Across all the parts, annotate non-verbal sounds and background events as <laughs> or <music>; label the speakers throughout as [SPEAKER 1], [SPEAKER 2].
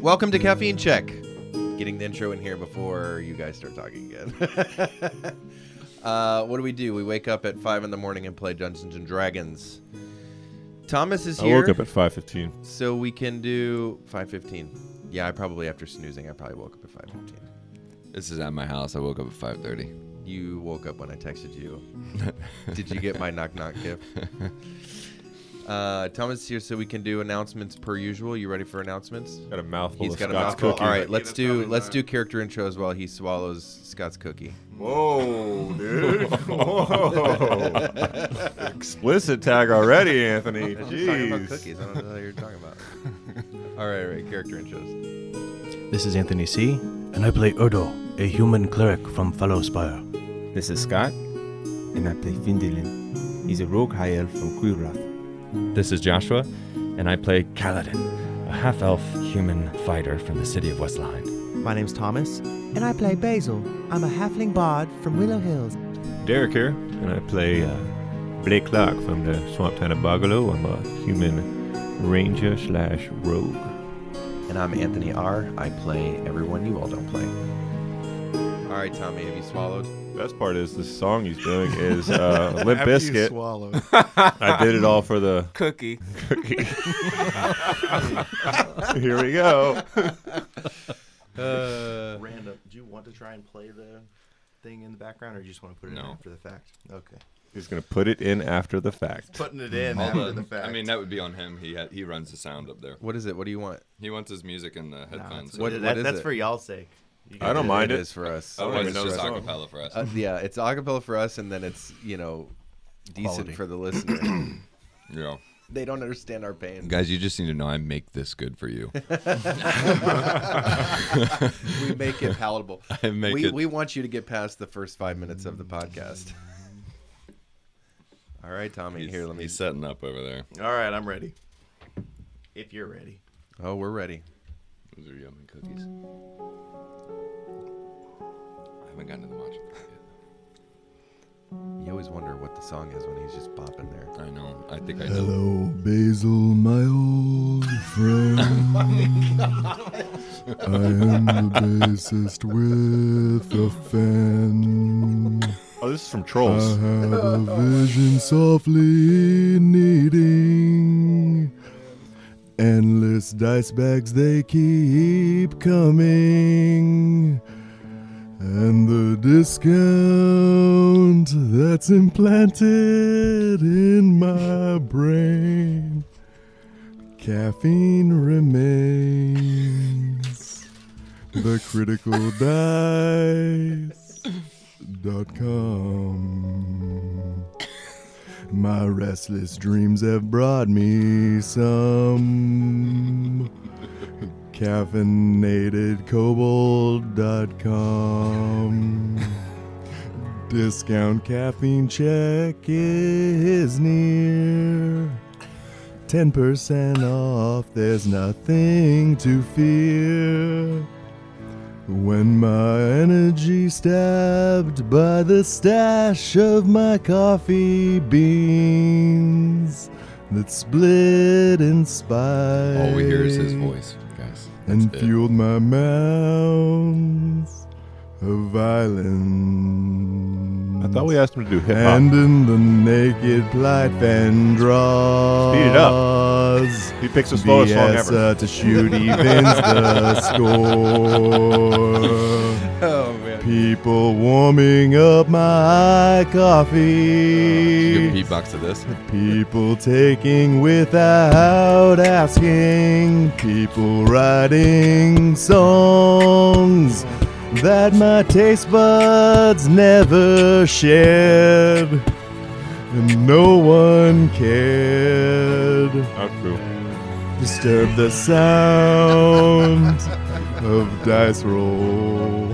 [SPEAKER 1] welcome to Caffeine Check. Getting the intro in here before you guys start talking again. <laughs> uh, what do we do? We wake up at five in the morning and play Dungeons and Dragons. Thomas is
[SPEAKER 2] I
[SPEAKER 1] here,
[SPEAKER 2] woke up at 5:15.
[SPEAKER 1] so we can do five fifteen. Yeah, I probably after snoozing, I probably woke up at five fifteen.
[SPEAKER 3] This is at my house. I woke up at 5:30.
[SPEAKER 1] You woke up when I texted
[SPEAKER 3] <laughs>
[SPEAKER 1] you. Did you get my knock knock gift? Uh, Thomas is here, so we can do announcements per usual. You ready for announcements?
[SPEAKER 2] Got a mouthful
[SPEAKER 1] He's
[SPEAKER 2] of
[SPEAKER 1] got a
[SPEAKER 2] Scott's
[SPEAKER 1] mouthful.
[SPEAKER 2] cookie.
[SPEAKER 1] All right, let's
[SPEAKER 4] that's
[SPEAKER 1] do
[SPEAKER 4] probably
[SPEAKER 1] let's
[SPEAKER 4] not-
[SPEAKER 1] do character intros while he swallows Scott's cookie.
[SPEAKER 4] Whoa,
[SPEAKER 1] <laughs>
[SPEAKER 4] dude. Whoa.
[SPEAKER 2] Explicit tag already,
[SPEAKER 1] <laughs>
[SPEAKER 2] Anthony.
[SPEAKER 1] I was just talking about
[SPEAKER 2] Jeez.
[SPEAKER 1] cookies. I don't know what the hell you're
[SPEAKER 2] <laughs>
[SPEAKER 1] talking about. all right, all right, character intros.
[SPEAKER 5] This is Anthony C., and I play Urdo, a human cleric from Fellowspire.
[SPEAKER 6] This is Scott, and I play Findelin. He's a rogue high elf from Quirath.
[SPEAKER 7] This is Joshua, and I play Kaladin, a half elf human fighter from the city of Westline.
[SPEAKER 8] My name's Thomas. And I play Basil. I'm a halfling bard from Willow Hills.
[SPEAKER 2] Derek here, and I play uh, Blake Clark from the Swamp Town of Bogolo. I'm a human ranger slash rogue.
[SPEAKER 1] And I'm Anthony R. I play everyone you all don't play. All right, Tommy, have you swallowed?
[SPEAKER 2] Best part is this song he's
[SPEAKER 4] <laughs>
[SPEAKER 2] doing is uh, Limp
[SPEAKER 4] After you
[SPEAKER 2] Biscuit.
[SPEAKER 4] swallowed.
[SPEAKER 2] I did it all for the
[SPEAKER 3] Cookie.
[SPEAKER 2] cookie. <laughs> here we go. Oh. <laughs>
[SPEAKER 1] Uh,
[SPEAKER 4] Random. Do you want to try and play the thing in the background, or you just want to put it in
[SPEAKER 3] No.
[SPEAKER 4] after the fact? Okay.
[SPEAKER 2] He's gonna put it in after the fact.
[SPEAKER 4] Putting it in
[SPEAKER 3] All
[SPEAKER 4] after
[SPEAKER 3] the,
[SPEAKER 4] the fact.
[SPEAKER 3] I mean, that would be on him. He ha- he runs the sound up there.
[SPEAKER 1] what is it? What do you want?
[SPEAKER 3] He wants his music in the
[SPEAKER 4] Nah,
[SPEAKER 3] headphones.
[SPEAKER 4] that's,
[SPEAKER 1] What-
[SPEAKER 4] that-
[SPEAKER 1] what is
[SPEAKER 4] that's
[SPEAKER 1] it?
[SPEAKER 4] for y'all's sake. You
[SPEAKER 2] I don't
[SPEAKER 4] can-
[SPEAKER 2] mind
[SPEAKER 1] it
[SPEAKER 2] it.
[SPEAKER 1] is for us.
[SPEAKER 2] I don't
[SPEAKER 3] Otherwise,
[SPEAKER 2] even
[SPEAKER 3] it's
[SPEAKER 2] know
[SPEAKER 3] just
[SPEAKER 2] the song.
[SPEAKER 3] acapella for us.
[SPEAKER 1] Uh, yeah, it's acapella for us, and then it's you know decent
[SPEAKER 5] Quality.
[SPEAKER 1] for the listener.
[SPEAKER 2] <coughs>
[SPEAKER 3] yeah.
[SPEAKER 1] they don't understand our pain.
[SPEAKER 3] Guys, you just need to know I make this good for you.
[SPEAKER 1] <laughs> we make
[SPEAKER 9] <laughs>
[SPEAKER 1] it palatable.
[SPEAKER 3] <laughs> I make
[SPEAKER 1] we,
[SPEAKER 3] it-
[SPEAKER 1] we want you to get past the first five minutes of the podcast. All right, Tommy.
[SPEAKER 3] He's,
[SPEAKER 1] here, let me.
[SPEAKER 3] he's setting up over there.
[SPEAKER 4] All right, I'm ready. If you're ready.
[SPEAKER 1] Oh, we're ready.
[SPEAKER 3] Those are yummy cookies. I haven't gotten to the matcha yet.
[SPEAKER 1] You always wonder what the song is when he's just bopping there.
[SPEAKER 3] I know. I think I know.
[SPEAKER 10] Hello, Basil, my old friend. I am the bassist with a fan.
[SPEAKER 2] Oh, this is from
[SPEAKER 10] I
[SPEAKER 2] Trolls.
[SPEAKER 10] have a vision softly kneading. Endless dice bags, they keep coming. And the discount that's implanted in my brain. Caffeine remains. The critical dice dot com. My restless dreams have brought me some caffeinated kobold.com. Discount caffeine check is near. 10% off, there's nothing to fear. When my energy stabbed by the stash of my coffee beans that split in spite
[SPEAKER 3] All we hear is his voice, guys.
[SPEAKER 10] and
[SPEAKER 3] That's it.
[SPEAKER 10] fueled my mounds of violence.
[SPEAKER 2] I thought we asked him to do hip hop.
[SPEAKER 10] And in the naked plight, Van draws.
[SPEAKER 2] Speed it He picks the slowest
[SPEAKER 10] the
[SPEAKER 2] song
[SPEAKER 10] answer
[SPEAKER 2] ever.
[SPEAKER 10] to shoot evens
[SPEAKER 2] <laughs>
[SPEAKER 10] the score.
[SPEAKER 1] Oh man.
[SPEAKER 10] People warming up my
[SPEAKER 3] You
[SPEAKER 10] coffee.
[SPEAKER 3] give beatbox to this?
[SPEAKER 10] People taking without asking. People writing songs that my taste buds never shared. And no one cared
[SPEAKER 2] Outgrew.
[SPEAKER 10] disturb the sound of dice roll.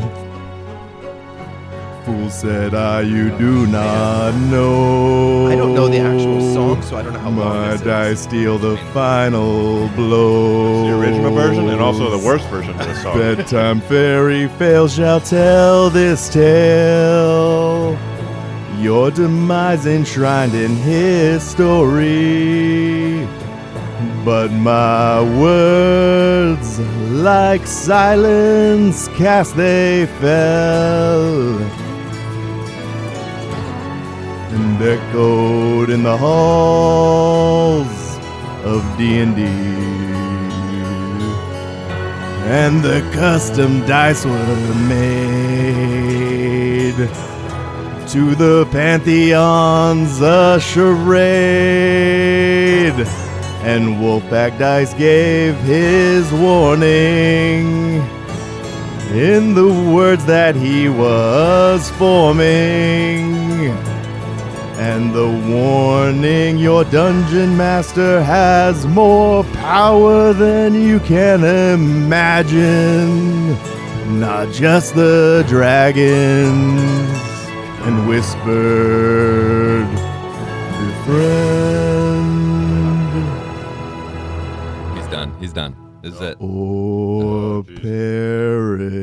[SPEAKER 10] Fool said I, you do not know.
[SPEAKER 1] I don't know the actual song, so I don't know how long
[SPEAKER 10] My
[SPEAKER 1] this is.
[SPEAKER 10] dice deal the final blow.
[SPEAKER 2] The original version and also the worst version of the song.
[SPEAKER 10] Bedtime fairy fail shall tell this tale. Your demise enshrined in history. But my words, like silence cast, they fell and echoed in the halls of D&D. And the custom dice were made to the Pantheon's a charade. And Wolfpack Dice gave his warning in the words that he was forming. And the warning your dungeon master has more power than you can imagine. Not just the dragons. And whispered, befriend
[SPEAKER 3] He's done. He's done. This is it.
[SPEAKER 10] or perish.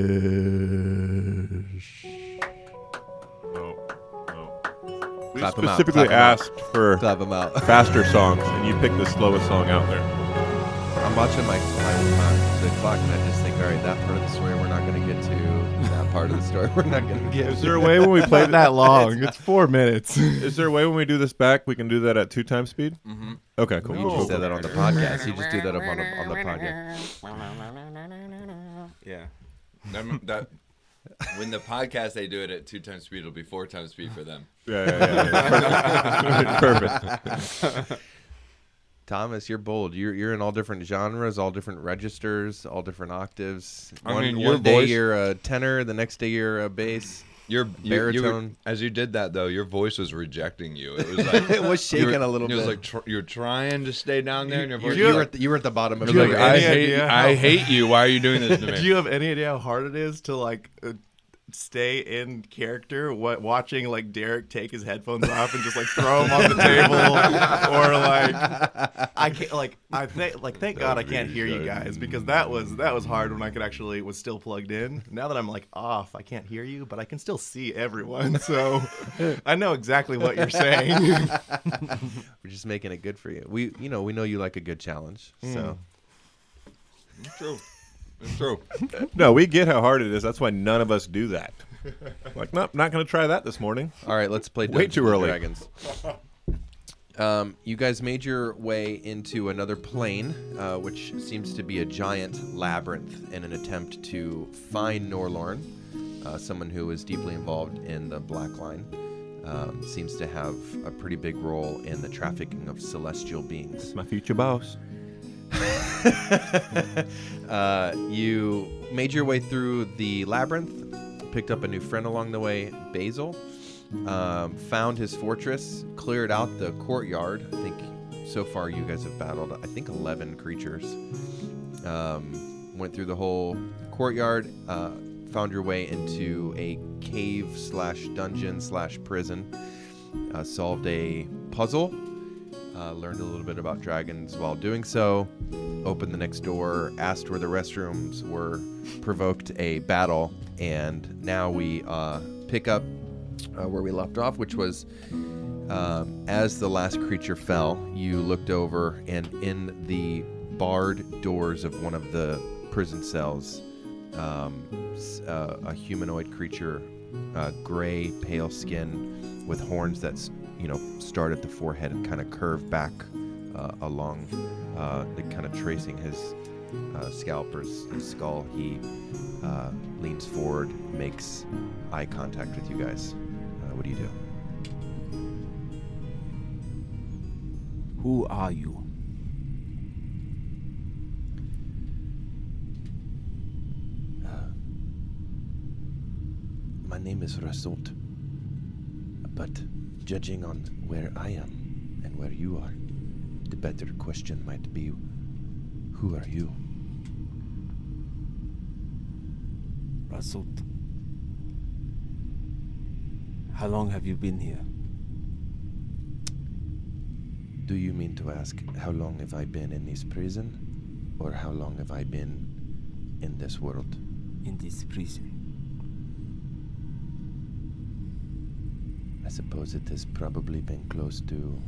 [SPEAKER 9] We
[SPEAKER 1] Clap 'em out,
[SPEAKER 9] specifically
[SPEAKER 1] clap 'em out.
[SPEAKER 9] asked for
[SPEAKER 1] Clap him out.
[SPEAKER 9] faster songs, and you picked the slowest song out there.
[SPEAKER 1] I'm watching my, my uh, the clock and I just think, all right, that part of the story we're not going to get to. That part of the story we're not going to get.
[SPEAKER 9] <laughs> Is there a way when we play
[SPEAKER 1] <laughs>
[SPEAKER 10] Not that long. It's four
[SPEAKER 9] <laughs>
[SPEAKER 10] minutes.
[SPEAKER 9] Is there a way when we do this back we can do that at two times speed?
[SPEAKER 3] Mm-hmm.
[SPEAKER 9] Okay, cool.
[SPEAKER 1] You
[SPEAKER 9] cool,
[SPEAKER 1] just
[SPEAKER 9] cool.
[SPEAKER 1] said that on
[SPEAKER 6] <laughs>
[SPEAKER 1] the podcast. You just do that up on the on the podcast. <laughs>
[SPEAKER 3] Yeah. That, that, when the podcast they do it at two times speed, it'll be four times speed for them.
[SPEAKER 9] Yeah, yeah,
[SPEAKER 3] <laughs>
[SPEAKER 9] yeah. Perfect. Perfect. <laughs>
[SPEAKER 1] <laughs> Thomas, you're bold. You're you're in all different genres, all different registers, all different octaves.
[SPEAKER 3] I
[SPEAKER 1] one
[SPEAKER 3] mean, your
[SPEAKER 1] one day
[SPEAKER 3] voice-
[SPEAKER 1] you're a tenor, the next day you're a bass.
[SPEAKER 3] Your you- you were-
[SPEAKER 1] Baritone.
[SPEAKER 3] as you did that though, your voice was rejecting you. It was like
[SPEAKER 1] <laughs> It was
[SPEAKER 3] you were-
[SPEAKER 1] shaking a little
[SPEAKER 3] It was
[SPEAKER 1] bit.
[SPEAKER 3] like tr- you're trying to stay down there, and your
[SPEAKER 1] You,
[SPEAKER 3] voice.
[SPEAKER 1] you
[SPEAKER 3] was
[SPEAKER 1] were
[SPEAKER 3] like,
[SPEAKER 1] at the, you were at the bottom of
[SPEAKER 3] it was
[SPEAKER 1] your
[SPEAKER 3] like,
[SPEAKER 1] voice.
[SPEAKER 3] I
[SPEAKER 10] any
[SPEAKER 3] hate,
[SPEAKER 10] idea
[SPEAKER 3] I
[SPEAKER 10] how-
[SPEAKER 3] hate you. Why are you doing this to
[SPEAKER 10] <laughs> Do
[SPEAKER 3] me?
[SPEAKER 10] you have any idea how hard it is to like uh, stay in character? What watching like Derek take his headphones off and just like throw them
[SPEAKER 3] <laughs>
[SPEAKER 10] on the table,
[SPEAKER 4] <laughs>
[SPEAKER 10] or like I can't like I think like thank God I can't hear you guys because that was that was hard when I could actually was still plugged in. Now that I'm like off, I can't hear you, but I can still see everyone,
[SPEAKER 3] <laughs>
[SPEAKER 10] so I know exactly what
[SPEAKER 1] <laughs>
[SPEAKER 10] you're saying.
[SPEAKER 1] We're just making it good for you. We you know we know you like a good challenge,
[SPEAKER 3] Hmm.
[SPEAKER 1] so
[SPEAKER 3] True. It's true.
[SPEAKER 9] No, we get how hard it is. That's why none of us do <laughs> that. Like, nope, not going to try that this morning.
[SPEAKER 1] All right, let's play
[SPEAKER 9] Way
[SPEAKER 1] Dungeons
[SPEAKER 9] too
[SPEAKER 1] and
[SPEAKER 9] early.
[SPEAKER 1] Dragons. Um, you guys made your way into another plane, uh, which seems to be a giant labyrinth in an attempt to find Norlorn, uh, someone who is deeply involved in the Black Line. Um, seems to have a pretty big role in the trafficking of celestial beings.
[SPEAKER 2] My future boss.
[SPEAKER 1] <laughs> uh, you made your way through the labyrinth, picked up a new friend along the way, Basil, um, found his fortress, cleared out the courtyard. I think so far you guys have battled, I think, 11 creatures. Um, went through the whole courtyard, uh, found your way into a cave slash dungeon slash prison, uh, solved a puzzle. Uh, learned a little bit about dragons while doing so opened the next door, asked where the restrooms were, provoked a battle, and now we uh, pick up uh, where we left off, which was um, as the last creature fell, you looked over, and in the barred doors of one of the prison cells, um, s- uh, a humanoid creature, uh, gray, pale skin, with horns that s- you know start at the forehead and kind of curve back uh, along, uh, kind of tracing his uh, scalp or his, his skull. He uh, leans forward, makes eye contact with you guys. Uh, what do you do?
[SPEAKER 6] Who are you?
[SPEAKER 3] Uh,
[SPEAKER 8] My name is Rasult. But judging on where I am and where you are, the better question might be who are you?
[SPEAKER 6] Russell. How long have you been here?
[SPEAKER 8] Do you mean to ask how long have I been in this prison? Or how long have I been in this world?
[SPEAKER 6] In this prison.
[SPEAKER 8] I suppose it has probably been close to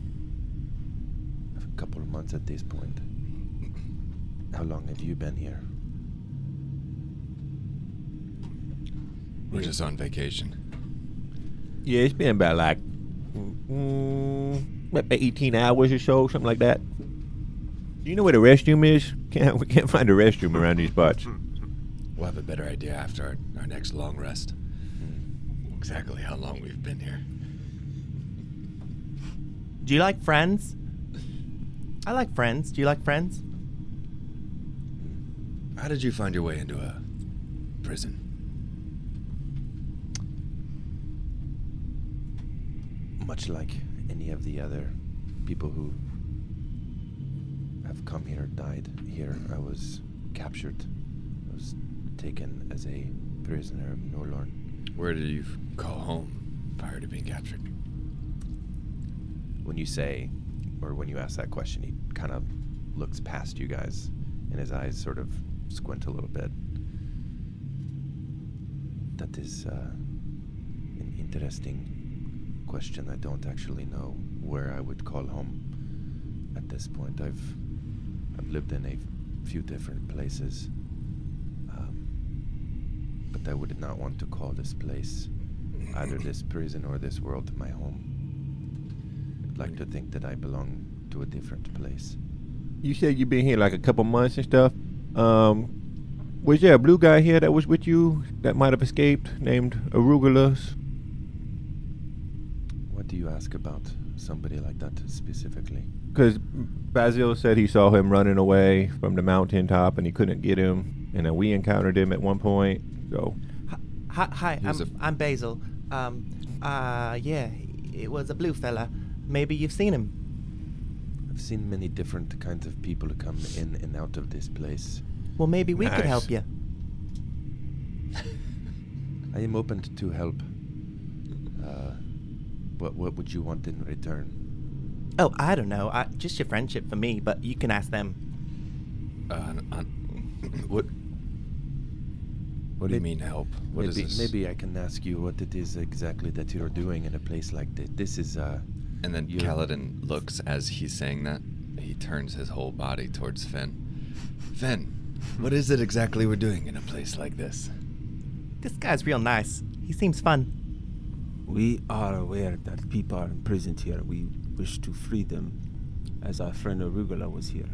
[SPEAKER 8] a couple of months at this point. How long have you been here?
[SPEAKER 3] We're just on vacation.
[SPEAKER 2] Yeah, it's been about like mm, about 18 hours or so, something like that. Do you know where the restroom is? Can't we can't find a restroom around these parts?
[SPEAKER 3] We'll have a better idea after our, our next long rest. Hmm. Exactly how long we've been here.
[SPEAKER 4] Do you like friends? I like friends. Do you like friends?
[SPEAKER 3] How did you find your way into a prison?
[SPEAKER 8] Much like any of the other people who have come here, died here, I was captured. I was taken as a prisoner of Norlorn.
[SPEAKER 3] Where did you call home prior to being captured?
[SPEAKER 1] when you say or when you ask that question he kind of looks past you guys and his eyes sort of squint a little bit
[SPEAKER 8] That is uh, an interesting question. I don't actually know where I would call home at this point. I've I've lived in a few different places, um, but I would not want to call this place, either this prison or this world, my home. I'd like to think that I belong to a different place.
[SPEAKER 2] You said you've been here like a couple months and stuff. Um, was there a blue guy here that was with you that might have escaped named Arugulus?
[SPEAKER 8] What do you ask about somebody like that specifically?
[SPEAKER 2] Because Basil said he saw him running away from the mountaintop and he couldn't get him. And then we encountered him at one point. So,
[SPEAKER 4] Hi, hi I'm,
[SPEAKER 3] Who's a-
[SPEAKER 4] I'm Basil. Um, uh, yeah, it was a blue fella. Maybe you've seen him.
[SPEAKER 8] I've seen many different kinds of people come in and out of this place.
[SPEAKER 4] Well, maybe we
[SPEAKER 2] Nice.
[SPEAKER 4] could help you.
[SPEAKER 8] <laughs> I am open to help. Uh, what what would you want in return?
[SPEAKER 4] Oh, I don't know. I, just your friendship for me, but you can ask them.
[SPEAKER 3] Uh, on, on- what? What do you mean help? What is
[SPEAKER 8] maybe,
[SPEAKER 3] this?
[SPEAKER 8] maybe I can ask you what it is exactly that you're doing in a place like this. This is uh,
[SPEAKER 3] And then
[SPEAKER 8] You-
[SPEAKER 3] Kaladin looks as he's saying that. He turns his whole body towards Finn. Finn, what is it exactly we're doing in a place like this?
[SPEAKER 4] This guy's real nice. He seems fun.
[SPEAKER 6] We are aware that people are imprisoned here. We wish to free them, as our friend Arugula was here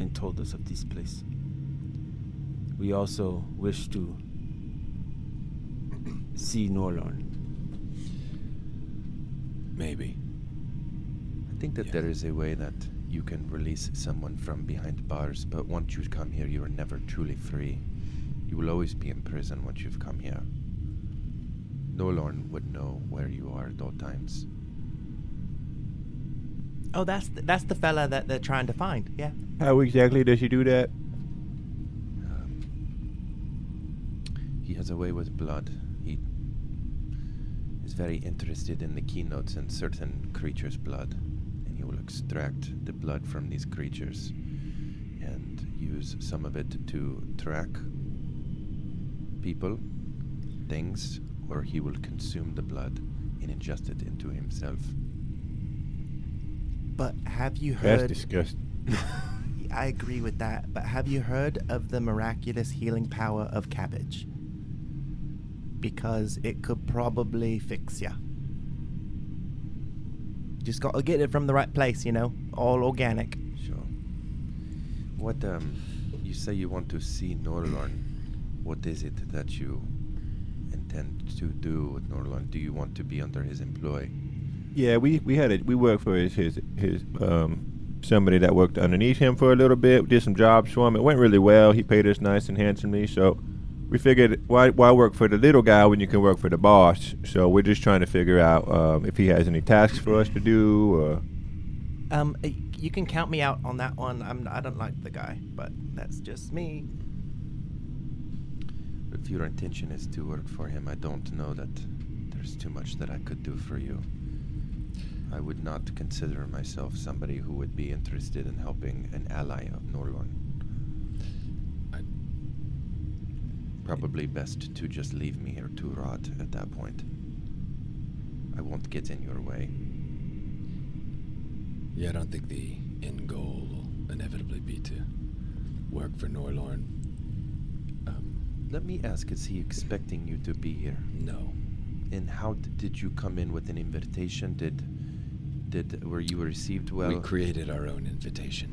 [SPEAKER 6] and told us of this place. We also wish to <clears throat> see Norlorn.
[SPEAKER 3] Maybe.
[SPEAKER 8] I think that
[SPEAKER 3] Yeah.
[SPEAKER 8] there is a way that you can release someone from behind bars, but once you come here, you are never truly free. You will always be in prison once you've come here. Norlorn would know where you are at all times.
[SPEAKER 4] Oh, that's the, that's the fella that they're trying to find. Yeah.
[SPEAKER 2] how exactly does he do that?
[SPEAKER 8] Um, he has a way with blood. He is very interested in the keynotes and certain creatures' blood, and he will extract the blood from these creatures and use some of it to track people, things, or he will consume the blood and ingest it into himself.
[SPEAKER 4] But have you
[SPEAKER 2] That's
[SPEAKER 4] heard?
[SPEAKER 2] disgusting.
[SPEAKER 4] <laughs> I agree with that. But have you heard of the miraculous healing power of cabbage? Because it could probably fix ya. Just gotta get it from the right place, you know. All organic.
[SPEAKER 8] Sure. What um, you say you want to see Norlorn? What is it that you intend to do with Norlorn? Do you want to be under his employ?
[SPEAKER 2] Yeah, we we had it. We worked for his his his um somebody that worked underneath him for a little bit. We did some jobs for him. It went really well. He paid us nice and handsomely. So we figured why why work for the little guy when you can work for the boss? So we're just trying to figure out um, if he has any tasks for us to do or.
[SPEAKER 4] Um, uh, you can count me out on that one. I'm I don't like the guy, but that's just me.
[SPEAKER 8] If your intention is to work for him, I don't know that there's too much that I could do for you. I would not consider myself somebody who would be interested in helping an ally of Norlorn.
[SPEAKER 3] I-
[SPEAKER 8] Probably best to just leave me here to rot at that point. I won't get in your way.
[SPEAKER 3] Yeah, I don't think the end goal will inevitably be to work for Norlorn.
[SPEAKER 8] Um, Let me ask, is he expecting you to be here?
[SPEAKER 3] No.
[SPEAKER 8] And how d- did you come in with an invitation? Did did were you received well?
[SPEAKER 3] we created our own invitation.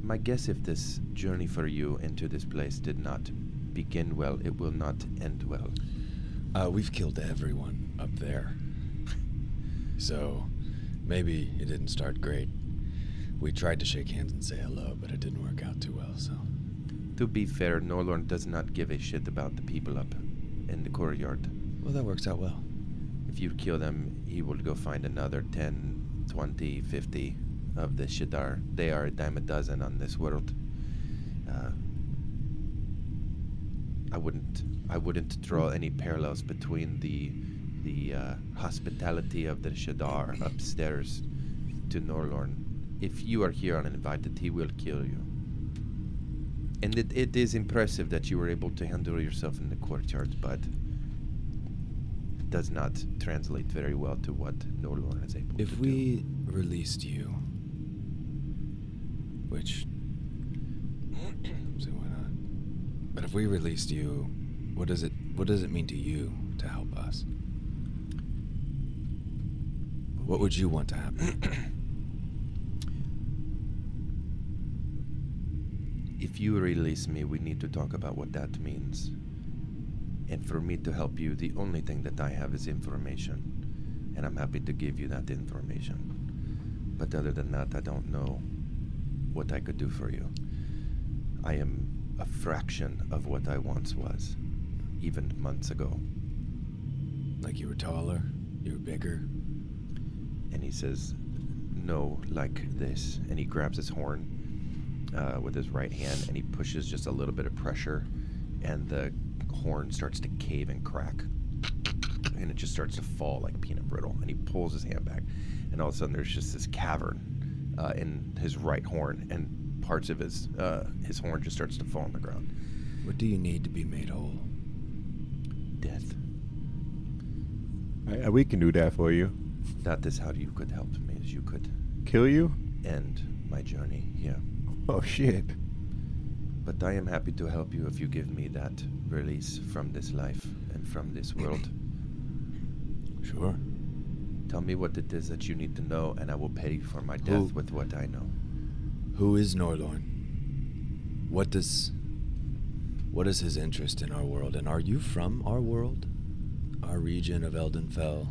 [SPEAKER 8] My guess if this journey for you into this place did not begin well, it will not end well.
[SPEAKER 3] Uh, we've killed everyone up
[SPEAKER 8] <laughs>
[SPEAKER 3] there. So maybe it didn't start great. We tried to shake hands and say hello, but it didn't work out too well, so.
[SPEAKER 8] To be fair, Norlorn does not give a shit about the people up in the courtyard.
[SPEAKER 3] Well, that works out well.
[SPEAKER 8] If you kill them, he will go find another 10, 20, 50 of the Shadar. They are a dime a dozen on this world. Uh, I wouldn't I wouldn't draw any parallels between the the uh, hospitality of the Shadar upstairs to Norlorn. If you are here uninvited, he will kill you. And it, it is impressive that you were able to handle yourself in the courtyard, but it does not translate very well to what Norlorn is able to
[SPEAKER 3] If
[SPEAKER 8] do.
[SPEAKER 3] we released you, which. so why not? But if we released you, what does it what does it mean to you to help us? What would you want to happen?
[SPEAKER 8] If you release me, we need to talk about what that means. And for me to help you, the only thing that I have is information. And I'm happy to give you that information. But other than that, I don't know what I could do for you. I am a fraction of what I once was, even months ago.
[SPEAKER 3] like you were taller, you were bigger.
[SPEAKER 8] and he says, "No, like this." And he grabs his horn uh, with his right hand, and he pushes just a little bit of pressure, and the horn starts to cave and crack, and it just starts to fall like peanut brittle. And he pulls his hand back, and all of a sudden there's just this cavern uh, in his right horn, and parts of his uh, his horn just starts to fall on the ground.
[SPEAKER 3] What do you need to be made whole?
[SPEAKER 8] Death.
[SPEAKER 2] I- I- we can do that for you.
[SPEAKER 8] That is how you could help me. Is you could
[SPEAKER 2] Kill you?
[SPEAKER 8] end my journey here.
[SPEAKER 2] Oh shit.
[SPEAKER 8] But I am happy to help you if you give me that release from this life and from this
[SPEAKER 2] <clears throat>
[SPEAKER 8] world.
[SPEAKER 5] Sure.
[SPEAKER 8] Tell me what it is that you need to know, and I will pay you for my death with what I know.
[SPEAKER 3] Who is Norlorn? What does what is his interest in our world? And are you from our world? Our region of Eldenfell?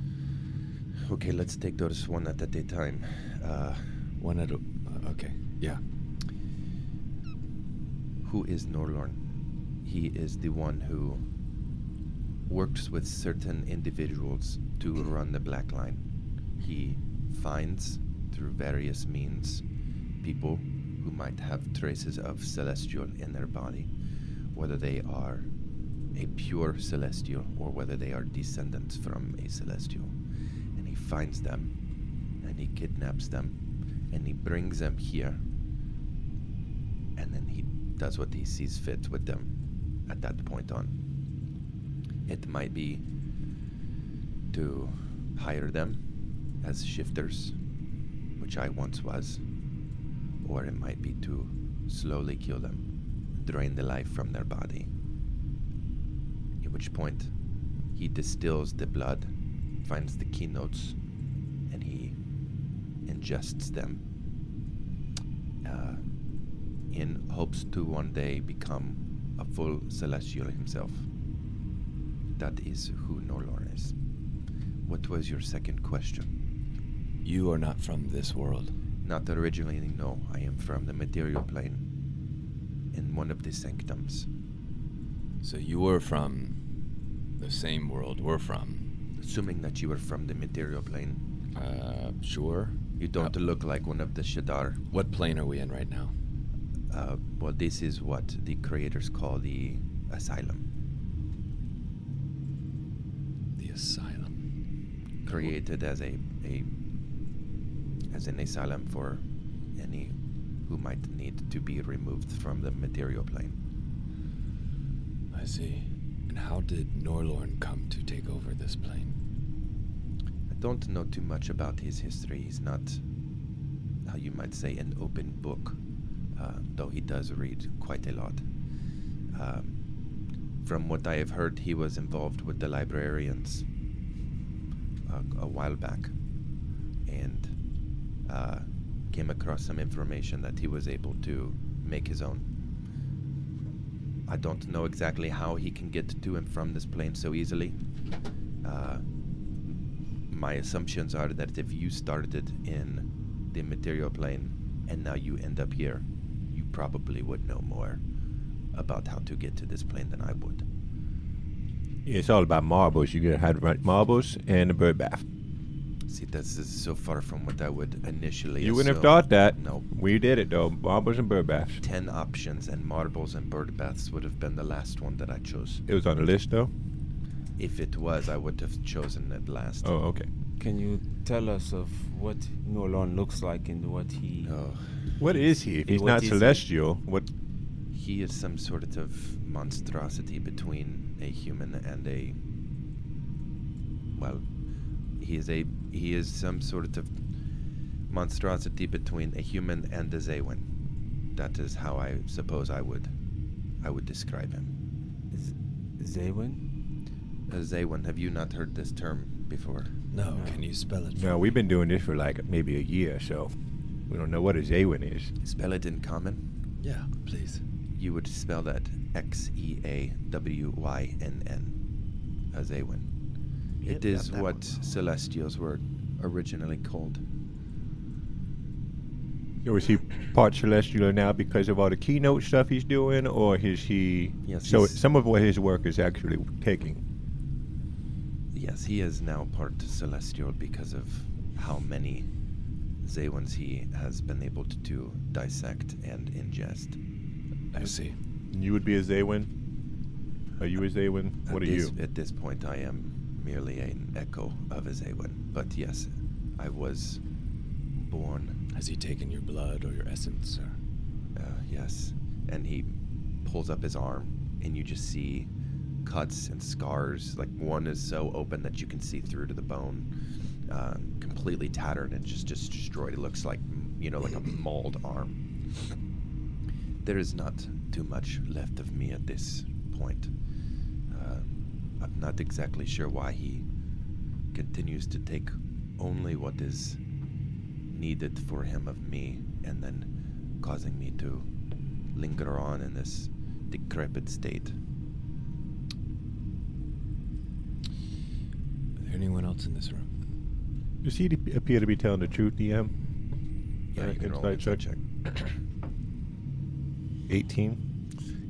[SPEAKER 8] Okay, let's take those one at a time. Uh,
[SPEAKER 3] One at a uh, okay. Yeah.
[SPEAKER 8] who is Norlorn? He is the one who works with certain individuals to run the Black Line. He finds, through various means, people who might have traces of celestial in their body, whether they are a pure celestial or whether they are descendants from a celestial. And he finds them, and he kidnaps them, and he brings them here and then he does what he sees fit with them at that point on. It might be to hire them as shifters, which I once was, or it might be to slowly kill them, drain the life from their body. At which point, he distills the blood, finds the keynotes, and he ingests them. Uh, in hopes to one day become a full celestial himself. That is who Norlorn is. What was your second question?
[SPEAKER 3] You are not from this world.
[SPEAKER 8] Not originally, no. I am from the material plane, in one of the sanctums.
[SPEAKER 3] So you were from the same world we're from.
[SPEAKER 8] Assuming that you are from the material plane,
[SPEAKER 3] Uh, sure. Uh,
[SPEAKER 8] you don't look like one of the Shadar.
[SPEAKER 3] What plane are we in right now?
[SPEAKER 8] Uh, well, this is what the creators call the asylum,
[SPEAKER 3] The asylum.
[SPEAKER 8] created as a, a as an asylum for any who might need to be removed from the material plane.
[SPEAKER 3] I see. And how did Norlorn come to take over this plane?
[SPEAKER 8] I don't know too much about his history. He's not, how you might say, an open book uh, though he does read quite a lot. Um, from what I have heard, he was involved with the librarians uh, a, a while back and uh, came across some information that he was able to make his own. I don't know exactly how he can get to and from this plane so easily. Uh, my assumptions are that if you started in the material plane and now you end up here, you probably would know more about how to get to this plane than I would.
[SPEAKER 2] Yeah, it's all about marbles. You get hide right marbles and a bird bath.
[SPEAKER 8] See, this is so far from what I would initially.
[SPEAKER 2] You wouldn't have
[SPEAKER 8] assume.
[SPEAKER 2] thought that.
[SPEAKER 8] No,
[SPEAKER 2] We did it though. Marbles and bird baths.
[SPEAKER 8] ten options, and marbles and bird baths would have been the last one that I chose.
[SPEAKER 2] It was on the list though.
[SPEAKER 8] If it was, I would have chosen it last.
[SPEAKER 2] Oh, okay.
[SPEAKER 6] Can you tell us of what Norlon looks like and what he?
[SPEAKER 2] What is he? If he's
[SPEAKER 6] What
[SPEAKER 2] not
[SPEAKER 6] is he?
[SPEAKER 2] celestial, what?
[SPEAKER 8] He is some sort of monstrosity between a human and a. Well, he is a he is some sort of monstrosity between a human and a Zaywin. That is how I suppose I would I would describe him.
[SPEAKER 6] Zaywin?
[SPEAKER 8] A Zaywin. Have you not heard this term before?
[SPEAKER 3] No, can you spell it?
[SPEAKER 2] No, we've been doing this for like maybe a year, so we don't know what a Zaywin is.
[SPEAKER 8] Spell it in common.
[SPEAKER 3] Yeah, please.
[SPEAKER 8] You would spell that X E A W Y N N, a Zawin.
[SPEAKER 4] Yep,
[SPEAKER 8] It
[SPEAKER 4] got
[SPEAKER 8] is
[SPEAKER 4] that
[SPEAKER 8] what Celestials were originally called.
[SPEAKER 2] Or is he part celestial now because of all the keynote stuff he's doing, or is he?
[SPEAKER 8] Yes,
[SPEAKER 2] so
[SPEAKER 8] he's-
[SPEAKER 2] some of what his work is actually taking.
[SPEAKER 8] Yes, he is now part celestial because of how many Zawins he has been able to, to dissect and ingest.
[SPEAKER 3] I see.
[SPEAKER 2] You would be a Zaywin. Are you a Zaywin?
[SPEAKER 8] At
[SPEAKER 2] What are
[SPEAKER 8] this-
[SPEAKER 2] you?
[SPEAKER 8] At this point, I am merely an echo of a Zawin. But yes, I was born.
[SPEAKER 3] Has he taken your blood or your essence, sir?
[SPEAKER 8] Uh, yes. And he pulls up his arm, and you just see cuts and scars. Like one is so open that you can see through to the bone, um, completely tattered and just just destroyed. It looks like you know like a mauled arm. There is not too much left of me at this point. Uh, I'm not exactly sure why he continues to take only what is needed for him of me and then causing me to linger on in this decrepit state.
[SPEAKER 3] Is there anyone else in this room?
[SPEAKER 2] Does he d- appear to be telling the truth, DM?
[SPEAKER 8] Yeah,
[SPEAKER 2] Uh,
[SPEAKER 8] you can roll an
[SPEAKER 2] insight
[SPEAKER 8] insight
[SPEAKER 2] check.
[SPEAKER 8] check.
[SPEAKER 2] 18.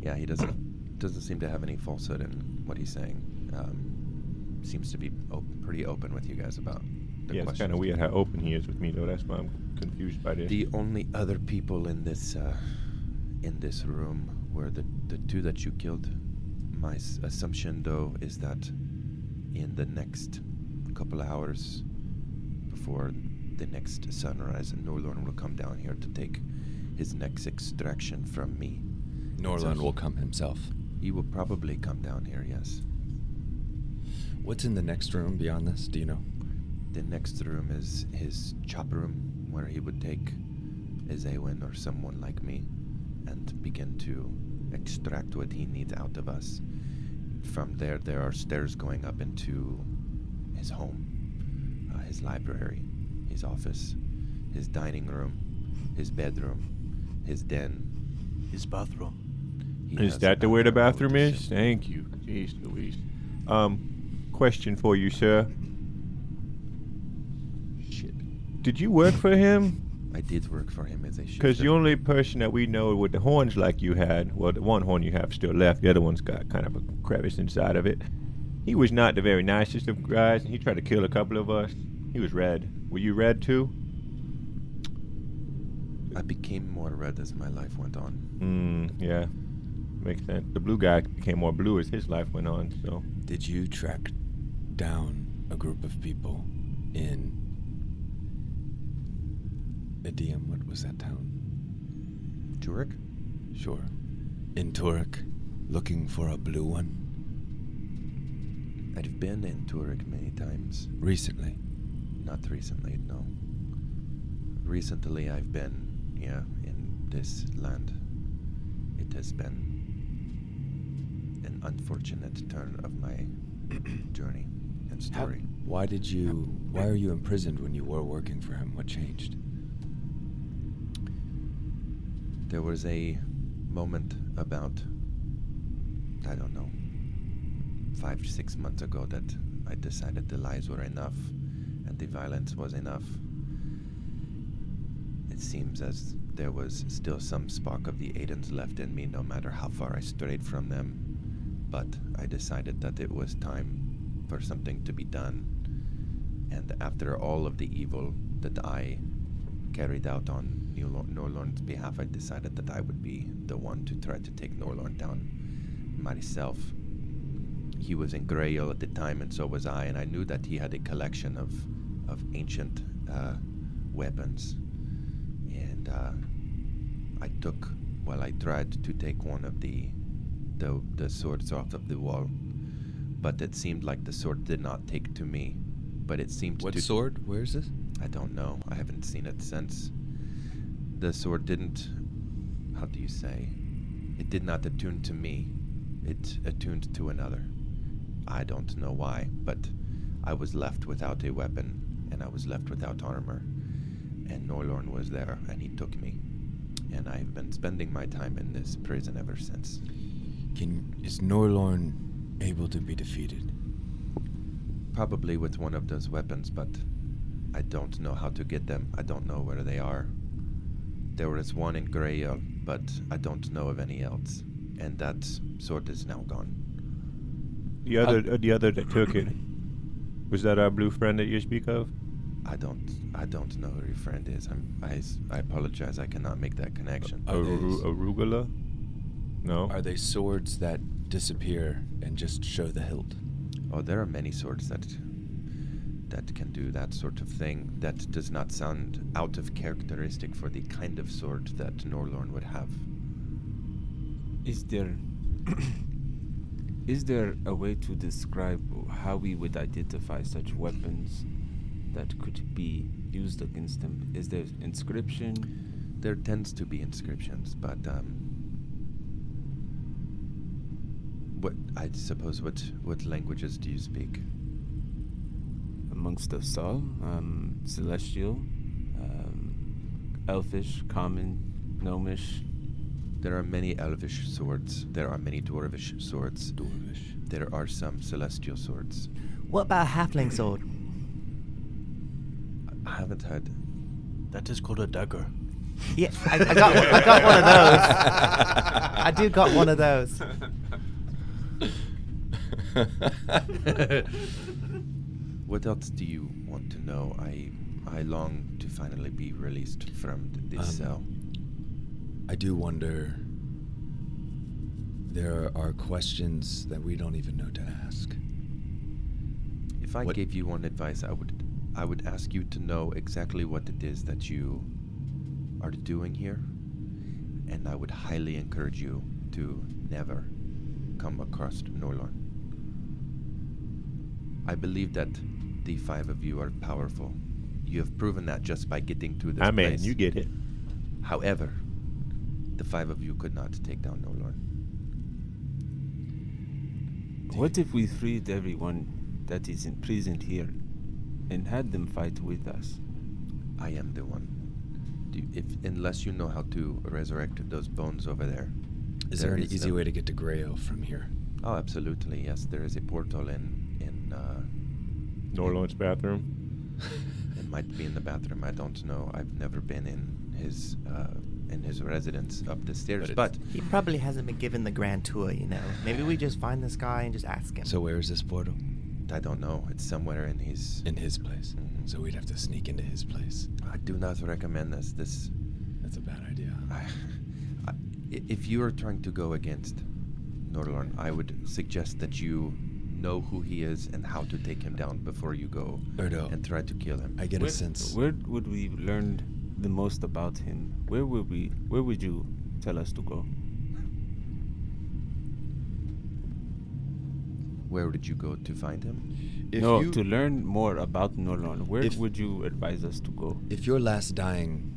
[SPEAKER 8] Yeah, he doesn't doesn't seem to have any falsehood in what he's saying. Um, seems to be op- pretty open with you guys about the
[SPEAKER 2] yeah, it's
[SPEAKER 8] questions.
[SPEAKER 2] kind of weird how open he is with me, though. That's why I'm confused by this.
[SPEAKER 8] The only other people in this uh, in this room were the the two that you killed. My s- assumption, though, is that in the next couple hours, before the next sunrise, Norlorn will come down here to take his next extraction from me.
[SPEAKER 3] Norlon
[SPEAKER 8] So
[SPEAKER 3] will come himself.
[SPEAKER 8] He will probably come down here. Yes.
[SPEAKER 3] What's in the next room beyond this? Do you know?
[SPEAKER 8] The next room is his chop room, where he would take a Zawin or someone like me and begin to extract what he needs out of us. From there, there are stairs going up into his home, uh, his library, his office, his dining room, his bedroom, his den.
[SPEAKER 5] His bathroom.
[SPEAKER 8] He
[SPEAKER 2] Is
[SPEAKER 8] has
[SPEAKER 2] that the way the bathroom
[SPEAKER 8] background rotation.
[SPEAKER 2] is? Thank you. Jeez Louise. Um, question for you, sir.
[SPEAKER 8] Shit.
[SPEAKER 2] Did you work for him?
[SPEAKER 8] I did work for him as a shifter.
[SPEAKER 2] Because the only person that we know with the horns like you had, well, the one horn you have still left, the other one's got kind of a crevice inside of it. He was not the very nicest of guys, and he tried to kill a couple of us. He was red. Were you red too?
[SPEAKER 8] I became more red as my life went on.
[SPEAKER 2] Mm, yeah. Makes sense. The blue guy became more blue as his life went on, so.
[SPEAKER 3] Did you track down a group of people in Idiom? What was that town?
[SPEAKER 8] Jurek?
[SPEAKER 3] Sure. In Turek, looking for a blue one
[SPEAKER 8] I've been in Turek many times.
[SPEAKER 3] recently.
[SPEAKER 8] Not recently, no. Recently, I've been, yeah, in this land. It has been an unfortunate turn of my
[SPEAKER 3] <clears throat>
[SPEAKER 8] journey and
[SPEAKER 3] How-
[SPEAKER 8] story.
[SPEAKER 3] why did you? Why are you imprisoned when you were working for him? What changed?
[SPEAKER 8] There was a moment about, I don't know, five, six months ago that I decided the lies were enough and the violence was enough. It seems as there was still some spark of the Aidens left in me, no matter how far I strayed from them. But I decided that it was time for something to be done. And after all of the evil that I carried out on New Lo- Norlorn's behalf, I decided that I would be the one to try to take Norlorn down myself. He was in Grail at the time, and so was I, and I knew that he had a collection of, of ancient uh, weapons. And uh, I took, well, I tried to take one of the, the, the swords off of the wall, but it seemed like the sword did not take to me. But it seemed
[SPEAKER 3] What
[SPEAKER 8] to
[SPEAKER 3] sword? Where is this?
[SPEAKER 8] I don't know. I haven't seen it since. The sword didn't. How do you say? It did not attune to me. It attuned to another. I don't know why, but I was left without a weapon, and I was left without armor. And Norlorn was there, and he took me. And I've been spending my time in this prison ever since.
[SPEAKER 3] Can is Norlorn able to be defeated?
[SPEAKER 8] Probably with one of those weapons, but I don't know how to get them. I don't know where they are. There was one in Grail, but I don't know of any else. And that sword is now gone.
[SPEAKER 2] The other, uh, the other that took it was that our blue friend that you speak of.
[SPEAKER 8] I don't, I don't know who your friend is. I'm, I, s- I apologize. I cannot make that connection.
[SPEAKER 3] Are they-
[SPEAKER 2] Aru- arugula. No.
[SPEAKER 3] Are they swords that disappear and just show the hilt?
[SPEAKER 8] Oh, there are many swords that that can do that sort of thing. That does not sound out of characteristic for the kind of sword that Norlorn would have.
[SPEAKER 6] Is there is there a way to describe how we would identify such weapons that could be used against them? Is there inscription?
[SPEAKER 8] There tends to be inscriptions, but um, what I suppose what what languages do you speak?
[SPEAKER 6] amongst us all um, celestial, um, elfish, common, gnomish.
[SPEAKER 8] There are many elvish swords. There are many dwarvish swords. Dwarvish. There are some celestial swords.
[SPEAKER 4] What about a halfling sword?
[SPEAKER 8] I haven't heard.
[SPEAKER 5] That is called a dagger.
[SPEAKER 4] Yeah, I, I, got, one- I got one of those. I do got one of those.
[SPEAKER 3] <laughs>
[SPEAKER 8] What else do you want to know? I I long to finally be released from th- this
[SPEAKER 3] Um,
[SPEAKER 8] cell.
[SPEAKER 3] I do wonder. There are questions that we don't even know to ask.
[SPEAKER 8] If I
[SPEAKER 3] what-
[SPEAKER 8] gave you one advice, I would I would ask you to know exactly what it is that you are doing here, and I would highly encourage you to never come across Norlorn. I believe that the five of you are powerful. You have proven that just by getting to this
[SPEAKER 2] I mean,
[SPEAKER 8] place.
[SPEAKER 2] you get it.
[SPEAKER 8] However, the five of you could not take down Norlorn.
[SPEAKER 6] What if we freed everyone that is imprisoned here and had them fight with us?
[SPEAKER 8] I am the one. Do you- if unless you know how to resurrect those bones over there.
[SPEAKER 3] Is there, an
[SPEAKER 8] is
[SPEAKER 3] easy
[SPEAKER 8] no-
[SPEAKER 3] way to get to Grail from here?
[SPEAKER 8] Oh, absolutely. Yes, there is a portal in in. Uh,
[SPEAKER 2] Norlorn's bathroom.
[SPEAKER 8] it might be in the bathroom. I don't know. I've never been in his uh, in his residence up the stairs.
[SPEAKER 3] But
[SPEAKER 8] But,
[SPEAKER 3] it's-
[SPEAKER 4] He probably hasn't been given the grand tour, you know. Maybe we just find this guy and just ask him.
[SPEAKER 3] So where is this portal?
[SPEAKER 8] I don't know. It's somewhere in his.
[SPEAKER 3] In his place.
[SPEAKER 8] Mhm.
[SPEAKER 3] So we'd have to sneak into his place.
[SPEAKER 8] I do not recommend this. This
[SPEAKER 3] That's a bad idea.
[SPEAKER 8] <laughs> I, I, if you are trying to go against Norlorn, I would suggest that you know who he is and how to take him down before you go
[SPEAKER 3] Erdo.
[SPEAKER 8] and try to kill him.
[SPEAKER 3] I get
[SPEAKER 6] where,
[SPEAKER 3] a sense.
[SPEAKER 6] Where would we learn the most about him? Where would we? Where would you tell us to go?
[SPEAKER 8] Where did you go to find him?
[SPEAKER 3] If
[SPEAKER 6] no,
[SPEAKER 3] you-
[SPEAKER 6] to learn more about Norlon, where
[SPEAKER 3] If-
[SPEAKER 6] would you advise us to go?
[SPEAKER 3] If your last dying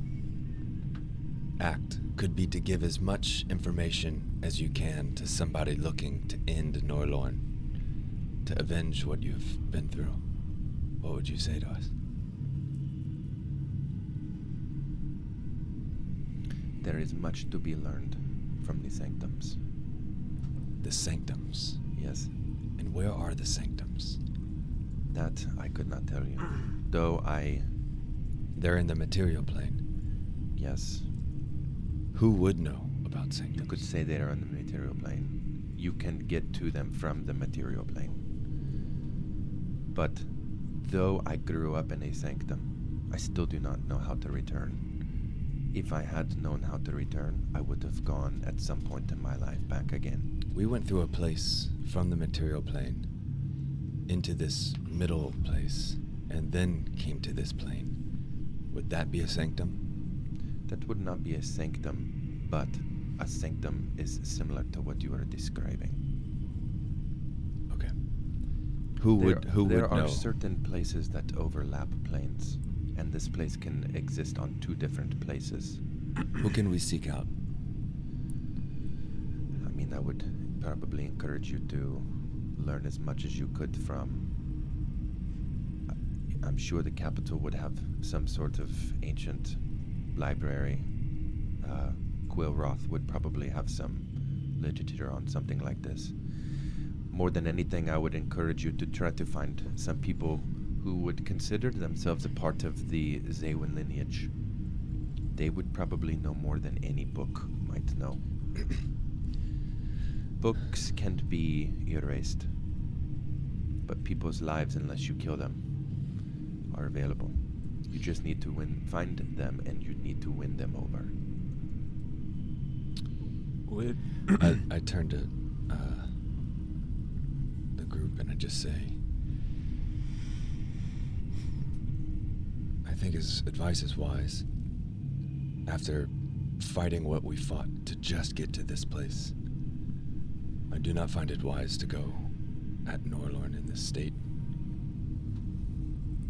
[SPEAKER 3] act
[SPEAKER 11] could be to give as much information as you can to somebody looking to end Norlorn, to avenge what you've been through. What would you say to us?
[SPEAKER 8] There is much to be learned from the sanctums.
[SPEAKER 11] The sanctums?
[SPEAKER 8] Yes.
[SPEAKER 11] And where are the sanctums?
[SPEAKER 8] That I could not tell you. Though I.
[SPEAKER 11] They're in the material plane.
[SPEAKER 8] Yes.
[SPEAKER 11] Who would know about sanctums?
[SPEAKER 8] You could say they are on the material plane. You can get to them from the material plane. But though I grew up in a sanctum, I still do not know how to return. If I had known how to return, I would have gone at some point in my life back again.
[SPEAKER 11] We went through a place from the material plane into this middle place and then came to this plane. Would that be a sanctum?
[SPEAKER 8] That would not be a sanctum, but a sanctum is similar to what you are describing.
[SPEAKER 11] Okay.
[SPEAKER 8] Who
[SPEAKER 11] would- who
[SPEAKER 8] there
[SPEAKER 11] would
[SPEAKER 8] are
[SPEAKER 11] know?
[SPEAKER 8] certain places that overlap planes, and this place can exist on two different places.
[SPEAKER 11] Who can we seek out?
[SPEAKER 8] I mean, I would probably encourage you to learn as much as you could from. I- I'm sure the capital would have some sort of ancient library. Uh, Quill Roth would probably have some literature on something like this. More than anything, I would encourage you to try to find some people who would consider themselves a part of the Zewan lineage. They would probably know more than any book might know. <coughs> Books can't be erased, but people's lives, unless you kill them, are available. You just need to win, find them, and you need to win them over.
[SPEAKER 12] Where,
[SPEAKER 11] I, I turn to uh, the group and I just say, I think his advice is wise. After fighting what we fought to just get to this place, I do not find it wise to go at Norlorn in this state.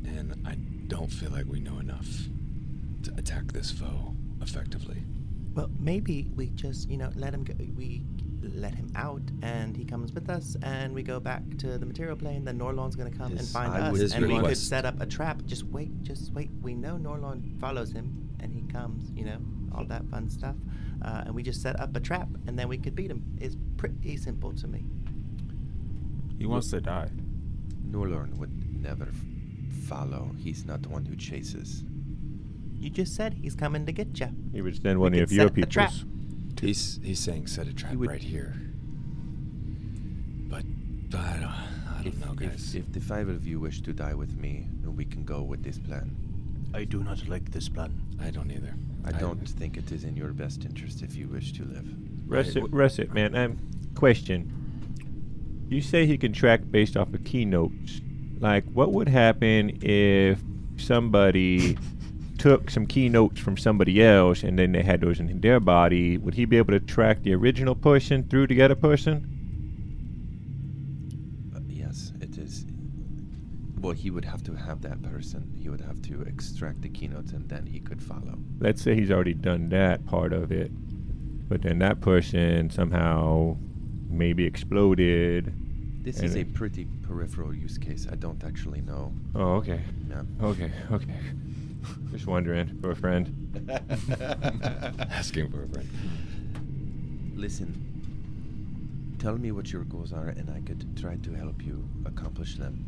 [SPEAKER 11] And I don't feel like we know enough to attack this foe effectively.
[SPEAKER 4] Well, maybe we just, you know, let him go. We let him out, and he comes with us, and we go back to the material plane. Then Norlon's going to come and
[SPEAKER 11] His-
[SPEAKER 4] find
[SPEAKER 11] I would-
[SPEAKER 4] us,
[SPEAKER 11] his
[SPEAKER 4] and we could
[SPEAKER 11] request-
[SPEAKER 4] set up a trap. Just wait, just wait. We know Norlon follows him, and he comes. You know, all that fun stuff. Uh, and we just set up a trap, and then we could beat him. It's pretty simple to me.
[SPEAKER 12] he wants to die.
[SPEAKER 8] Norlorn would never f- follow. He's not one who chases.
[SPEAKER 4] You just said he's coming to get you.
[SPEAKER 2] He would send one
[SPEAKER 4] We
[SPEAKER 2] of
[SPEAKER 4] could
[SPEAKER 2] your
[SPEAKER 4] set a trap.
[SPEAKER 2] peoples.
[SPEAKER 11] He's he's saying set a trap
[SPEAKER 8] He would-
[SPEAKER 11] right here. But, but I don't, I don't know, guys.
[SPEAKER 8] If, if the five of you wish to die with me, we can go with this plan.
[SPEAKER 5] I do not like this plan.
[SPEAKER 11] I don't either.
[SPEAKER 8] I don't think it is in your best interest if you wish to live.
[SPEAKER 2] Russ it, russ it, man. Um, question. You say he can track based off of keynotes. Like, what would happen if
[SPEAKER 8] <laughs>
[SPEAKER 2] somebody took some keynotes from somebody else and then they had those in their body? Would he be able to track the original person through the other person?
[SPEAKER 8] Uh, yes, it is. Well, he would have to have that person. He would have to extract the keynotes, and then he could follow.
[SPEAKER 2] Let's say he's already done that part of it, but then that person somehow maybe exploded.
[SPEAKER 8] This
[SPEAKER 2] and
[SPEAKER 8] is a
[SPEAKER 2] it-
[SPEAKER 8] pretty peripheral use case. I don't actually know.
[SPEAKER 2] Oh, okay.
[SPEAKER 8] Yeah.
[SPEAKER 2] Okay, okay. <laughs> Just wondering for a friend.
[SPEAKER 11] <laughs> Asking for a friend.
[SPEAKER 8] Listen, tell me what your goals are, and I could try to help you accomplish them.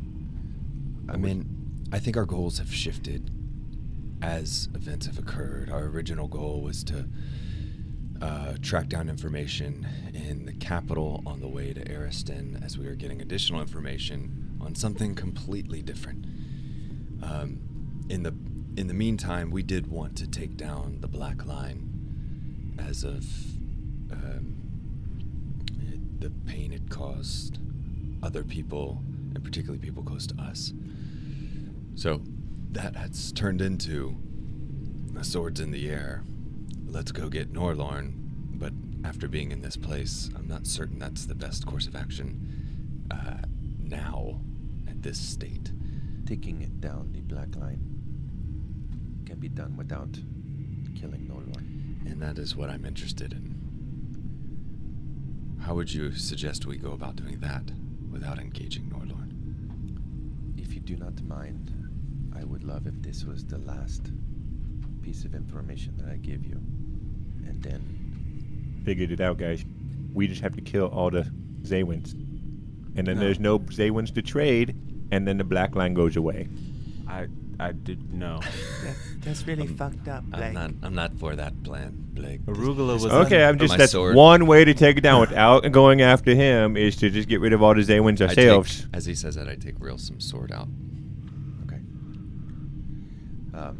[SPEAKER 11] I
[SPEAKER 8] would-
[SPEAKER 11] mean, I think our goals have shifted as events have occurred. Our original goal was to uh, track down information in the capital on the way to Ariston as we were getting additional information on something completely different. Um, in the in the meantime, we did want to take down the Black Line as of um, it- the pain it caused other people, and particularly people close to us. So that has turned into a swords in the air. Let's go get Norlorn. But after being in this place, I'm not certain that's the best course of action uh, now at this state.
[SPEAKER 8] taking it down the black line can be done without killing Norlorn.
[SPEAKER 11] And that is what I'm interested in. How would you suggest we go about doing that without engaging Norlorn?
[SPEAKER 1] If you do not mind, I would love if this was the last piece of information that I give you. And then
[SPEAKER 2] Figured it out, guys. We just have to kill all the Zaywins. And then
[SPEAKER 13] No.
[SPEAKER 2] there's no Zaywins to trade, and then the black line goes away.
[SPEAKER 13] I I did no.
[SPEAKER 4] That's really fucked up,
[SPEAKER 11] Um, I'm
[SPEAKER 4] Blake.
[SPEAKER 11] not. I'm not for that plan, Blake. This-
[SPEAKER 5] Arugula
[SPEAKER 11] this
[SPEAKER 5] was
[SPEAKER 11] plan-
[SPEAKER 2] Okay, I'm
[SPEAKER 11] Oh,
[SPEAKER 2] just
[SPEAKER 11] my
[SPEAKER 2] that's
[SPEAKER 11] sword.
[SPEAKER 2] one way to take it
[SPEAKER 11] <laughs>
[SPEAKER 2] down without going after him is to just get rid of all the Zaywins
[SPEAKER 11] I take-
[SPEAKER 2] ourselves.
[SPEAKER 11] as he says that, I take real some sword out.
[SPEAKER 1] Okay. Um,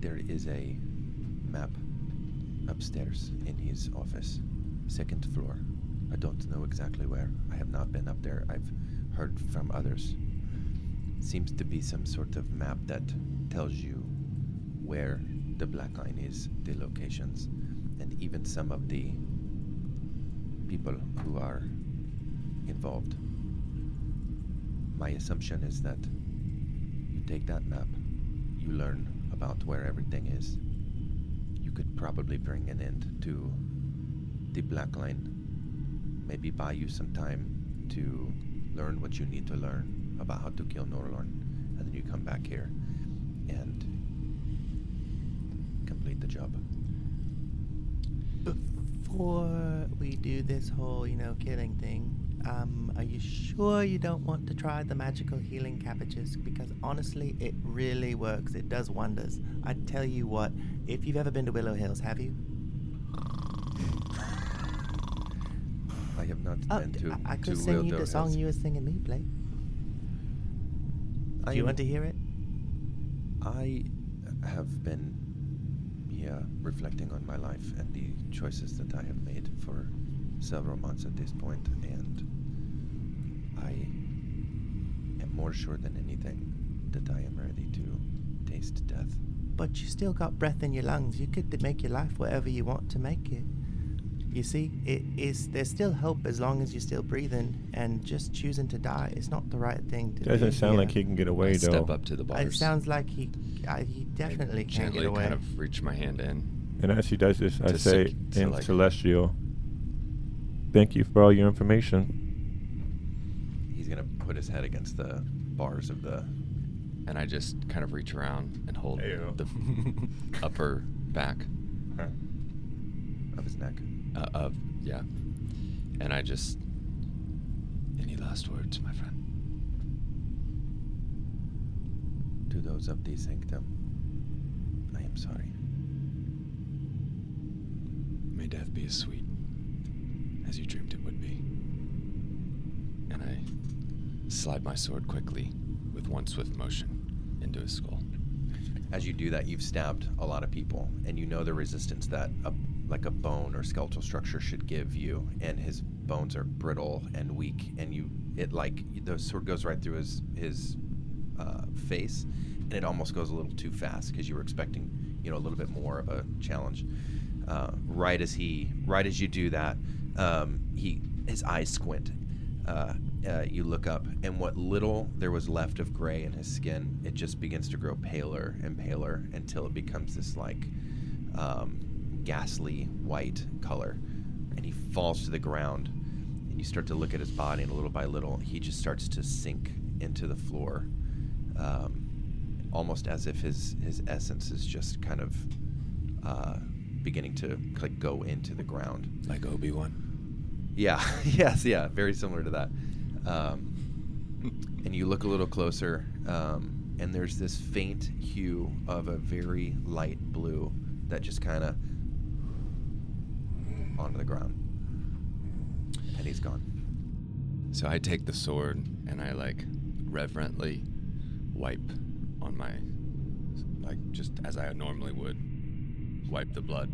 [SPEAKER 1] there is a map upstairs in his office, second floor. I don't know exactly where. I have not been up there. I've heard from others. Seems to be some sort of map that tells you where the black line is, the locations, and even some of the people who are involved. My assumption is that you take that map, you learn about where everything is. You could probably bring an end to the Black Line, maybe buy you some time to learn what you need to learn about how to kill Norlorn, and then you come back here and complete the job.
[SPEAKER 4] Before we do this whole, you know, killing thing, um, are you sure you don't want to try the magical healing cabbages? Because honestly, it really works. It does wonders. I tell you what, if you've ever been to Willow Hills, have you?
[SPEAKER 1] I have not
[SPEAKER 4] Oh,
[SPEAKER 1] been
[SPEAKER 4] d-
[SPEAKER 1] to,
[SPEAKER 4] I, I
[SPEAKER 1] to
[SPEAKER 4] could sing you
[SPEAKER 1] Wildo
[SPEAKER 4] the song
[SPEAKER 1] Hills.
[SPEAKER 4] you were singing me, Blake.
[SPEAKER 1] I
[SPEAKER 4] Do you
[SPEAKER 1] am-
[SPEAKER 4] want to hear it?
[SPEAKER 1] I have been here reflecting on my life and the choices that I have made for several months at this point, and I am more sure than anything that I am ready to taste death.
[SPEAKER 4] But you still got breath in your lungs. You could make your life whatever you want to make it. You see, it is there's still hope as long as you're still breathing and just choosing to die is not the right thing to do.
[SPEAKER 2] Doesn't sound
[SPEAKER 4] here.
[SPEAKER 2] like he can get away
[SPEAKER 11] I
[SPEAKER 2] though.
[SPEAKER 11] step up to the bars.
[SPEAKER 4] It sounds like he I, he definitely
[SPEAKER 11] I
[SPEAKER 4] can't
[SPEAKER 11] gently
[SPEAKER 4] get away.
[SPEAKER 11] kind of reach my hand in.
[SPEAKER 2] And as she does this, I
[SPEAKER 11] To
[SPEAKER 2] say
[SPEAKER 11] sec- to
[SPEAKER 2] in
[SPEAKER 11] like-
[SPEAKER 2] celestial, "Thank you for all your information."
[SPEAKER 1] He's gonna put his head against the bars of the.
[SPEAKER 11] and I just kind of reach around and hold
[SPEAKER 14] Ayo.
[SPEAKER 1] <laughs>
[SPEAKER 11] the upper back
[SPEAKER 1] of his neck.
[SPEAKER 11] uh, of yeah, and I just. Any last words, my friend?
[SPEAKER 1] To those of the sanctum, I am sorry.
[SPEAKER 11] May death be as sweet as you dreamed it would be. And I slide my sword quickly with one swift motion into his skull.
[SPEAKER 1] As you do that, you've stabbed a lot of people, and you know the resistance that a, like a bone or skeletal structure should give you. And his bones are brittle and weak, and you it like the sword goes right through his his uh, face, and it almost goes a little too fast because you were expecting you know a little bit more of a challenge. Uh, right as he right as you do that, um, he his eyes squint, uh, uh, you look up, and what little there was left of gray in his skin, it just begins to grow paler and paler until it becomes this like um, ghastly white color. And he falls to the ground, and you start to look at his body, and little by little, he just starts to sink into the floor, um, almost as if his his essence is just kind of uh, beginning to like go into the ground.
[SPEAKER 11] Like Obi Wan.
[SPEAKER 1] Yeah. <laughs> yes. Yeah. Very similar to that. Um, and you look a little closer, um, and there's this faint hue of a very light blue that just kind of onto the ground, and he's gone.
[SPEAKER 11] So I take the sword and I like reverently wipe on my like just as I normally would wipe the blood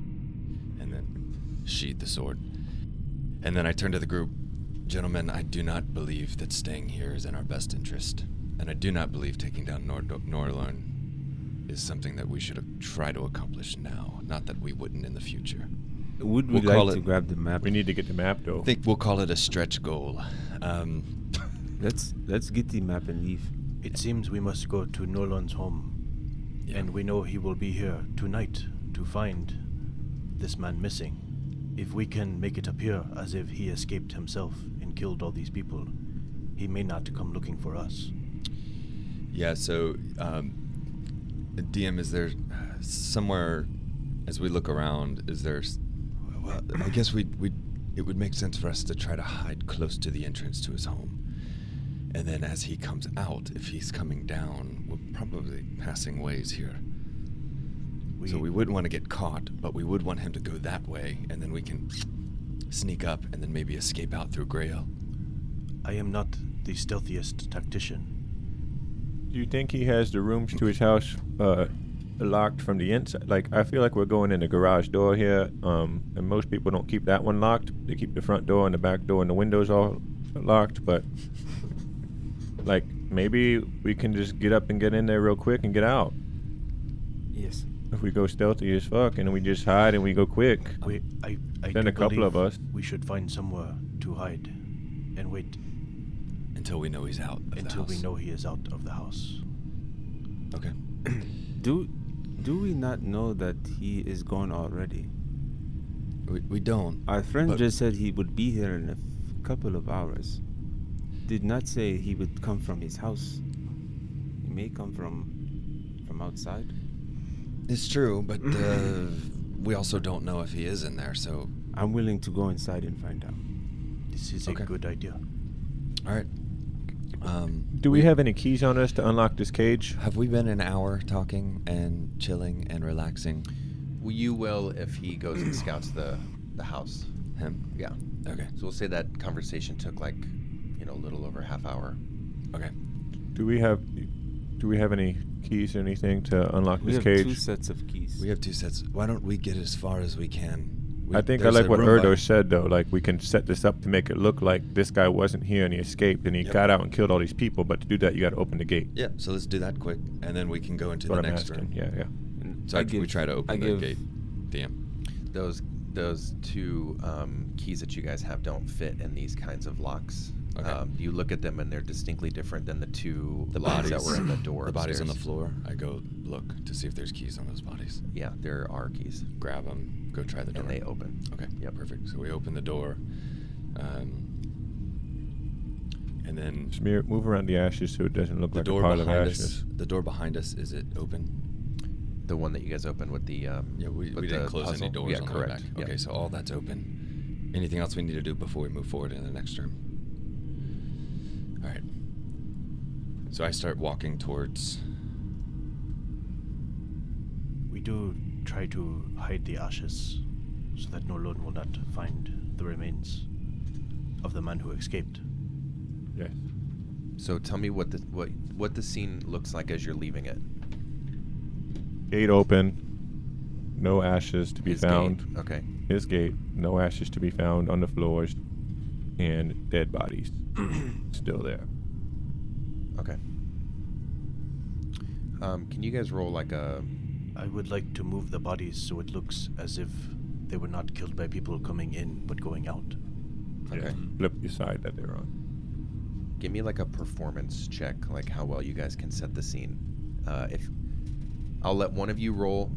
[SPEAKER 11] and then sheathe the sword. And then I turn to the group. Gentlemen, I do not believe that staying here is in our best interest. And I do not believe taking down Nor- Norlorn is something that we should try to accomplish now. Not that we wouldn't in the future.
[SPEAKER 13] Would we
[SPEAKER 11] We'll call
[SPEAKER 13] like to
[SPEAKER 11] it-
[SPEAKER 13] grab the map?
[SPEAKER 2] We need to get the map though.
[SPEAKER 11] I think we'll call it a stretch goal.
[SPEAKER 13] <laughs>
[SPEAKER 11] Um,
[SPEAKER 13] Let's let's get the map and leave.
[SPEAKER 5] It seems we must go to Nolan's home. And we know he will be here tonight to find this man missing. If we can make it appear as if he escaped himself and killed all these people, he may not come looking for us.
[SPEAKER 11] Yeah, so um, DM, is there somewhere as we look around, is there. s- Well, I guess we we it would make sense for us to try to hide close to the entrance to his home. And then as he comes out, if he's coming down, we're probably passing ways here. so we wouldn't want to get caught, but we would want him to go that way, and then we can sneak up and then maybe escape out through Grail.
[SPEAKER 5] I am not the stealthiest tactician.
[SPEAKER 2] Do you think he has the rooms to his house uh, locked from the inside? Like, I feel like we're going in the garage door here, um, and most people don't keep that one locked. They keep the front door and the back door and the windows all locked. But like, maybe we can just get up and get in there real quick and get out.
[SPEAKER 13] Yes.
[SPEAKER 2] If we go stealthy as fuck and we just hide and we go quick,
[SPEAKER 5] We, I, I
[SPEAKER 2] then
[SPEAKER 5] do
[SPEAKER 2] a couple of
[SPEAKER 5] believe
[SPEAKER 2] us.
[SPEAKER 5] We should find somewhere to hide and wait
[SPEAKER 11] until we know he's out. Of
[SPEAKER 5] until
[SPEAKER 11] the
[SPEAKER 5] we
[SPEAKER 11] house.
[SPEAKER 5] know he is out of the house.
[SPEAKER 11] Okay.
[SPEAKER 13] Do do we not know that he is gone already?
[SPEAKER 11] We, we don't.
[SPEAKER 13] Our friend
[SPEAKER 11] but-
[SPEAKER 13] just said he would be here in a f- couple of hours. Did not say he would come from his house. He may come from from outside.
[SPEAKER 11] It's true, but
[SPEAKER 13] <clears throat>
[SPEAKER 11] uh, we also don't know if he is in there. So,
[SPEAKER 13] I'm willing to go inside and find out.
[SPEAKER 5] This is
[SPEAKER 11] Okay.
[SPEAKER 5] a good idea.
[SPEAKER 11] all right. Um,
[SPEAKER 2] do we have any keys on us to unlock this cage?
[SPEAKER 11] have we been an hour talking and chilling and relaxing?
[SPEAKER 1] Well, you will if he goes and scouts the the house.
[SPEAKER 11] Him.
[SPEAKER 1] Yeah.
[SPEAKER 11] Okay.
[SPEAKER 1] So we'll say that conversation took like, you know, a little over half hour.
[SPEAKER 11] Okay.
[SPEAKER 2] Do we have? Do we have any keys or anything to unlock
[SPEAKER 13] We
[SPEAKER 2] this
[SPEAKER 13] have
[SPEAKER 2] cage?
[SPEAKER 13] two sets of keys.
[SPEAKER 11] We have two sets. Why don't we get as far as we can? We,
[SPEAKER 2] I think I
[SPEAKER 11] there's
[SPEAKER 2] like
[SPEAKER 11] a
[SPEAKER 2] what
[SPEAKER 11] room
[SPEAKER 2] Erdo
[SPEAKER 11] by-
[SPEAKER 2] said though. Like we can set this up to make it look like this guy wasn't here and he escaped and he
[SPEAKER 11] Yep.
[SPEAKER 2] got out and killed all these people. But to do that, you got to open the gate.
[SPEAKER 11] Yeah. So let's do that quick, and then we can go into
[SPEAKER 2] That's what
[SPEAKER 11] the
[SPEAKER 2] I'm
[SPEAKER 11] next
[SPEAKER 2] asking.
[SPEAKER 11] room.
[SPEAKER 2] Yeah, yeah.
[SPEAKER 13] And
[SPEAKER 11] So I we try to open
[SPEAKER 13] I
[SPEAKER 11] the
[SPEAKER 13] give-
[SPEAKER 11] gate. Damn.
[SPEAKER 1] Those those two um, keys that you guys have don't fit in these kinds of locks.
[SPEAKER 11] Okay.
[SPEAKER 1] Um, you look at them and they're distinctly different than the two
[SPEAKER 11] The
[SPEAKER 1] locks
[SPEAKER 11] bodies
[SPEAKER 1] that were in the door.
[SPEAKER 11] The bodies on the
[SPEAKER 1] upstairs.
[SPEAKER 11] floor. I go look to see if there's keys on those bodies.
[SPEAKER 1] Yeah, there are keys,
[SPEAKER 11] Grab them. Go try the door.
[SPEAKER 1] and they open.
[SPEAKER 11] Okay.
[SPEAKER 1] Yep.
[SPEAKER 11] Perfect. So we open the door, um, and then
[SPEAKER 2] Smear, move around the ashes so it doesn't look
[SPEAKER 11] the
[SPEAKER 2] like
[SPEAKER 11] door
[SPEAKER 2] a pile of
[SPEAKER 11] behind
[SPEAKER 2] ashes.
[SPEAKER 11] us. The door behind us is it open?
[SPEAKER 1] The one that you guys opened with the um,
[SPEAKER 11] Yeah, we,
[SPEAKER 1] with
[SPEAKER 11] we didn't
[SPEAKER 1] the
[SPEAKER 11] close
[SPEAKER 1] puzzle.
[SPEAKER 11] any doors.
[SPEAKER 1] Yeah,
[SPEAKER 11] on the way
[SPEAKER 1] correct.
[SPEAKER 11] back.
[SPEAKER 1] Yeah.
[SPEAKER 11] Okay, so all that's open. Anything else we need to do before we move forward in the next room? All right. So I start walking towards.
[SPEAKER 5] <clears throat> We do try to hide the ashes so that Norlon will not find the remains of the man who escaped.
[SPEAKER 2] Yes.
[SPEAKER 1] So tell me what the what what the scene looks like as you're leaving it.
[SPEAKER 2] Gate open. No ashes to be
[SPEAKER 1] His gate.
[SPEAKER 2] found.
[SPEAKER 1] Okay.
[SPEAKER 2] His gate. No ashes to be found on the floors, and dead
[SPEAKER 11] <clears throat>
[SPEAKER 2] bodies still there.
[SPEAKER 1] Okay. Um, can you guys roll like a
[SPEAKER 5] I would like to move the bodies so it looks as if they were not killed by people coming in but going out.
[SPEAKER 1] okay?
[SPEAKER 2] Flip the side that they're on.
[SPEAKER 1] Give me like a performance check, like how well you guys can set the scene. Uh, if I'll let one of you roll,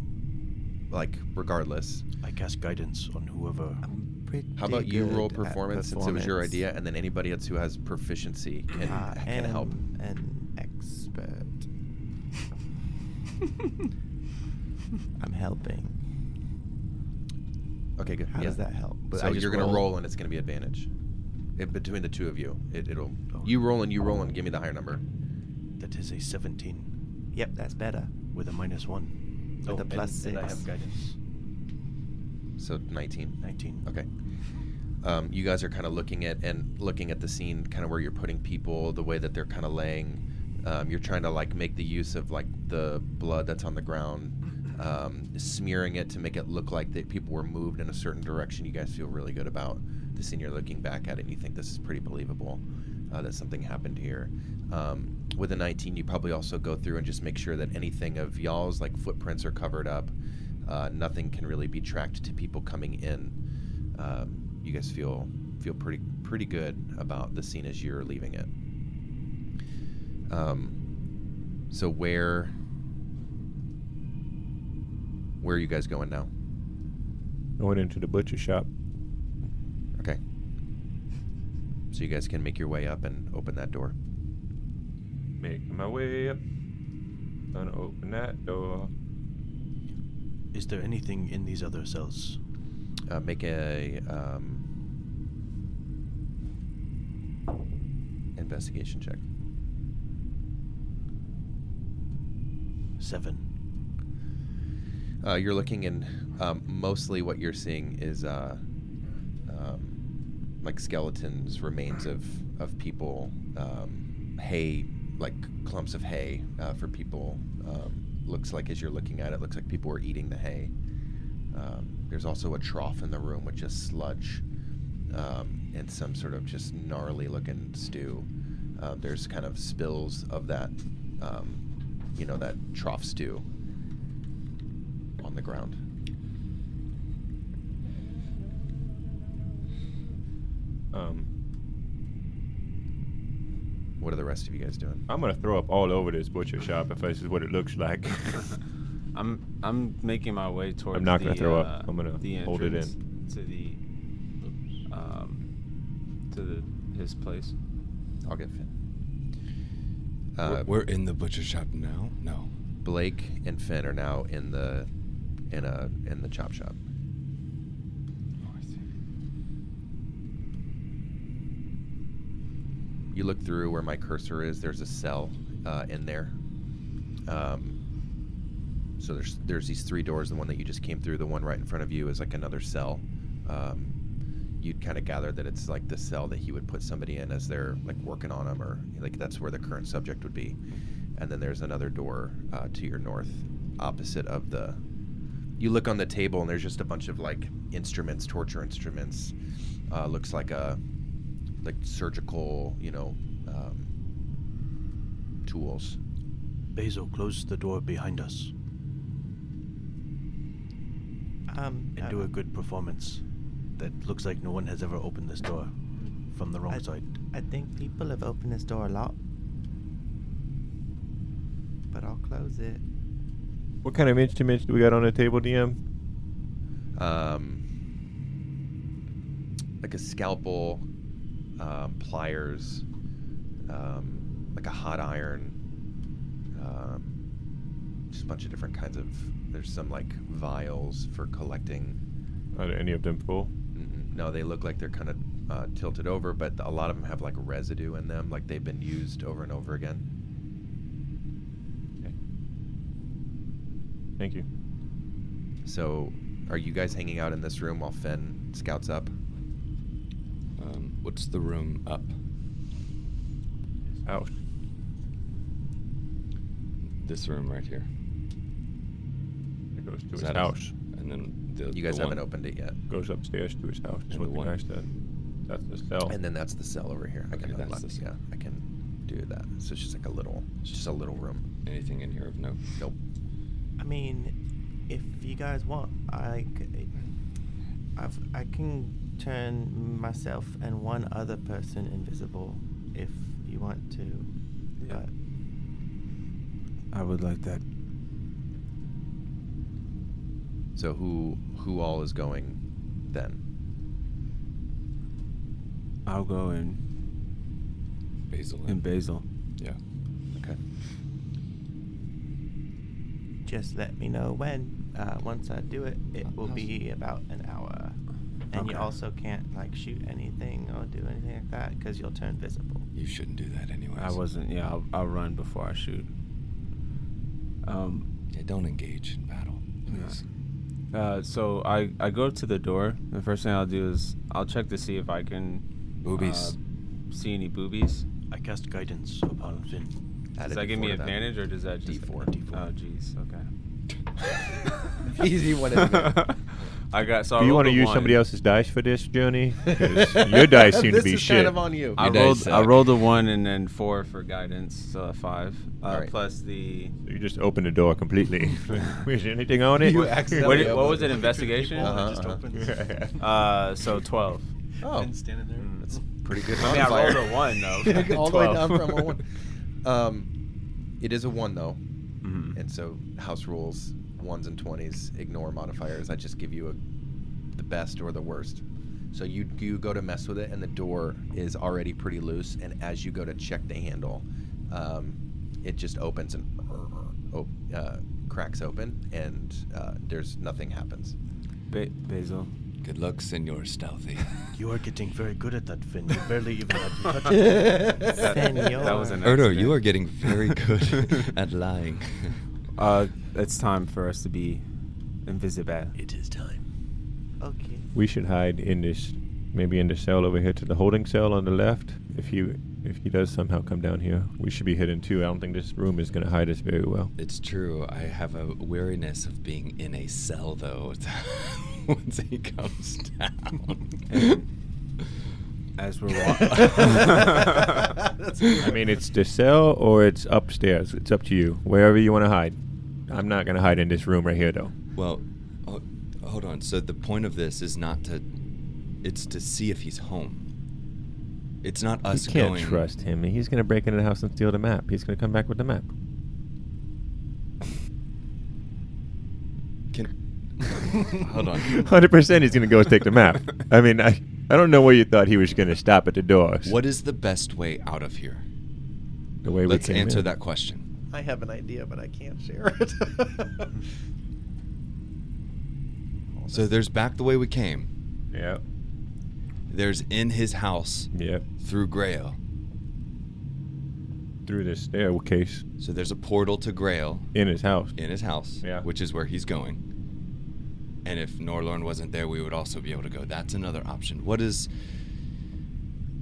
[SPEAKER 1] like regardless. Um,
[SPEAKER 5] I cast guidance on whoever.
[SPEAKER 4] I'm pretty
[SPEAKER 1] How about you roll
[SPEAKER 4] good at
[SPEAKER 1] performance since it was your
[SPEAKER 4] performance.
[SPEAKER 1] idea, and then anybody else who has proficiency can
[SPEAKER 4] I
[SPEAKER 1] can help.
[SPEAKER 4] am An expert. I'm helping.
[SPEAKER 1] Okay, good.
[SPEAKER 4] How
[SPEAKER 1] yeah.
[SPEAKER 4] does that help?
[SPEAKER 1] so
[SPEAKER 4] just
[SPEAKER 1] you're gonna
[SPEAKER 4] rolled-
[SPEAKER 1] roll, and it's gonna be advantage. It, between the two of you, it, it'll
[SPEAKER 5] Oh.
[SPEAKER 1] you roll and you roll and give me the higher number.
[SPEAKER 5] That is a 17
[SPEAKER 4] Yep, that's better.
[SPEAKER 5] with a minus 1.
[SPEAKER 4] With a plus
[SPEAKER 5] Oh, and- and I
[SPEAKER 4] six.
[SPEAKER 5] have guidance.
[SPEAKER 1] So 19.
[SPEAKER 5] 19.
[SPEAKER 1] Okay. Um, you guys are kind of looking at and looking at the scene, kind of where you're putting people, the way that they're kind of laying. Um, you're trying to like make the use of like the blood that's on the ground, um, smearing it to make it look like that people were moved in a certain direction. You guys feel really good about the scene. You're looking back at it, and you think this is pretty believable uh, that something happened here. Um, with a 19, you probably also go through and just make sure that anything of y'all's like footprints are covered up. Uh, nothing can really be tracked to people coming in. Um, you guys feel feel pretty pretty good about the scene as you're leaving it. Um, so where Where are you guys going now?
[SPEAKER 2] I went into the butcher shop.
[SPEAKER 1] Okay. So you guys can make your way up and open that door.
[SPEAKER 2] Make my way up. Gonna open that door.
[SPEAKER 5] Is there anything in these other cells?
[SPEAKER 1] Uh, make a um, investigation check.
[SPEAKER 5] Seven.
[SPEAKER 1] Uh, you're looking, and um, mostly what you're seeing is uh, um, like skeletons, remains of of people, um, hay, like clumps of hay uh, for people. Um, looks like as you're looking at it, looks like people were eating the hay. Um, there's also a trough in the room with just sludge um, and some sort of just gnarly looking stew. Uh, there's kind of spills of that, um, you know, that trough stew on the ground.
[SPEAKER 2] Um,
[SPEAKER 1] What are the rest of you guys doing?
[SPEAKER 2] I'm gonna throw up all over this butcher shop if this is what it looks
[SPEAKER 1] <laughs>
[SPEAKER 2] like. <laughs>
[SPEAKER 6] I'm I'm making my way towards.
[SPEAKER 2] not
[SPEAKER 6] the,
[SPEAKER 2] gonna throw
[SPEAKER 6] uh,
[SPEAKER 2] up. I'm gonna
[SPEAKER 6] the
[SPEAKER 2] hold it in.
[SPEAKER 6] entrance to the um to the his place.
[SPEAKER 1] I'll get Finn.
[SPEAKER 3] We're-
[SPEAKER 1] Uh,
[SPEAKER 3] we're in the butcher shop now. No.
[SPEAKER 1] Blake and Finn are now in the in a in the chop shop. You look through where my cursor is. There's a cell uh, in there. Um, so there's there's these three doors. The one that you just came through, the one right in front of you, is like another cell. Um, you'd kind of gather that it's like the cell that he would put somebody in as they're like working on him, or like that's where the current subject would be. And then there's another door uh, to your north, opposite of the. You look on the table and there's just a bunch of like instruments, torture instruments. Uh, looks like a like surgical, you know, um, tools.
[SPEAKER 5] Basil, close the door behind us
[SPEAKER 4] Um,
[SPEAKER 5] and
[SPEAKER 4] uh,
[SPEAKER 5] do a good performance. That looks like no one has ever opened this door from the wrong
[SPEAKER 4] I,
[SPEAKER 5] side.
[SPEAKER 4] I think people have opened this door a lot. But I'll close it.
[SPEAKER 2] what kind of instruments do we got on the table, DM?
[SPEAKER 1] Um, like a scalpel, um, pliers, um, like a hot iron, um, just a bunch of different kinds of. There's some like vials for collecting
[SPEAKER 2] Are there any of them full?
[SPEAKER 1] Mm, No, they look like they're kind of uh, tilted over, but a lot of them have like residue in them, like they've been used over and over again.
[SPEAKER 2] Thank you.
[SPEAKER 1] So, are you guys hanging out in this room while Finn scouts up?
[SPEAKER 3] Um, what's the room up?
[SPEAKER 2] Ouch.
[SPEAKER 3] This room right here.
[SPEAKER 2] It goes to
[SPEAKER 3] Is
[SPEAKER 2] his
[SPEAKER 3] that us?
[SPEAKER 2] house.
[SPEAKER 3] And then the
[SPEAKER 1] You guys
[SPEAKER 3] the one-
[SPEAKER 1] haven't opened it yet.
[SPEAKER 2] Goes upstairs to his house.
[SPEAKER 3] And
[SPEAKER 2] That's Oh, what
[SPEAKER 3] the
[SPEAKER 2] the
[SPEAKER 3] one-
[SPEAKER 2] guy said. That's the cell.
[SPEAKER 1] And then that's the cell over here. I
[SPEAKER 3] Okay,
[SPEAKER 1] can
[SPEAKER 3] that's
[SPEAKER 1] unlock.
[SPEAKER 3] the cell.
[SPEAKER 1] Yeah, I can do that. So it's just like a little, it's just a little room.
[SPEAKER 3] Anything in here of note?
[SPEAKER 1] Nope.
[SPEAKER 4] I mean, if you guys want, I, c- I've, I can turn myself and one other person invisible if you want to.
[SPEAKER 6] Yeah.
[SPEAKER 4] But
[SPEAKER 6] I would like that.
[SPEAKER 1] So who who all is going then?
[SPEAKER 6] I'll go in
[SPEAKER 3] Basil.
[SPEAKER 6] in basil.
[SPEAKER 3] yeah.
[SPEAKER 1] Okay.
[SPEAKER 4] just let me know when. Uh, once I do it, it will
[SPEAKER 3] Awesome.
[SPEAKER 4] be about an hour. And
[SPEAKER 6] Okay.
[SPEAKER 4] you also can't like shoot anything or do anything like that because you'll turn visible.
[SPEAKER 3] You shouldn't do that anyways.
[SPEAKER 6] I wasn't. Yeah, I'll, I'll run before I shoot. Um.
[SPEAKER 3] Yeah, don't engage in battle, please.
[SPEAKER 6] Uh, so I, I go to the door. The first thing I'll do is I'll check to see if I can
[SPEAKER 3] Boobies.
[SPEAKER 6] uh, see any boobies.
[SPEAKER 5] I cast guidance upon Finn.
[SPEAKER 1] Add
[SPEAKER 6] Does
[SPEAKER 1] a
[SPEAKER 6] that give
[SPEAKER 1] D4
[SPEAKER 6] me
[SPEAKER 1] to that.
[SPEAKER 6] advantage or does that just
[SPEAKER 1] D4.
[SPEAKER 6] Oh jeez, okay.
[SPEAKER 1] <laughs> Easy one.
[SPEAKER 6] <laughs>
[SPEAKER 1] isn't it?
[SPEAKER 6] I got so I
[SPEAKER 2] do you
[SPEAKER 6] want to
[SPEAKER 2] use somebody else's dice for this
[SPEAKER 6] <laughs>
[SPEAKER 2] journey? 'Cause
[SPEAKER 1] <laughs>
[SPEAKER 2] your dice seem to
[SPEAKER 1] This
[SPEAKER 2] be
[SPEAKER 1] is
[SPEAKER 2] shit.
[SPEAKER 1] kind of on you.
[SPEAKER 6] I
[SPEAKER 3] Your dice
[SPEAKER 6] rolled I
[SPEAKER 3] suck.
[SPEAKER 6] rolled a one and then four for guidance, so a five. Uh,
[SPEAKER 1] Alright.
[SPEAKER 6] plus the
[SPEAKER 2] You just open the door completely.
[SPEAKER 6] <laughs>
[SPEAKER 2] <laughs> Is there anything on it?
[SPEAKER 1] You
[SPEAKER 6] what,
[SPEAKER 1] accidentally
[SPEAKER 6] what
[SPEAKER 1] opened
[SPEAKER 6] was
[SPEAKER 1] it.
[SPEAKER 6] it, investigation?
[SPEAKER 1] Uh-huh, uh-huh.
[SPEAKER 6] Uh so twelve. Mm.
[SPEAKER 1] Oh,
[SPEAKER 5] standing there.
[SPEAKER 1] <laughs> that's pretty good.
[SPEAKER 6] I mean, I rolled
[SPEAKER 1] modifier.
[SPEAKER 6] a one
[SPEAKER 1] <laughs>
[SPEAKER 6] though.
[SPEAKER 1] all the way down
[SPEAKER 6] 12.
[SPEAKER 1] from a
[SPEAKER 6] <laughs>
[SPEAKER 1] <laughs>
[SPEAKER 6] Mm-hmm.
[SPEAKER 1] one. Um, it is a one though, and so house rules ones and twenties ignore modifiers. I just give you a, the best or the worst. So you you go to mess with it, and the door is already pretty loose. And as you go to check the handle, um, it just opens and op- uh, cracks open, and uh, there's nothing happens.
[SPEAKER 6] Ba- Basil.
[SPEAKER 11] Good luck, Senor Stealthy. <laughs>
[SPEAKER 5] You are getting very good at that, Finn. You barely even
[SPEAKER 1] <laughs>
[SPEAKER 5] had to touch it.
[SPEAKER 13] That, that was an
[SPEAKER 11] Erdo,
[SPEAKER 13] accident.
[SPEAKER 11] you are getting very
[SPEAKER 1] <laughs>
[SPEAKER 11] good at lying.
[SPEAKER 6] Uh, it's time for us to be invisible.
[SPEAKER 11] It is time.
[SPEAKER 4] Okay.
[SPEAKER 2] We should hide in this, maybe in the cell over here to the holding cell on the left. If he if he does somehow come down here, we should be hidden too. I don't think this room is going to hide us very <laughs>
[SPEAKER 11] <laughs>
[SPEAKER 2] well.
[SPEAKER 11] It's true. I have a weariness of being in a cell, though, <laughs> once he comes down.
[SPEAKER 6] As we're
[SPEAKER 11] <laughs>
[SPEAKER 6] walking.
[SPEAKER 2] I mean, it's the cell or it's upstairs. It's up to you. Wherever you want to hide. I'm not going to hide in this room right here, though.
[SPEAKER 11] well, oh, hold on. So the point of this is not to. It's to see if he's home. It's not us
[SPEAKER 2] you can't
[SPEAKER 11] going.
[SPEAKER 2] trust him. He's going to break into the house and steal the map. He's going to come back with the map.
[SPEAKER 11] Can, <laughs> hold
[SPEAKER 2] <laughs>
[SPEAKER 11] on.
[SPEAKER 2] 100% he's going to go take the map. I mean, I, I don't know where you thought he was going to stop at the doors.
[SPEAKER 11] What is the best way out of here?
[SPEAKER 2] The way we
[SPEAKER 11] Let's
[SPEAKER 2] came
[SPEAKER 11] answer
[SPEAKER 2] in.
[SPEAKER 11] that question.
[SPEAKER 1] I have an idea, but I can't share it. <laughs>
[SPEAKER 11] So there's back the way we came.
[SPEAKER 2] Yeah.
[SPEAKER 11] There's in his house
[SPEAKER 2] Yeah.
[SPEAKER 11] through Grail.
[SPEAKER 2] Through this staircase
[SPEAKER 11] So there's a portal to Grail
[SPEAKER 2] in his house.
[SPEAKER 11] in his house,
[SPEAKER 2] Yeah.
[SPEAKER 11] which is where he's going. And if Norlorn wasn't there, we would also be able to go. That's another option. What is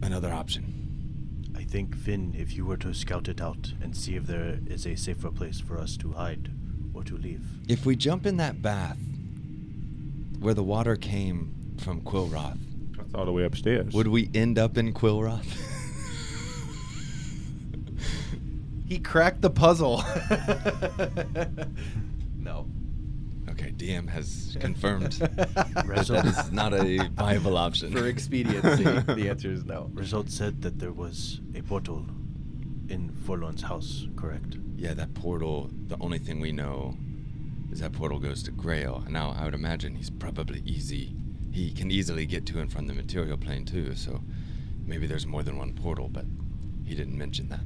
[SPEAKER 11] another option?
[SPEAKER 5] I think, Finn, if you were to scout it out and see if there is a safer place for us to hide or to leave.
[SPEAKER 11] If we jump in that bath where the water came from Quillroth,
[SPEAKER 2] That's all the way upstairs.
[SPEAKER 11] would we end up in Quillroth?
[SPEAKER 1] he cracked the puzzle. <laughs> no.
[SPEAKER 11] okay, DM has
[SPEAKER 1] <laughs>
[SPEAKER 11] confirmed <laughs> that
[SPEAKER 5] Result,
[SPEAKER 11] that is not a viable option.
[SPEAKER 1] For
[SPEAKER 11] <laughs>
[SPEAKER 1] expediency, the answer is no.
[SPEAKER 5] result said that there was a portal in Forlorn's house, correct?
[SPEAKER 11] Yeah, that portal, the only thing we know is that portal goes to Grail. And now I would imagine he's probably easy. He can easily get to and from the material plane too, so maybe there's more than one portal, but he didn't mention that.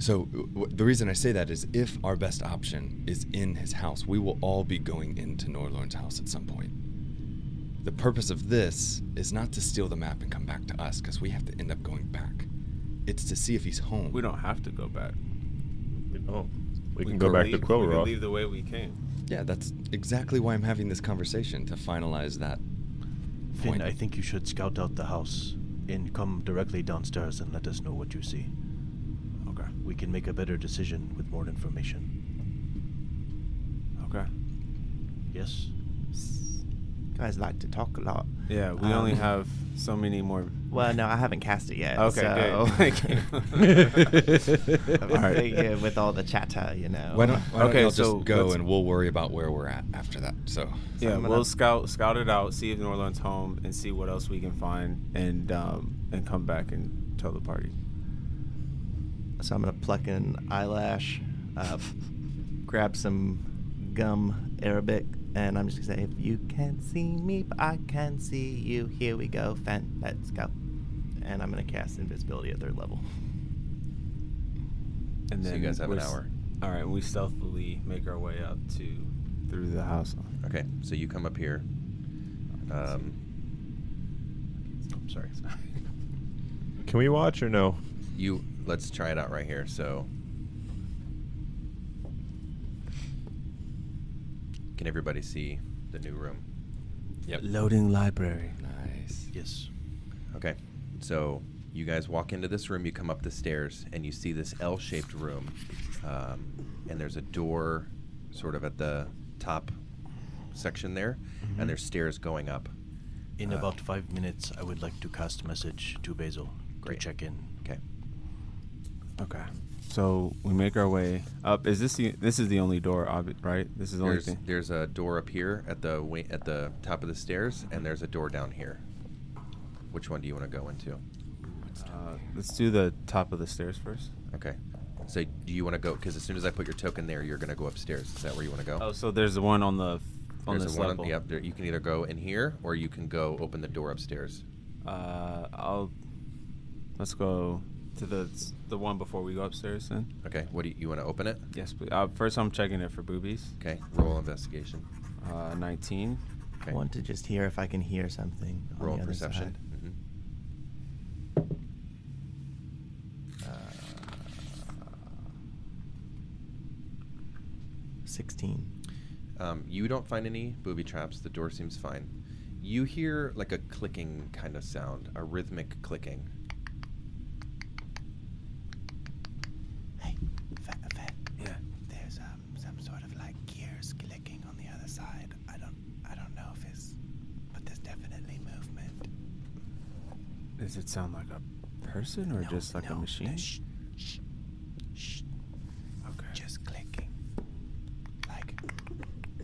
[SPEAKER 11] <clears throat> so w- w- the reason I say that is if our best option is in his house, we will all be going into Norlorn's house at some point. The purpose of this is not to steal the map and come back to us, because we have to end up going back. It's to see if he's home.
[SPEAKER 6] we don't have to go back.
[SPEAKER 2] Oh, we,
[SPEAKER 6] We
[SPEAKER 2] can go
[SPEAKER 6] could
[SPEAKER 2] back
[SPEAKER 6] leave-
[SPEAKER 2] to
[SPEAKER 6] We could
[SPEAKER 2] Quillroth.
[SPEAKER 6] leave the way we came.
[SPEAKER 11] Yeah, that's exactly why I'm having this conversation to finalize that.
[SPEAKER 5] Finn,
[SPEAKER 11] Point.
[SPEAKER 5] I think you should scout out the house and come directly downstairs and let us know what you see.
[SPEAKER 6] Okay.
[SPEAKER 5] We can make a better decision with more information.
[SPEAKER 6] Okay.
[SPEAKER 5] Yes?
[SPEAKER 4] guys like to talk a lot.
[SPEAKER 6] Yeah, we only
[SPEAKER 4] Um,
[SPEAKER 6] have so many more.
[SPEAKER 4] Well, no, I haven't cast it yet.
[SPEAKER 6] Okay, <laughs>
[SPEAKER 4] so. <laughs>
[SPEAKER 6] good.
[SPEAKER 4] I'm
[SPEAKER 6] All right.
[SPEAKER 4] thinking with all the chatter, you know.
[SPEAKER 11] Why don't, why don't
[SPEAKER 6] Okay,
[SPEAKER 11] y'all
[SPEAKER 6] so
[SPEAKER 11] just go
[SPEAKER 6] let's-
[SPEAKER 11] and we'll worry about where we're at after that. So
[SPEAKER 6] Yeah,
[SPEAKER 4] I'm gonna-
[SPEAKER 6] we'll scout scout it out, see if New Orleans home, and see what else we can find, and um, and come back and tell the party.
[SPEAKER 4] So I'm gonna pluck an eyelash, uh, grab some gum Arabic, and I'm just gonna say, if you can't see me, but I can see you. Here we go, Fen. Let's go. And I'm gonna cast invisibility at third level.
[SPEAKER 6] And
[SPEAKER 1] So
[SPEAKER 6] then
[SPEAKER 1] you guys have an
[SPEAKER 6] we're s-
[SPEAKER 1] hour.
[SPEAKER 6] All right, we stealthily make our way up to through the house.
[SPEAKER 1] Okay, so you come up here. Um, I'm sorry.
[SPEAKER 2] Can we watch or no?
[SPEAKER 1] You let's try it out right here. So, can everybody see the new room?
[SPEAKER 6] Loading library.
[SPEAKER 11] nice.
[SPEAKER 5] Yes.
[SPEAKER 1] Okay, so you guys walk into this room. You come up the stairs and you see this L-shaped room, um, and there's a door, sort of at the top section there, and there's stairs going up.
[SPEAKER 5] Mm-hmm. In
[SPEAKER 1] Uh,
[SPEAKER 5] about five minutes, I would like to cast message to Basil
[SPEAKER 1] Great.
[SPEAKER 5] to check in.
[SPEAKER 1] Okay.
[SPEAKER 6] Okay. So we make our way up. Is this the this is the only door, ob- right? This is the only
[SPEAKER 1] There's,
[SPEAKER 6] thing.
[SPEAKER 1] there's a door up here at the wa- at the top of the stairs, and there's a door down here. Which one do you want to go into?
[SPEAKER 6] Uh, let's do the top of the stairs first.
[SPEAKER 1] Okay. So do you want to go? Because as soon as I put your token there, you're gonna go upstairs. Is that where you want to go?
[SPEAKER 6] Oh, so there's the one on the on
[SPEAKER 1] There's
[SPEAKER 6] this
[SPEAKER 1] a one
[SPEAKER 6] level.
[SPEAKER 1] the up there. You can either go in here or you can go open the door upstairs.
[SPEAKER 6] Uh, I'll let's go to the the one before we go upstairs then.
[SPEAKER 1] Okay. What do you, you want to open it?
[SPEAKER 6] Yes, please. Uh, first I'm checking it for boobies.
[SPEAKER 1] Okay. Roll investigation.
[SPEAKER 6] Uh, 19.
[SPEAKER 1] Okay.
[SPEAKER 4] I want to just hear if I can hear something. on
[SPEAKER 1] Roll
[SPEAKER 4] the other
[SPEAKER 1] perception.
[SPEAKER 4] side.
[SPEAKER 1] hmm Mm-hmm.
[SPEAKER 4] Sixteen.
[SPEAKER 1] Um, you don't find any booby traps. The door seems fine. You hear like a clicking kind of sound, a rhythmic clicking.
[SPEAKER 4] Hey, fat, fat.
[SPEAKER 6] Yeah.
[SPEAKER 4] There's um, some sort of like gears clicking on the other side. I don't, I don't know if it's, but there's definitely movement.
[SPEAKER 6] Does it sound like a person or
[SPEAKER 4] No,
[SPEAKER 6] just like
[SPEAKER 4] no,
[SPEAKER 6] a
[SPEAKER 4] no,
[SPEAKER 6] machine?
[SPEAKER 4] Shh, shh, shh.
[SPEAKER 6] Okay.
[SPEAKER 4] Just clicking. Like,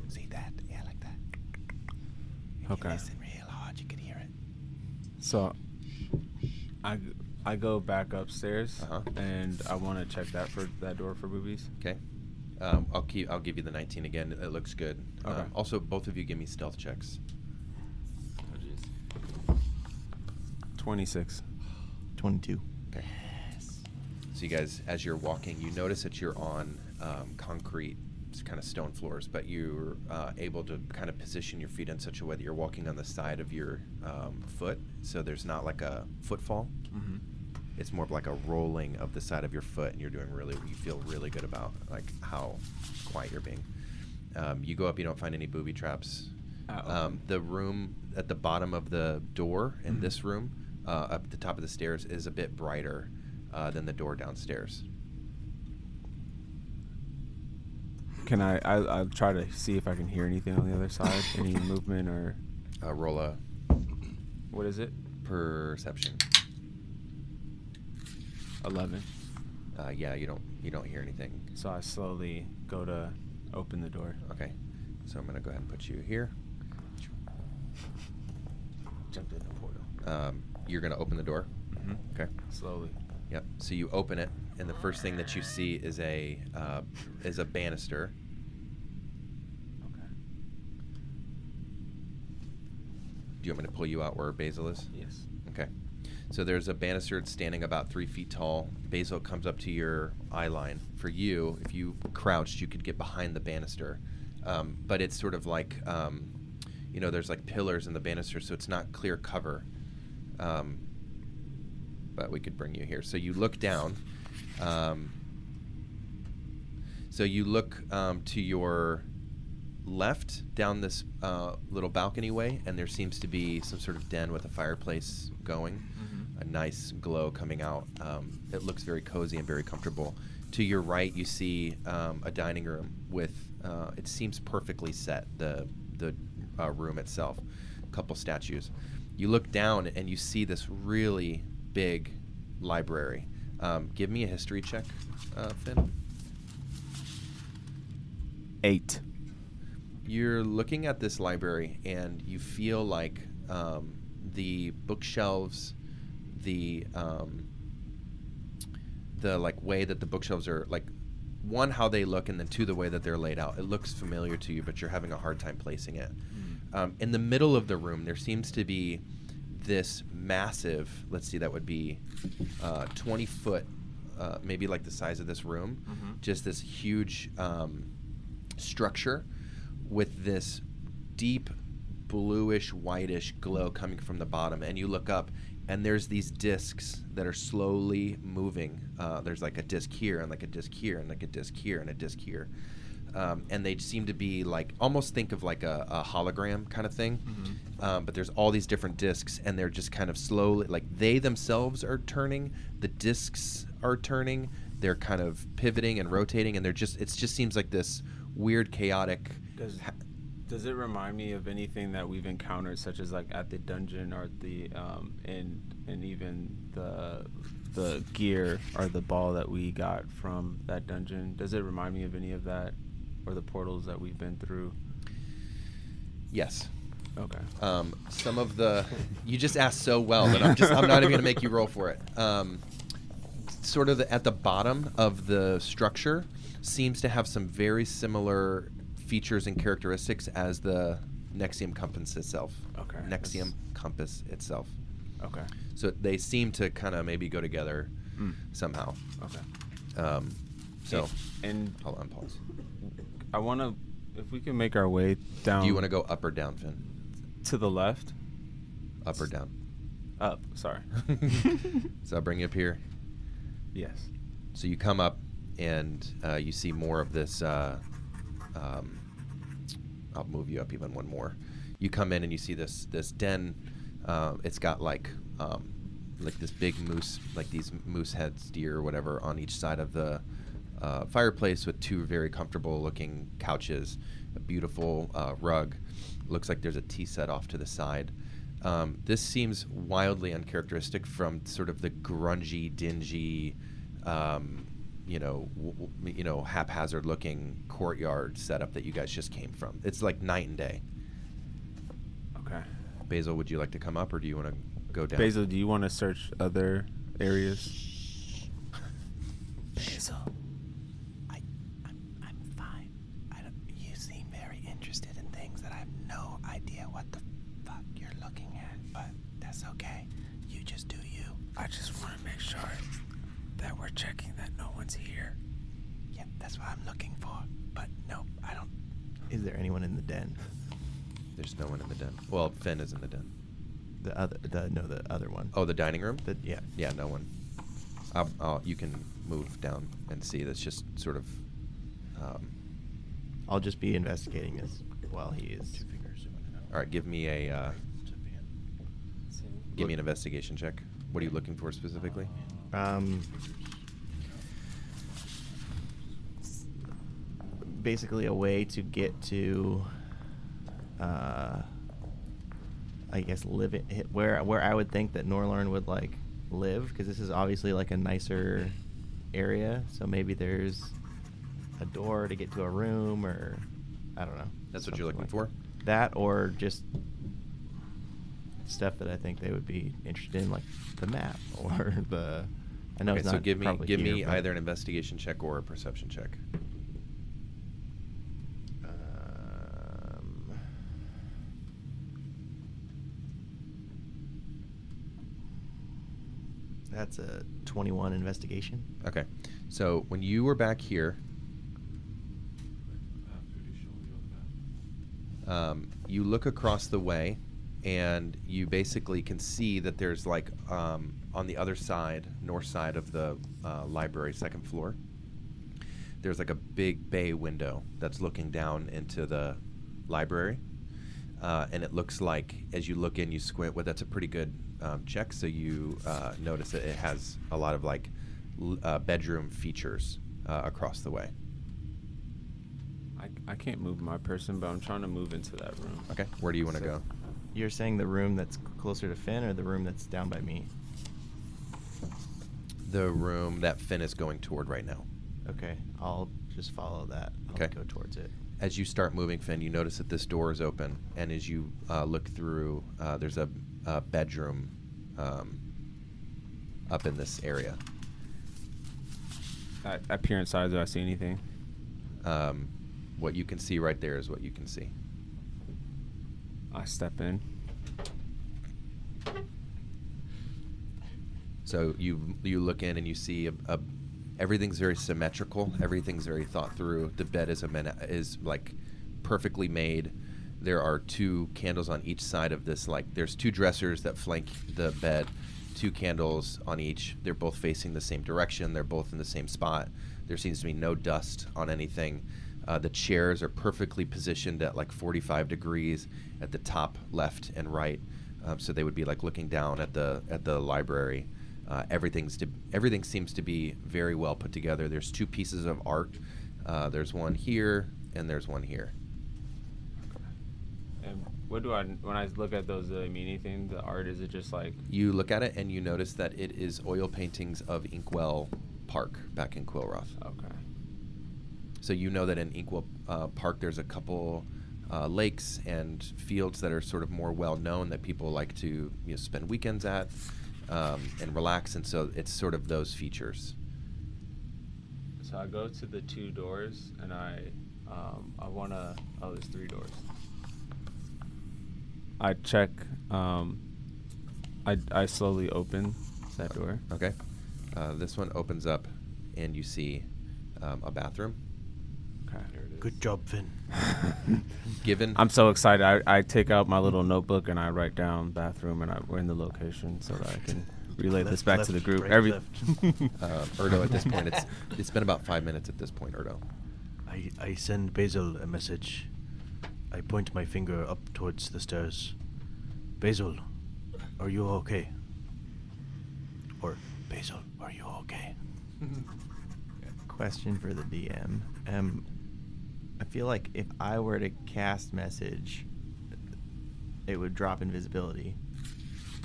[SPEAKER 4] see that? Yeah, like that. If
[SPEAKER 6] Okay.
[SPEAKER 4] You listen real hard, you could hear it.
[SPEAKER 6] So I I go back upstairs
[SPEAKER 1] Uh-huh.
[SPEAKER 6] and I want to check that for that door for boobies.
[SPEAKER 1] Okay. Um, I'll keep. I'll give you the 19 again. It looks good.
[SPEAKER 6] Okay.
[SPEAKER 1] Um, also, both of you give me stealth checks.
[SPEAKER 6] 26.
[SPEAKER 4] Twenty-two.
[SPEAKER 1] Okay. So you guys, as you're walking, you notice that you're on um, concrete, kind of stone floors, but you're uh, able to kind of position your feet in such a way that you're walking on the side of your um, foot, so there's not like a footfall.
[SPEAKER 6] Mm-hmm.
[SPEAKER 1] It's more of like a rolling of the side of your foot, and you're doing really. You feel really good about like how quiet you're being. Um, you go up, you don't find any booby traps. Um, the room at the bottom of the door in
[SPEAKER 6] Mm-hmm.
[SPEAKER 1] this room, uh, up at the top of the stairs, is a bit brighter uh, than the door downstairs.
[SPEAKER 6] Can I, I? I'll try to see if I can hear anything on the other side,
[SPEAKER 1] <laughs>
[SPEAKER 6] any movement or
[SPEAKER 1] Uh, roll a
[SPEAKER 6] what is it?
[SPEAKER 1] perception.
[SPEAKER 6] Eleven.
[SPEAKER 1] Uh, yeah, you don't you don't hear anything.
[SPEAKER 6] So I slowly go to open the door.
[SPEAKER 1] Okay, so I'm gonna go ahead and put you here.
[SPEAKER 6] Jumped in the portal.
[SPEAKER 1] Um, you're gonna open the door.
[SPEAKER 6] Mm-hmm.
[SPEAKER 1] Okay.
[SPEAKER 6] Slowly.
[SPEAKER 1] Yep. So you open it, and the first thing that you see is a uh, is a banister.
[SPEAKER 6] Okay.
[SPEAKER 1] Do you want me to pull you out where Basil is?
[SPEAKER 6] Yes.
[SPEAKER 1] Okay. So there's a banister that's standing about three feet tall. Basil comes up to your eye line. For you, if you crouched, you could get behind the banister. Um, but it's sort of like, um, you know, there's like pillars in the banister, so it's not clear cover. Um, but we could bring you here. So you look down. Um, so you look um, to your left down this uh, little balcony way, and there seems to be some sort of den with a fireplace going, a nice glow coming out. Um, it looks very cozy and very comfortable. To your right, you see um, a dining room with uh, it seems perfectly set the the uh, room itself, a couple statues. You look down and you see this really big library. Um, give me a history check, uh, Finn.
[SPEAKER 6] Eight.
[SPEAKER 1] You're looking at this library and you feel like um, the bookshelves, the um, the like way that the bookshelves are like one how they look and then two the way that they're laid out. It looks familiar to you, but you're having a hard time placing it. Um, in the middle of the room, there seems to be this massive. Let's see, that would be uh, 20 foot, uh, maybe like the size of this room. Just this huge. Um, structure with this deep bluish whitish glow coming from the bottom and you look up and there's these discs that are slowly moving uh, there's like a disc here and like a disc here and like a disc here and a disc here um, and they seem to be like almost think of like a, a hologram kind of thing um, but there's all these different discs and they're just kind of slowly like they themselves are turning the discs are turning they're kind of pivoting and rotating and they're just it just seems like this weird chaotic
[SPEAKER 6] Does
[SPEAKER 1] ha-
[SPEAKER 6] Does it remind me of anything that we've encountered, such as like at the dungeon or at the um and and even the the gear or the ball that we got from that dungeon? Does it remind me of any of that, or the portals that we've been through?
[SPEAKER 1] yes
[SPEAKER 6] Okay.
[SPEAKER 1] um, some of the you just asked so well that I'm just I'm not even gonna make you roll for it. Um, sort of the, at the bottom of the structure seems to have some very similar features and characteristics as the Nexium compass itself.
[SPEAKER 3] Okay.
[SPEAKER 1] Nexium compass itself.
[SPEAKER 3] Okay.
[SPEAKER 1] So they seem to kind of maybe go together
[SPEAKER 3] Mm.
[SPEAKER 1] somehow.
[SPEAKER 3] Okay.
[SPEAKER 1] Um, so
[SPEAKER 6] And
[SPEAKER 1] hold on, pause.
[SPEAKER 6] I want to, if we can make our way down.
[SPEAKER 1] Do you want to go up or down, Finn?
[SPEAKER 6] to the left?
[SPEAKER 1] Up or down?
[SPEAKER 6] Up. Sorry.
[SPEAKER 1] <laughs> So I'll bring you up here.
[SPEAKER 6] yes.
[SPEAKER 1] So you come up and uh, you see more of this. Uh, um, I'll move you up even one more. You come in and you see this this den. Uh, it's got like um, like this big moose, like these moose heads, deer, or whatever, on each side of the uh, fireplace with two very comfortable looking couches, a beautiful uh, rug. Looks like there's a tea set off to the side. Um, this seems wildly uncharacteristic from sort of the grungy, dingy, um, you know, w- w- you know, haphazard-looking courtyard setup that you guys just came from. It's like night and day.
[SPEAKER 6] Okay.
[SPEAKER 1] Basil, would you like to come up, or do you want to go down?
[SPEAKER 6] Basil, do you want to search other areas?
[SPEAKER 4] Basil, I, I'm, I'm fine. I don't, you seem very interested in things that I have no idea what the fuck you're looking at, but that's okay. You just do you.
[SPEAKER 6] I just want to make sure that we're checking that no one's here.
[SPEAKER 4] Yeah, that's what I'm looking for. But no, I don't. Is there anyone in the den?
[SPEAKER 1] There's no one in the den. Well, Finn is in the den.
[SPEAKER 4] The other, the no, the other one.
[SPEAKER 1] Oh, the dining room.
[SPEAKER 4] The, yeah.
[SPEAKER 1] Yeah, no one. I'll, I'll, you can move down and see. That's just sort of. Um,
[SPEAKER 4] I'll just be investigating this while he is.
[SPEAKER 1] all right, give me a. Uh, give me an investigation check. What are you looking for specifically?
[SPEAKER 4] Um, basically, a way to get to, uh, I guess, live it, hit- where where I would think that Norlorn would like live, because this is obviously like a nicer area. So maybe there's a door to get to a room, or I don't know.
[SPEAKER 1] That's what you're
[SPEAKER 4] something
[SPEAKER 1] looking
[SPEAKER 4] like That or just stuff that I think they would be interested in, like the map or <laughs> the. uh, I know
[SPEAKER 1] okay,
[SPEAKER 4] it's
[SPEAKER 1] so
[SPEAKER 4] not
[SPEAKER 1] give me
[SPEAKER 4] probably
[SPEAKER 1] give
[SPEAKER 4] here,
[SPEAKER 1] me
[SPEAKER 4] but,
[SPEAKER 1] either an investigation check or a perception check.
[SPEAKER 4] Um, that's a twenty-one investigation.
[SPEAKER 1] Okay. So when you were back here, um, you look across the way, and you basically can see that there's like um, on the other side, north side of the uh, library, second floor. There's like a big bay window that's looking down into the library, uh, and it looks like as you look in, you squint. Well, that's a pretty good um, check. So you uh, notice that it has a lot of like l- uh, bedroom features uh, across the way.
[SPEAKER 6] I, I can't move my person, but I'm trying to move into that room.
[SPEAKER 1] Okay, where do you want to
[SPEAKER 6] So-
[SPEAKER 1] go?
[SPEAKER 4] You're saying the room that's closer to Finn, or the room that's down by me?
[SPEAKER 1] The room that Finn is going toward right now.
[SPEAKER 4] Okay, I'll just follow that. I'll
[SPEAKER 1] Okay.
[SPEAKER 4] go towards it.
[SPEAKER 1] As you start moving, Finn, you notice that this door is open, and as you uh, look through, uh, there's a, a bedroom um, up in this area.
[SPEAKER 6] I, I peer inside. Do I see anything?
[SPEAKER 1] Um, what you can see right there is what you can see.
[SPEAKER 6] I step in.
[SPEAKER 1] So you you look in and you see a, a everything's very symmetrical. Everything's very thought through. The bed is a men- is like perfectly made. There are two candles on each side of this. Like there's two dressers that flank the bed, two candles on each. They're both facing the same direction. They're both in the same spot. There seems to be no dust on anything. Uh, the chairs are perfectly positioned at like 45 degrees at the top left and right, um, so they would be like looking down at the at the library. Uh, everything's to, everything seems to be very well put together. There's two pieces of art. Uh, there's one here and there's one here.
[SPEAKER 6] And what do I when I look at those? Do they mean anything? The art is it just like
[SPEAKER 1] You look at it and you notice that it is oil paintings of Inkwell Park back in Quillroth.
[SPEAKER 6] okay?
[SPEAKER 1] So you know that in Inkwell uh, Park, there's a couple uh, lakes and fields that are sort of more well known that people like to you know, spend weekends at um, and relax. And so it's sort of those features.
[SPEAKER 6] So I go to the two doors and I, um, I wanna. Oh, there's three doors. I check. Um, I I slowly open that door.
[SPEAKER 1] Okay. Uh, this one opens up, and you see um, a bathroom.
[SPEAKER 6] Okay.
[SPEAKER 5] Good job, Finn.
[SPEAKER 1] Given
[SPEAKER 6] I'm so excited. I, I take out my little notebook and I write down bathroom and I we're in the location so that I
[SPEAKER 5] <laughs>
[SPEAKER 6] can relay this
[SPEAKER 5] Left,
[SPEAKER 6] back to the
[SPEAKER 5] left,
[SPEAKER 6] group.
[SPEAKER 5] right,
[SPEAKER 6] Every <laughs>
[SPEAKER 5] left.
[SPEAKER 1] <laughs> uh, Erdo
[SPEAKER 5] <laughs>
[SPEAKER 1] at this point, it's it's been about five minutes at this point, Erdo.
[SPEAKER 5] I, I send Basil a message. I point my finger up towards the stairs. Basil, are you okay? Or, Basil, are you okay?
[SPEAKER 11] Mm-hmm.
[SPEAKER 4] Question for the DM. Um, I feel like if I were to cast message, it would drop invisibility.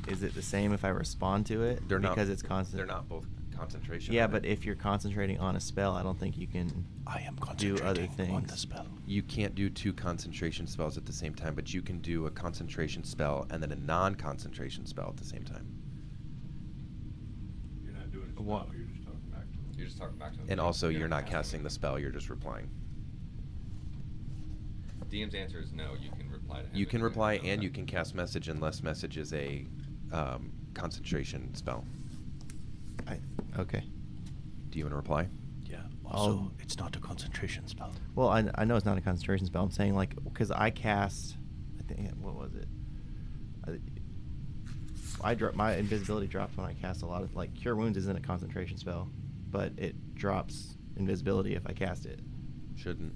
[SPEAKER 4] Is it the same if I respond to it?
[SPEAKER 1] They're not
[SPEAKER 4] because it's constant.
[SPEAKER 1] They're not both concentration.
[SPEAKER 4] Yeah,
[SPEAKER 1] on
[SPEAKER 4] but
[SPEAKER 1] it.
[SPEAKER 4] if you're concentrating on a spell, I don't think you can.
[SPEAKER 5] I am
[SPEAKER 4] do
[SPEAKER 5] concentrating
[SPEAKER 4] other
[SPEAKER 5] on the
[SPEAKER 4] things.
[SPEAKER 5] spell.
[SPEAKER 1] you can't do two concentration spells at the same time, but you can do a concentration spell and then a non-concentration spell at the same time.
[SPEAKER 9] You're not doing it.
[SPEAKER 6] What?
[SPEAKER 9] You're just talking back to You're just talking back to
[SPEAKER 1] And also, you're not casting the spell; you're just replying.
[SPEAKER 11] DM's answer is no. You can reply to him.
[SPEAKER 1] You
[SPEAKER 11] if <laughs>
[SPEAKER 1] can <laughs>
[SPEAKER 11] have
[SPEAKER 1] reply
[SPEAKER 11] another
[SPEAKER 1] and you
[SPEAKER 11] time.
[SPEAKER 1] can cast message unless message is a um, concentration spell.
[SPEAKER 4] I, okay.
[SPEAKER 1] Do you want to reply?
[SPEAKER 5] Yeah. Also,
[SPEAKER 4] Um,
[SPEAKER 5] it's not a concentration spell.
[SPEAKER 4] Well, I, I know it's not a concentration spell. I'm saying like because I cast, I think what was it? I, I dropped my invisibility dropped when I cast a lot of like cure wounds isn't a concentration spell, but it drops invisibility if I cast it.
[SPEAKER 1] Shouldn't.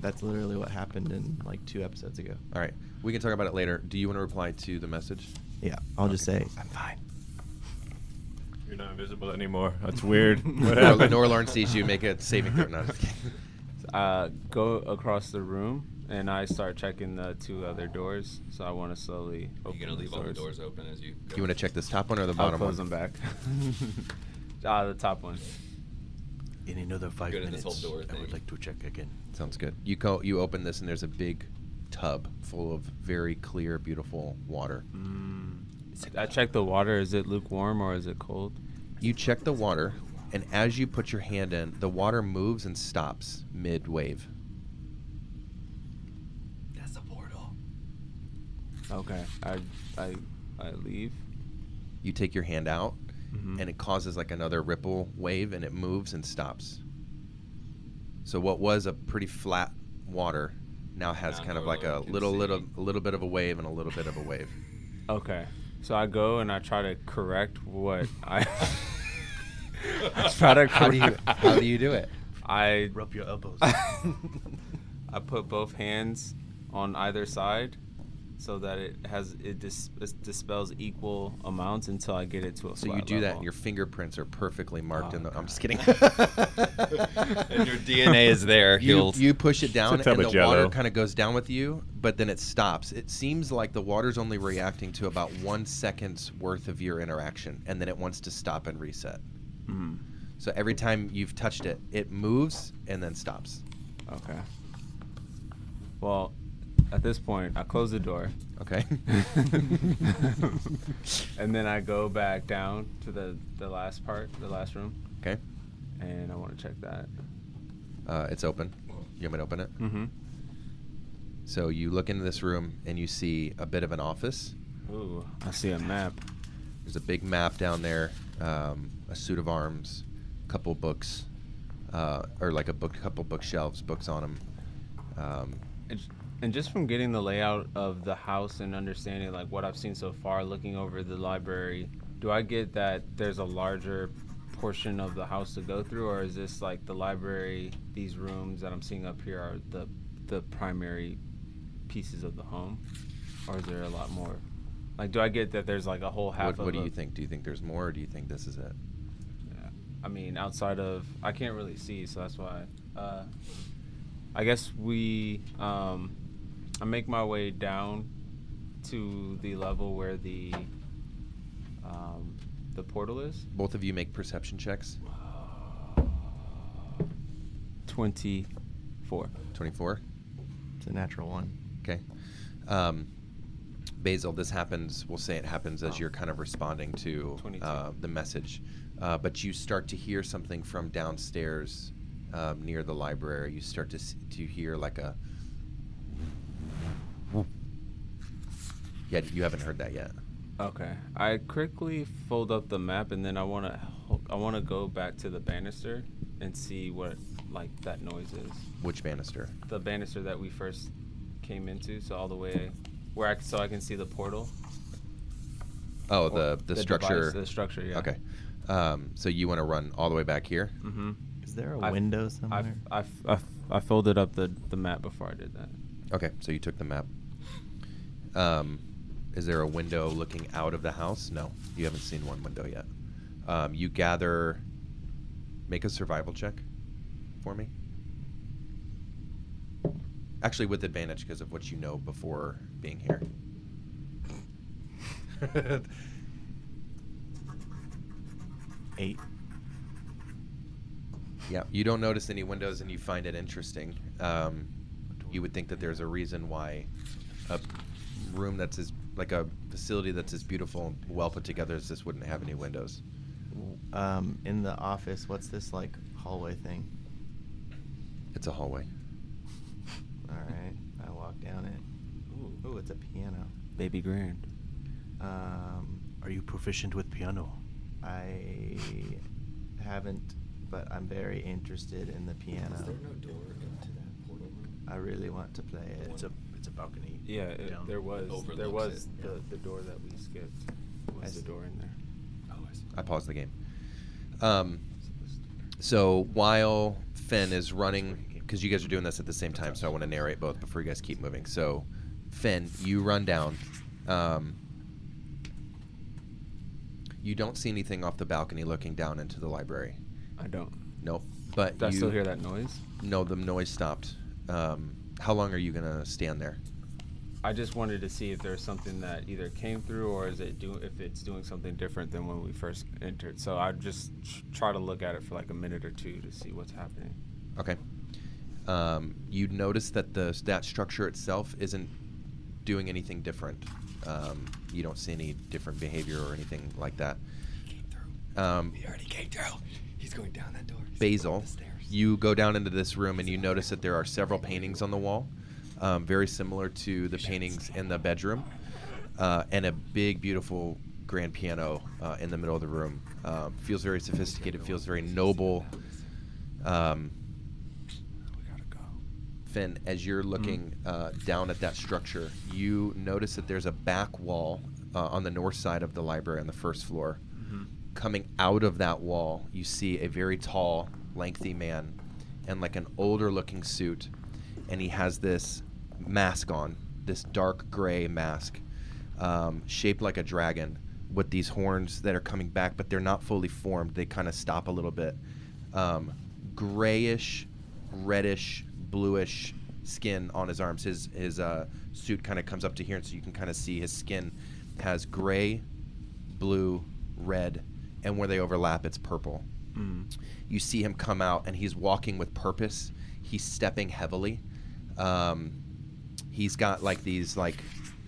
[SPEAKER 4] That's literally what happened in like two episodes ago.
[SPEAKER 1] All right, we can talk about it later. Do you want to reply to the message?
[SPEAKER 4] Yeah, I'll just say
[SPEAKER 5] I'm fine.
[SPEAKER 9] You're not invisible anymore. That's weird. what
[SPEAKER 1] Nor-
[SPEAKER 9] happened?
[SPEAKER 1] Norlarn sees you make a saving throw. No, I'm just kidding.
[SPEAKER 6] <laughs> uh, go across the room and I start checking the two other doors. So I want to slowly open
[SPEAKER 11] You're gonna
[SPEAKER 6] these
[SPEAKER 11] leave all the doors open as you. Go.
[SPEAKER 1] you want to check this top one or the
[SPEAKER 6] I'll
[SPEAKER 1] bottom
[SPEAKER 6] close them
[SPEAKER 1] one? <laughs>
[SPEAKER 6] back. <laughs> ah, the top one.
[SPEAKER 5] In another five
[SPEAKER 11] Good at
[SPEAKER 5] minutes,
[SPEAKER 11] this whole door
[SPEAKER 5] I would
[SPEAKER 11] thing.
[SPEAKER 5] like to check again.
[SPEAKER 1] Sounds good. You co- you open this and there's a big tub full of very clear, beautiful water.
[SPEAKER 6] Mm. I check the water. Is it lukewarm or is it cold?
[SPEAKER 1] You check the water, and as you put your hand in, the water moves and stops mid wave.
[SPEAKER 11] That's a portal.
[SPEAKER 6] Okay. I I I leave.
[SPEAKER 1] You take your hand out,
[SPEAKER 6] Mhm.
[SPEAKER 1] and it causes like another ripple wave, and it moves and stops. So what was a pretty flat water now has
[SPEAKER 11] Now
[SPEAKER 1] kind of
[SPEAKER 11] Norlarn
[SPEAKER 1] like a
[SPEAKER 11] can
[SPEAKER 1] little,
[SPEAKER 11] see.
[SPEAKER 1] little, little bit of a wave and a little bit of
[SPEAKER 6] <laughs>
[SPEAKER 1] a wave.
[SPEAKER 6] Okay. So I go and I try to correct what
[SPEAKER 1] <laughs>
[SPEAKER 6] I. I try to correct.
[SPEAKER 1] How do you how do you do it?
[SPEAKER 6] I
[SPEAKER 5] Rub your elbows.
[SPEAKER 6] <laughs> I put both hands on either side so that it has it, dis- it dispels equal amounts until I get it to a
[SPEAKER 1] So you
[SPEAKER 6] flat
[SPEAKER 1] do that,
[SPEAKER 6] level.
[SPEAKER 1] and your fingerprints are perfectly marked.
[SPEAKER 6] Oh,
[SPEAKER 1] in the, I'm
[SPEAKER 6] God.
[SPEAKER 1] just kidding. <laughs>
[SPEAKER 6] <laughs>
[SPEAKER 11] And your DNA is there.
[SPEAKER 1] you,
[SPEAKER 11] He'll.
[SPEAKER 1] you push it down,
[SPEAKER 9] tub
[SPEAKER 1] and the
[SPEAKER 9] of
[SPEAKER 1] water
[SPEAKER 9] Jell-O.
[SPEAKER 1] kind of goes down with you, but then it stops. It seems like the water's only reacting to about one second's worth of your interaction, and then it wants to stop and reset.
[SPEAKER 13] mm-hmm.
[SPEAKER 6] Mm,
[SPEAKER 1] So every time you've touched it, it moves and then stops.
[SPEAKER 6] okay. Well, at this point, I close the door.
[SPEAKER 1] Okay.
[SPEAKER 6] and then I go back down to the, the last part, the last room,
[SPEAKER 1] okay.
[SPEAKER 6] and I want to check that.
[SPEAKER 1] Uh, it's open. You want me to open it?
[SPEAKER 6] Mm-hmm.
[SPEAKER 1] So you look into this room and you see a bit of an office.
[SPEAKER 6] Ooh, I see a map.
[SPEAKER 1] There's a big map down there, um, a suit of arms, a couple books, uh, or like a book, couple bookshelves, books on them. Um,
[SPEAKER 6] And, j- and just from getting the layout of the house and understanding like what I've seen so far, looking over the library, do I get that there's a larger portion of the house to go through, or is this like the library, these rooms that I'm seeing up here are the the primary pieces of the home, or is there a lot more? Like, do I get that there's like a whole half
[SPEAKER 1] what
[SPEAKER 6] of?
[SPEAKER 1] what do
[SPEAKER 6] a-
[SPEAKER 1] you think? Do you think there's more, or do you think this is it?
[SPEAKER 6] I mean, outside of I can't really see, so that's why. Uh, I guess we. Um, I make my way down to the level where the um, the portal is.
[SPEAKER 1] Both of you make perception checks.
[SPEAKER 6] Twenty four.
[SPEAKER 1] 24.
[SPEAKER 4] it's a natural one.
[SPEAKER 1] Okay. Um, Basil, this happens. We'll say it happens as you're kind of responding to
[SPEAKER 6] 22.
[SPEAKER 1] uh, the message. Uh, but you start to hear something from downstairs um, near the library. You start to s- to hear like a. Yeah, you haven't heard that yet.
[SPEAKER 6] Okay. I quickly fold up the map and then I want to I want to go back to the banister and see what like that noise is.
[SPEAKER 1] Which banister?
[SPEAKER 6] The banister that we first came into, so all the way where I c- so I can see the portal.
[SPEAKER 1] Oh,
[SPEAKER 6] Or
[SPEAKER 1] the the,
[SPEAKER 6] the
[SPEAKER 1] structure.
[SPEAKER 6] device, the structure, yeah.
[SPEAKER 1] Okay. Um, so you want to run all the way back here?
[SPEAKER 6] Mhm.
[SPEAKER 4] Is there a
[SPEAKER 6] I-
[SPEAKER 4] window
[SPEAKER 6] I-
[SPEAKER 4] somewhere?
[SPEAKER 6] I, f- I f- I folded up the the map before I did that.
[SPEAKER 1] Okay, so you took the map. Um, is there a window looking out of the house? No, you haven't seen one window yet. Um, you gather. Make a survival check for me. Actually, with advantage because of what you know before being here.
[SPEAKER 5] Eight.
[SPEAKER 1] Yeah, you don't notice any windows, and you find it interesting. Um, you would think that there's a reason why a room that's as like a facility that's as beautiful and well put together as this wouldn't have any windows.
[SPEAKER 4] Um, in the office, what's this like hallway thing?
[SPEAKER 1] It's
[SPEAKER 4] <laughs>
[SPEAKER 1] a hallway.
[SPEAKER 4] All right, I walk down it. Ooh, it's a piano.
[SPEAKER 6] Baby grand.
[SPEAKER 4] Um,
[SPEAKER 5] Are you proficient with piano?
[SPEAKER 4] I haven't, but I'm very interested in the piano.
[SPEAKER 11] door into that portal room?
[SPEAKER 4] I really want to play it.
[SPEAKER 5] It's a it's a balcony.
[SPEAKER 6] Yeah, it,
[SPEAKER 5] down.
[SPEAKER 6] there was there
[SPEAKER 11] overlooks
[SPEAKER 6] was
[SPEAKER 11] it,
[SPEAKER 6] the,
[SPEAKER 11] yeah.
[SPEAKER 6] the door that we skipped.
[SPEAKER 4] I
[SPEAKER 6] Was
[SPEAKER 4] see.
[SPEAKER 6] the door in there?
[SPEAKER 11] Oh, I see.
[SPEAKER 1] I paused the game. Um, so while Finn is running, because you guys are doing this at the same time, so I want to narrate both before you guys keep moving. So, Finn, you run down. Um, you don't see anything off the balcony looking down into the library.
[SPEAKER 6] I don't.
[SPEAKER 1] Nope. But
[SPEAKER 6] Do I
[SPEAKER 1] you
[SPEAKER 6] still hear that noise?
[SPEAKER 1] No, the noise stopped. Um, how long are you gonna stand there?
[SPEAKER 6] I just wanted to see if there's something that either came through or is it do if it's doing something different than when we first entered. So I just tr- try to look at it for like a minute or two to see what's happening.
[SPEAKER 1] Okay. Um, you notice that the that structure itself isn't doing anything different. Um, you don't see any different behavior or anything like that.
[SPEAKER 11] Came through.
[SPEAKER 1] Um,
[SPEAKER 11] He already came through. He's going down that door. He's going up
[SPEAKER 1] Basil,
[SPEAKER 11] the stairs.
[SPEAKER 1] you go down into this room and you notice that there are several paintings on the wall, um, very similar to the paintings in the bedroom, uh, and a big, beautiful grand piano uh, in the middle of the room. Um, feels very sophisticated, feels very noble. Um,
[SPEAKER 11] We gotta go.
[SPEAKER 1] Finn, as
[SPEAKER 11] Mm-hmm.
[SPEAKER 1] you're looking uh, down at that structure, you notice that there's a back wall uh, on the north side of the library on the first floor.
[SPEAKER 11] Mm-hmm.
[SPEAKER 1] Coming out of that wall, you see a very tall, lengthy man in like an older looking suit, and he has this mask on, this dark gray mask, um, shaped like a dragon, with these horns that are coming back, but they're not fully formed. They kind of stop a little bit. Um, grayish reddish, bluish skin on his arms. His his uh, suit kind of comes up to here, and so you can kind of see his skin has gray, blue, red, and where they overlap, it's purple.
[SPEAKER 6] Mm.
[SPEAKER 1] You see him come out, and he's walking with purpose. He's stepping heavily. Um, he's got like these like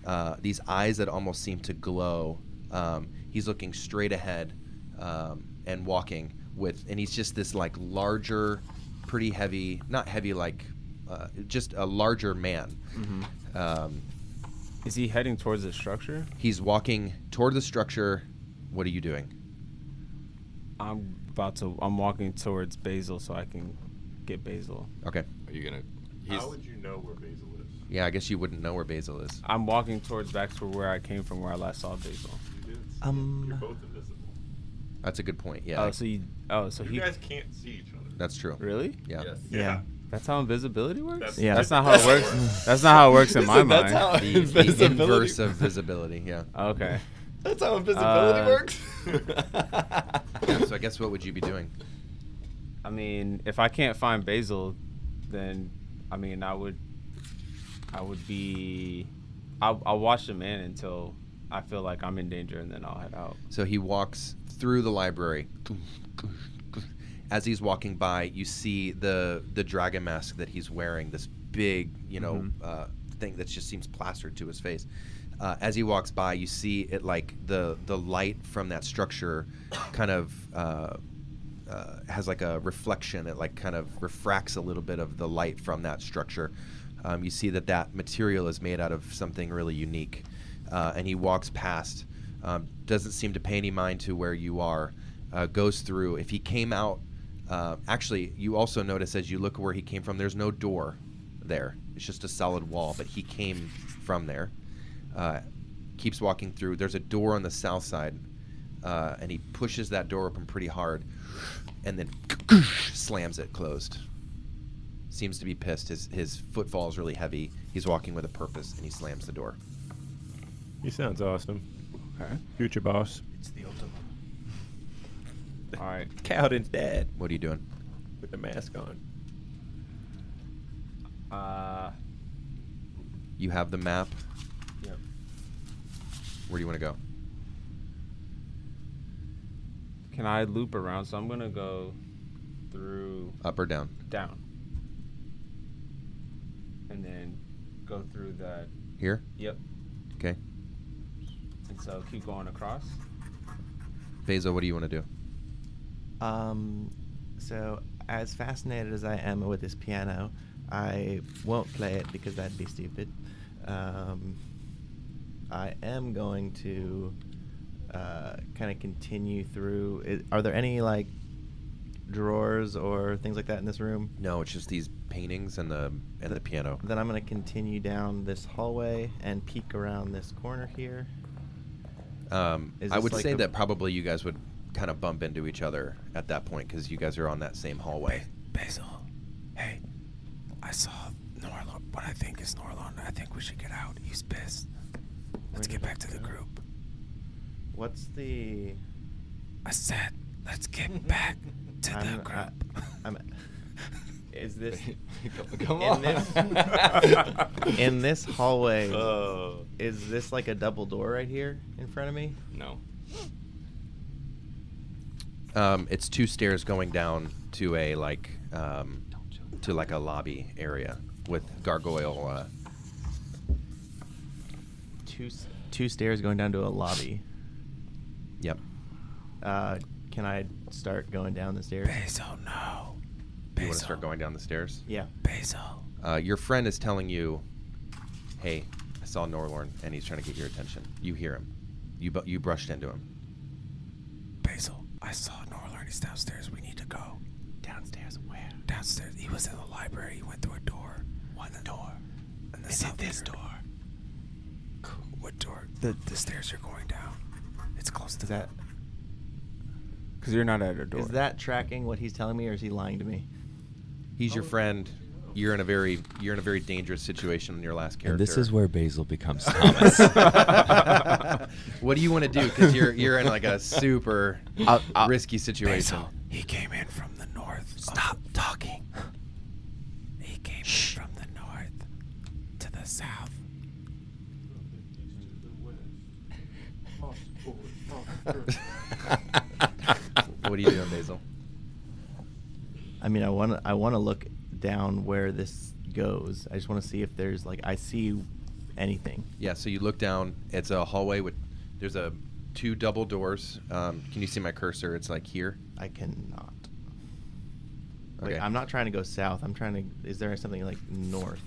[SPEAKER 1] uh, these eyes that almost seem to glow. Um, he's looking straight ahead um, and walking with, and he's just this like larger, pretty heavy, not heavy like, uh, just a larger man. Um,
[SPEAKER 6] Mm-hmm. Is he heading towards the structure?
[SPEAKER 1] he's walking toward the structure. What are you doing?
[SPEAKER 6] I'm about to. I'm walking towards Basil so I can get Basil.
[SPEAKER 1] Okay.
[SPEAKER 11] Are you gonna? He's,
[SPEAKER 9] you know where Basil is?
[SPEAKER 1] Yeah, I guess you wouldn't know where Basil is.
[SPEAKER 6] I'm walking towards back to where I came from, where I last saw Basil.
[SPEAKER 4] Um,
[SPEAKER 9] invisible.
[SPEAKER 1] That's a good point. Yeah.
[SPEAKER 6] Oh, so you. Oh, so he.
[SPEAKER 9] can't see each other.
[SPEAKER 1] that's true.
[SPEAKER 6] Really?
[SPEAKER 1] Yeah.
[SPEAKER 11] Yes.
[SPEAKER 4] yeah.
[SPEAKER 6] That's how invisibility works.
[SPEAKER 9] That's-
[SPEAKER 4] Yeah.
[SPEAKER 6] That's not how it works. <laughs> That's not how it
[SPEAKER 11] <laughs>
[SPEAKER 6] works in my
[SPEAKER 11] Listen, that's
[SPEAKER 6] mind.
[SPEAKER 11] how
[SPEAKER 1] The, the
[SPEAKER 11] invisibility-
[SPEAKER 1] inverse
[SPEAKER 11] <laughs>
[SPEAKER 1] of visibility. Yeah.
[SPEAKER 6] okay.
[SPEAKER 11] That's how invisibility
[SPEAKER 6] Uh, <laughs>
[SPEAKER 11] works.
[SPEAKER 1] yeah. <laughs> So I guess what would you be doing?
[SPEAKER 6] I mean, if I can't find Basil, then I mean, I would, I would be, I, I'll watch the man until I feel like I'm in danger, and then I'll head out.
[SPEAKER 1] So he walks through the library. As he's walking by, you see the the dragon
[SPEAKER 6] Mm-hmm.
[SPEAKER 1] mask that he's wearing. This big, you know, uh, thing that just seems plastered to his face. Uh, as he walks by, you see it like the the light from that structure, kind of. Uh, uh, has like a reflection. It like kind of refracts a little bit of the light from that structure. Um, you see that that material is made out of something really unique. Uh, and he walks past, um, doesn't seem to pay any mind to where you are, uh, goes through. If he came out, uh, actually, you also notice as you look where he came from, there's no door there. It's just a solid wall, but he came from there. Uh, keeps walking through. There's a door on the south side, uh, and he pushes that door open pretty hard, and then <clears throat> slams it closed. Seems to be pissed. His his footfall is really heavy. He's walking with a purpose, and he slams the door.
[SPEAKER 2] He sounds awesome. Future boss.
[SPEAKER 5] It's the ultimate.
[SPEAKER 2] <laughs> All right. Cowden's dead.
[SPEAKER 1] What are you doing?
[SPEAKER 2] With the mask on.
[SPEAKER 13] Uh,
[SPEAKER 1] You have the map.
[SPEAKER 13] Yep.
[SPEAKER 1] Where do you want to go?
[SPEAKER 13] can I loop around? So I'm gonna go through
[SPEAKER 1] Up or down?
[SPEAKER 13] down, and then go through that.
[SPEAKER 1] Here?
[SPEAKER 13] Yep.
[SPEAKER 1] Okay.
[SPEAKER 13] And so keep going across.
[SPEAKER 1] Basil, what do you want to do?
[SPEAKER 4] Um, so, as fascinated as I am with this piano, I won't play it because that'd be stupid. Um, I am going to uh, kind of continue through. i are there any like drawers or things like that in this room?
[SPEAKER 1] No, it's just these paintings and the and the piano.
[SPEAKER 4] Then I'm going to continue down this hallway and peek around this corner here.
[SPEAKER 1] Um,
[SPEAKER 4] Is
[SPEAKER 1] I
[SPEAKER 4] this
[SPEAKER 1] would
[SPEAKER 4] like
[SPEAKER 1] say
[SPEAKER 4] a-
[SPEAKER 1] that probably you guys would kind of bump into each other at that point because you guys are on that same hallway.
[SPEAKER 6] Basil, hey, I saw Norlon. What I think is Norlon. I think we should get out. He's pissed. Let's get back to the group.
[SPEAKER 4] What's the?
[SPEAKER 6] I said, let's get <laughs> back to the
[SPEAKER 4] I'm-
[SPEAKER 6] group.
[SPEAKER 4] I- I'm.
[SPEAKER 13] Is
[SPEAKER 4] <laughs>
[SPEAKER 13] this?
[SPEAKER 6] Come
[SPEAKER 4] in
[SPEAKER 6] on.
[SPEAKER 4] This, <laughs> in this hallway,
[SPEAKER 13] Oh.
[SPEAKER 4] is this like a double door right here in front of me?
[SPEAKER 13] No.
[SPEAKER 1] Um, it's two stairs going down to a like um, to like a lobby area with gargoyle. Uh,
[SPEAKER 4] Two s- two stairs going down to a lobby.
[SPEAKER 1] Yep.
[SPEAKER 4] Uh, can I start going down the stairs?
[SPEAKER 6] Basil, no.
[SPEAKER 1] you want to start going down the stairs?
[SPEAKER 4] Yeah.
[SPEAKER 6] Basil.
[SPEAKER 1] Uh, your friend is telling you, "Hey, I saw Norlorn, and he's trying to get your attention. You hear him. You bu- you brushed into him.
[SPEAKER 6] Basil, I saw Norlon. He's downstairs. We need to go. Downstairs where? Downstairs. He was in the library. He went through a door. One door. And the south this door. What door? The the stairs you're going down. It's close to
[SPEAKER 4] Is that
[SPEAKER 6] Because you're not at our door.
[SPEAKER 4] is that tracking what he's telling me, or is he lying
[SPEAKER 13] <laughs>
[SPEAKER 4] to me?
[SPEAKER 1] He's your friend. You're in a very you're in a very dangerous situation in your last character.
[SPEAKER 3] And this is where Basil
[SPEAKER 11] <laughs>
[SPEAKER 3] becomes Thomas.
[SPEAKER 1] what do you want to do? Because you're you're in like a super
[SPEAKER 3] I'll- I'll-
[SPEAKER 1] risky situation.
[SPEAKER 6] Basil, he came in from the north. Stop talking. He came in from the north to the south.
[SPEAKER 1] what are you doing, Basil?
[SPEAKER 4] I mean, I want to I want to look down where this goes. I just want to see if there's like I see anything.
[SPEAKER 1] Yeah. So you look down. It's a hallway with there's a two double doors. Um, can you see my cursor? It's like here.
[SPEAKER 4] I cannot. Like
[SPEAKER 1] Okay.
[SPEAKER 4] I'm not trying to go south. I'm trying to. Is there something like north?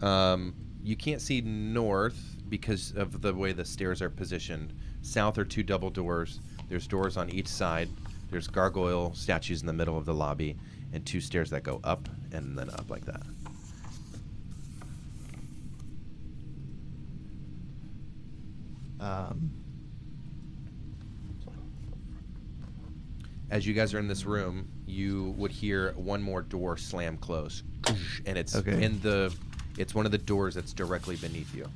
[SPEAKER 1] Um, you can't see north because of the way the stairs are positioned. South are two double doors. There's doors on each side. There's gargoyle statues in the middle of the lobby, and two stairs that go up and then up like that.
[SPEAKER 4] Um,
[SPEAKER 1] As you guys are in this room, you would hear one more door slam close, <laughs> and it's
[SPEAKER 4] Okay.
[SPEAKER 1] in the. It's one of the doors that's directly beneath you.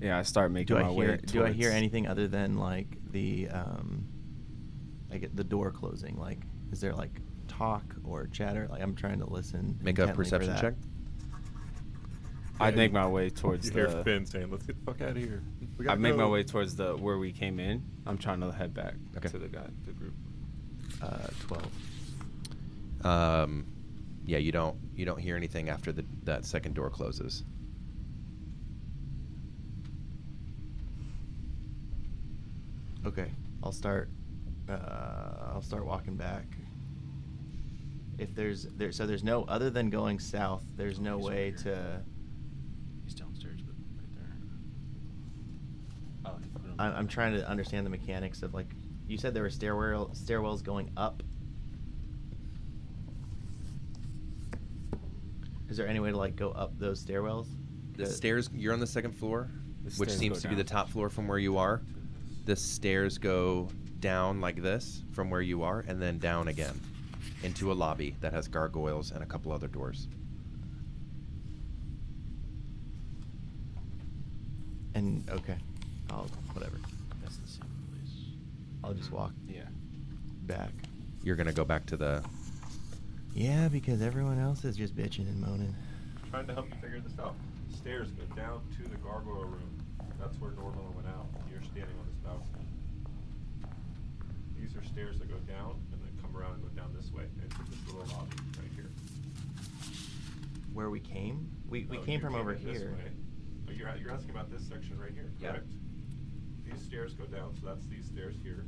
[SPEAKER 13] Yeah, I start making
[SPEAKER 4] do
[SPEAKER 13] my
[SPEAKER 4] I
[SPEAKER 13] way.
[SPEAKER 4] hear do I hear
[SPEAKER 13] towards-
[SPEAKER 4] anything other than like the um like the door closing? Like is there like talk or chatter? Like I'm trying to listen.
[SPEAKER 1] Make a
[SPEAKER 4] intently for
[SPEAKER 1] perception
[SPEAKER 4] that.
[SPEAKER 1] check.
[SPEAKER 13] I make my way towards
[SPEAKER 6] <laughs>
[SPEAKER 9] you
[SPEAKER 13] the.
[SPEAKER 9] hear Finn saying, "Let's get the fuck out of here." We
[SPEAKER 13] I
[SPEAKER 9] gotta
[SPEAKER 13] make my
[SPEAKER 9] go."
[SPEAKER 13] way towards the where we came in. I'm trying to head back
[SPEAKER 1] Okay.
[SPEAKER 13] to the guy, the group.
[SPEAKER 4] Uh, twelve.
[SPEAKER 1] Um, yeah, you don't you don't hear anything after the, that second door closes.
[SPEAKER 4] Okay, I'll start. Uh, I'll start walking back. If there's there, so there's no other than going south. There's no
[SPEAKER 13] he's
[SPEAKER 4] way
[SPEAKER 13] right here.
[SPEAKER 4] to.
[SPEAKER 13] He's downstairs, but right there. Oh, he put him-
[SPEAKER 4] I, I'm trying to understand the mechanics of like. You said there were stairwell stairwells going up. Is there any way to like go up those stairwells?
[SPEAKER 1] The
[SPEAKER 4] Could-
[SPEAKER 1] stairs. You're on the second floor,
[SPEAKER 4] The
[SPEAKER 1] which
[SPEAKER 4] stairs
[SPEAKER 1] seems
[SPEAKER 4] go
[SPEAKER 1] to be the
[SPEAKER 4] down.
[SPEAKER 1] top floor from where you are. The stairs go down like this from where you are, and then down again into a lobby that has gargoyles and a couple other doors.
[SPEAKER 4] And okay, I'll whatever.
[SPEAKER 13] That's the same place.
[SPEAKER 4] I'll just walk
[SPEAKER 13] Yeah.
[SPEAKER 4] back.
[SPEAKER 1] You're gonna go back to the.
[SPEAKER 4] Yeah, because everyone else is just bitching and moaning.
[SPEAKER 2] Trying to help you figure this out. Stairs go down to the gargoyle room. That's where Norman went out. You're standing on this balcony. These are stairs that go down and then come around and go down this way into this little lobby right here.
[SPEAKER 4] Where we came? We we
[SPEAKER 2] No,
[SPEAKER 4] Oh, came
[SPEAKER 2] you
[SPEAKER 4] from over
[SPEAKER 2] in Oh, this
[SPEAKER 4] here.
[SPEAKER 2] way. Oh, you're, you're asking about this section right here,
[SPEAKER 1] Yeah.
[SPEAKER 2] correct? These stairs go down, so that's these stairs here.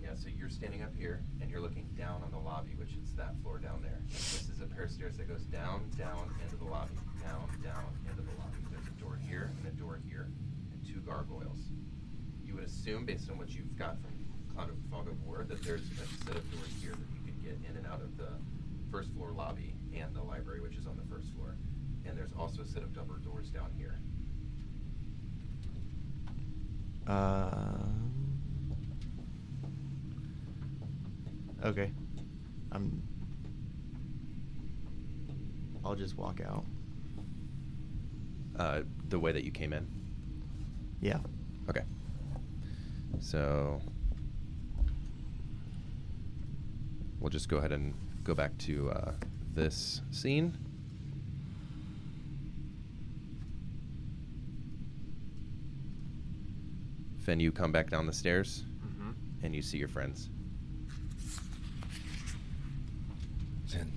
[SPEAKER 1] Yeah, so you're standing up here and you're looking down on the lobby, which is that floor down there. This is a pair of stairs that goes down, down into the lobby, down, down into the lobby. There's a door here and a door here, and two gargoyles. You would assume, based on what you've got from Cloud of Fog of War, that there's a set of doors here that you could get in and out of the first floor lobby and the library, which is on the first floor. And there's also a set of double doors down here.
[SPEAKER 4] Um. Okay. I'm. I'll just walk out.
[SPEAKER 1] Uh, the way that you came in.
[SPEAKER 4] Yeah.
[SPEAKER 1] Okay. So we'll just go ahead and go back to uh, this scene. Finn, you come back down the stairs
[SPEAKER 5] Mhm.
[SPEAKER 1] and you see your friends.
[SPEAKER 11] Finn.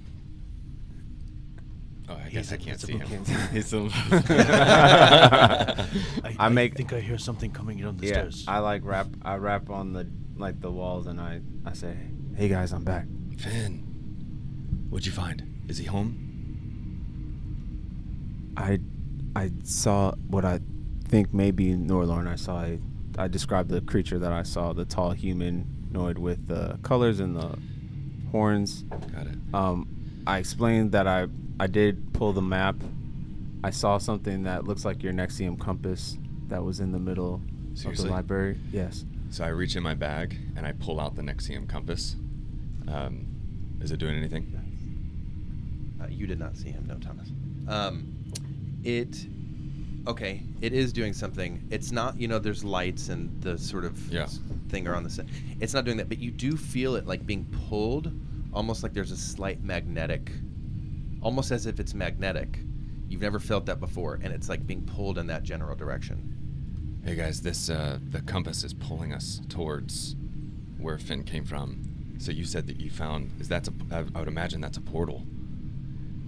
[SPEAKER 11] Oh, I
[SPEAKER 5] He's
[SPEAKER 11] guess I can't see him.
[SPEAKER 13] <laughs>
[SPEAKER 5] invincible.
[SPEAKER 11] <laughs> He's
[SPEAKER 5] <laughs>
[SPEAKER 11] in-
[SPEAKER 5] I, I think I hear something coming down the
[SPEAKER 13] yeah,
[SPEAKER 5] stairs.
[SPEAKER 13] I like rap. I rap on the like the walls, and I I say, "Hey guys, I'm back."
[SPEAKER 11] Finn. What'd you find? Is he home?
[SPEAKER 6] I I saw what I think maybe Norlorn. I saw a, I described the creature that I saw, the tall humanoid with the colors and the horns.
[SPEAKER 11] Got it.
[SPEAKER 6] Um, I explained that I I did pull the map. I saw something that looks like your Nexium compass that was in the middle
[SPEAKER 11] Seriously?
[SPEAKER 6] of the library. Yes.
[SPEAKER 11] So I reach in my bag and I pull out the Nexium compass. Um, is it doing anything?
[SPEAKER 1] Uh, you did not see him, no, Thomas. Um, it. Okay, it is doing something. It's not, you know, there's lights and the sort of
[SPEAKER 11] Yeah.
[SPEAKER 1] s- thing around the set. It's not doing that, but you do feel it like being pulled, almost like there's a slight magnetic, almost as if it's magnetic. You've never felt that before, and it's like being pulled in that general direction.
[SPEAKER 11] Hey guys, this uh, the compass is pulling us towards where Finn came from. So you said that you found is that's a I I would imagine that's a portal.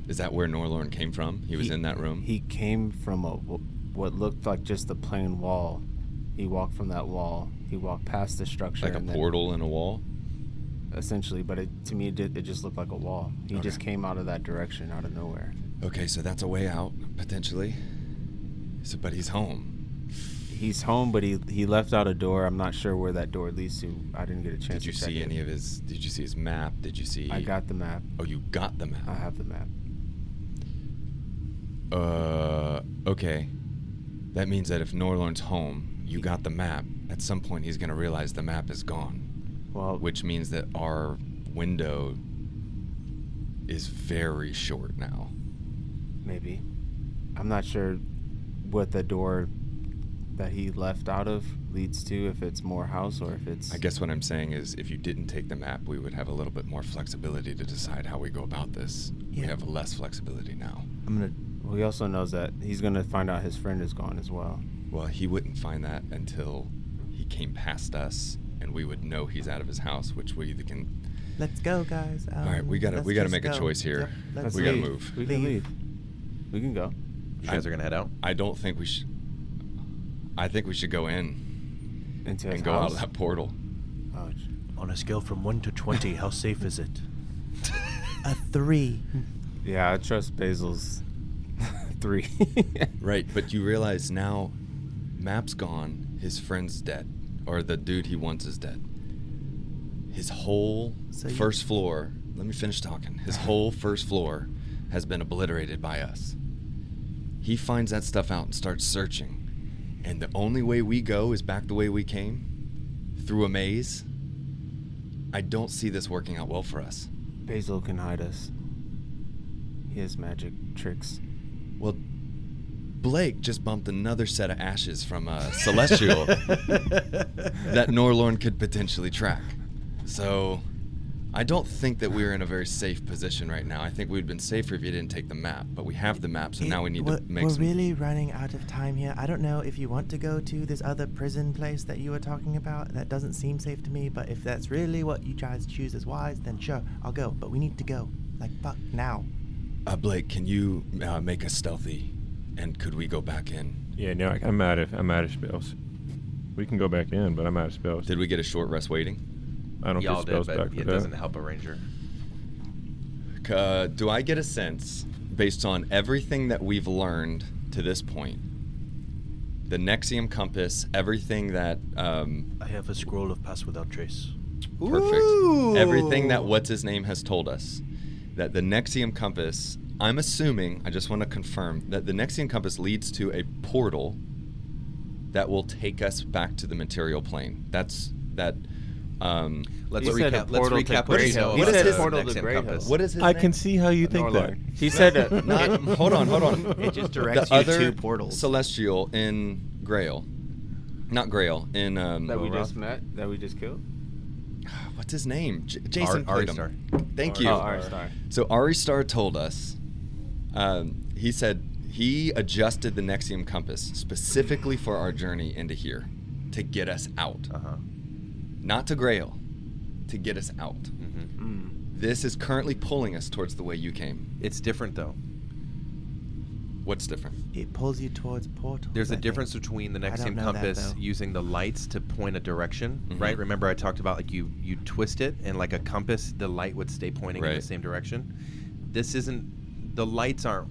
[SPEAKER 11] Is that where Norlorn came from? He was in that room.
[SPEAKER 6] He came from a wh- what looked like just a plain wall. He walked from that wall. He walked past the structure.
[SPEAKER 11] like a
[SPEAKER 6] and then-
[SPEAKER 11] portal in a wall.
[SPEAKER 6] essentially. But it, to me, it, did, it just looked like a wall. He just
[SPEAKER 11] Okay.
[SPEAKER 6] came out of that direction, out of nowhere.
[SPEAKER 11] Okay, so that's a way out potentially. So, but he's home.
[SPEAKER 6] He's home, but he he left out a door. I'm not sure where that door leads to. I didn't get a chance.
[SPEAKER 11] Did you
[SPEAKER 6] to check
[SPEAKER 11] see
[SPEAKER 6] it.
[SPEAKER 11] any of his? Did you see his map? Did you see?
[SPEAKER 6] I got the map.
[SPEAKER 11] Oh, you got the map.
[SPEAKER 6] I have the map.
[SPEAKER 11] Uh, okay. That means that if Norlorn's home, you got the map. At some point, he's gonna realize the map is gone,
[SPEAKER 6] Well,
[SPEAKER 11] which means that our window is very short now.
[SPEAKER 6] maybe. I'm not sure what the door that he left out of leads to. If it's more house or if it's
[SPEAKER 11] I guess what I'm saying is, if you didn't take the map, we would have a little bit more flexibility to decide how we go about this. We
[SPEAKER 4] Yeah.
[SPEAKER 11] have less flexibility now.
[SPEAKER 6] I'm gonna. Well, he also knows that he's gonna find out his friend is gone as well.
[SPEAKER 11] Well, he wouldn't find that until he came past us, and we would know he's out of his house, which we either can
[SPEAKER 4] Let's go, guys.
[SPEAKER 11] All right, we
[SPEAKER 4] Um,
[SPEAKER 11] gotta
[SPEAKER 4] let's
[SPEAKER 11] we gotta
[SPEAKER 4] just
[SPEAKER 11] make a
[SPEAKER 4] go.
[SPEAKER 11] choice here.
[SPEAKER 4] Yep, let's
[SPEAKER 11] we gotta
[SPEAKER 4] leave.
[SPEAKER 11] move.
[SPEAKER 6] We can leave. We can go.
[SPEAKER 1] You guys are gonna head out.
[SPEAKER 11] I don't think we should. I think we should go in
[SPEAKER 6] Into
[SPEAKER 11] and
[SPEAKER 5] his
[SPEAKER 11] go out of
[SPEAKER 5] house?
[SPEAKER 11] that portal.
[SPEAKER 5] Uh, On a scale from 1 to 20, how safe is it?
[SPEAKER 4] A three.
[SPEAKER 6] Yeah, I trust Basil's <laughs> three.
[SPEAKER 11] right, but you realize now, Map's gone. His friend's dead, or the dude he wants is dead. His whole
[SPEAKER 4] So you-
[SPEAKER 11] first floor. Let me finish talking.
[SPEAKER 4] <laughs>
[SPEAKER 11] His whole first floor has been obliterated by us. He finds that stuff out and starts searching, and the only way we go is back the way we came, through a maze. I don't see this working out well for us.
[SPEAKER 6] Basil can hide us. He has magic tricks.
[SPEAKER 11] Well, Blake just bumped another set of ashes from
[SPEAKER 6] <laughs>
[SPEAKER 11] a celestial that Norlorn could potentially track. So, I don't think that we're in a very safe position right now. I think we'd been safer if you didn't take the map, but we have the map, so
[SPEAKER 4] It-
[SPEAKER 11] now we need
[SPEAKER 4] we're,
[SPEAKER 11] to make
[SPEAKER 4] we're
[SPEAKER 11] some.
[SPEAKER 4] really running out of time here. I don't know if you want to go to this other prison place that you were talking about. That doesn't seem safe to me, but if that's really what you guys choose as wise, then sure, I'll go. But we need to go. Like, fuck, now.
[SPEAKER 11] uh, Blake, can you uh, make us stealthy? And could we go back in?
[SPEAKER 2] Yeah, no, I- I'm out of I'm out of spells. We can go back in, but I'm out of spells.
[SPEAKER 11] Did we get a short rest waiting?
[SPEAKER 2] I don't get
[SPEAKER 1] Y'all did,
[SPEAKER 2] spells
[SPEAKER 1] but
[SPEAKER 2] back for
[SPEAKER 1] it
[SPEAKER 2] that.
[SPEAKER 1] doesn't help a ranger.
[SPEAKER 11] Uh, do I get a sense, based on everything that we've learned to this point, the Nexium compass, everything that um,
[SPEAKER 5] I have a scroll of Pass Without Trace.
[SPEAKER 11] perfect, everything that what's his name has told us, that the Nexium compass. I'm assuming. I just want to confirm that the Nexium compass leads to a portal that will take us back to the material plane. That's that. Um,
[SPEAKER 1] Let's
[SPEAKER 13] He said a
[SPEAKER 1] recap. Let's
[SPEAKER 13] portal to
[SPEAKER 1] recap what
[SPEAKER 13] Grey
[SPEAKER 1] we know
[SPEAKER 13] Hill.
[SPEAKER 1] about
[SPEAKER 13] He said
[SPEAKER 1] the
[SPEAKER 13] portal to
[SPEAKER 1] Nexium
[SPEAKER 13] Grey Hill.
[SPEAKER 1] compass.
[SPEAKER 11] what is his
[SPEAKER 2] I
[SPEAKER 11] name?
[SPEAKER 2] can see how you think that.
[SPEAKER 13] Norlorn. He said that.
[SPEAKER 11] <laughs> Not, hold on, hold on.
[SPEAKER 10] It just directs you to portals.
[SPEAKER 11] Celestial in Grail, not Grail in um.
[SPEAKER 13] That we just met. That we just killed.
[SPEAKER 11] what's his name? J- Jason
[SPEAKER 1] Ari
[SPEAKER 11] played him.
[SPEAKER 1] Star.
[SPEAKER 11] Thank
[SPEAKER 13] Ari
[SPEAKER 11] you.
[SPEAKER 13] Oh, Ari Star.
[SPEAKER 11] So Ari Star told us. Um, he said he adjusted the Nexium compass specifically for our journey into here to get us out,
[SPEAKER 1] Uh huh.
[SPEAKER 11] not to Grail, to get us out.
[SPEAKER 13] Mm-hmm.
[SPEAKER 6] Mm.
[SPEAKER 11] This is currently pulling us towards the way you came.
[SPEAKER 1] It's different though.
[SPEAKER 11] What's different?
[SPEAKER 4] It pulls you towards portals.
[SPEAKER 1] There's
[SPEAKER 4] a
[SPEAKER 1] a difference between the
[SPEAKER 4] I don't
[SPEAKER 1] Nexium
[SPEAKER 4] know that,
[SPEAKER 1] compass
[SPEAKER 4] though.
[SPEAKER 1] using the lights to point a direction,
[SPEAKER 11] Mhm.
[SPEAKER 1] right? Remember I talked about like you you twist it and like a compass, the light would stay pointing in the
[SPEAKER 11] Right.
[SPEAKER 1] same direction. This isn't the lights aren't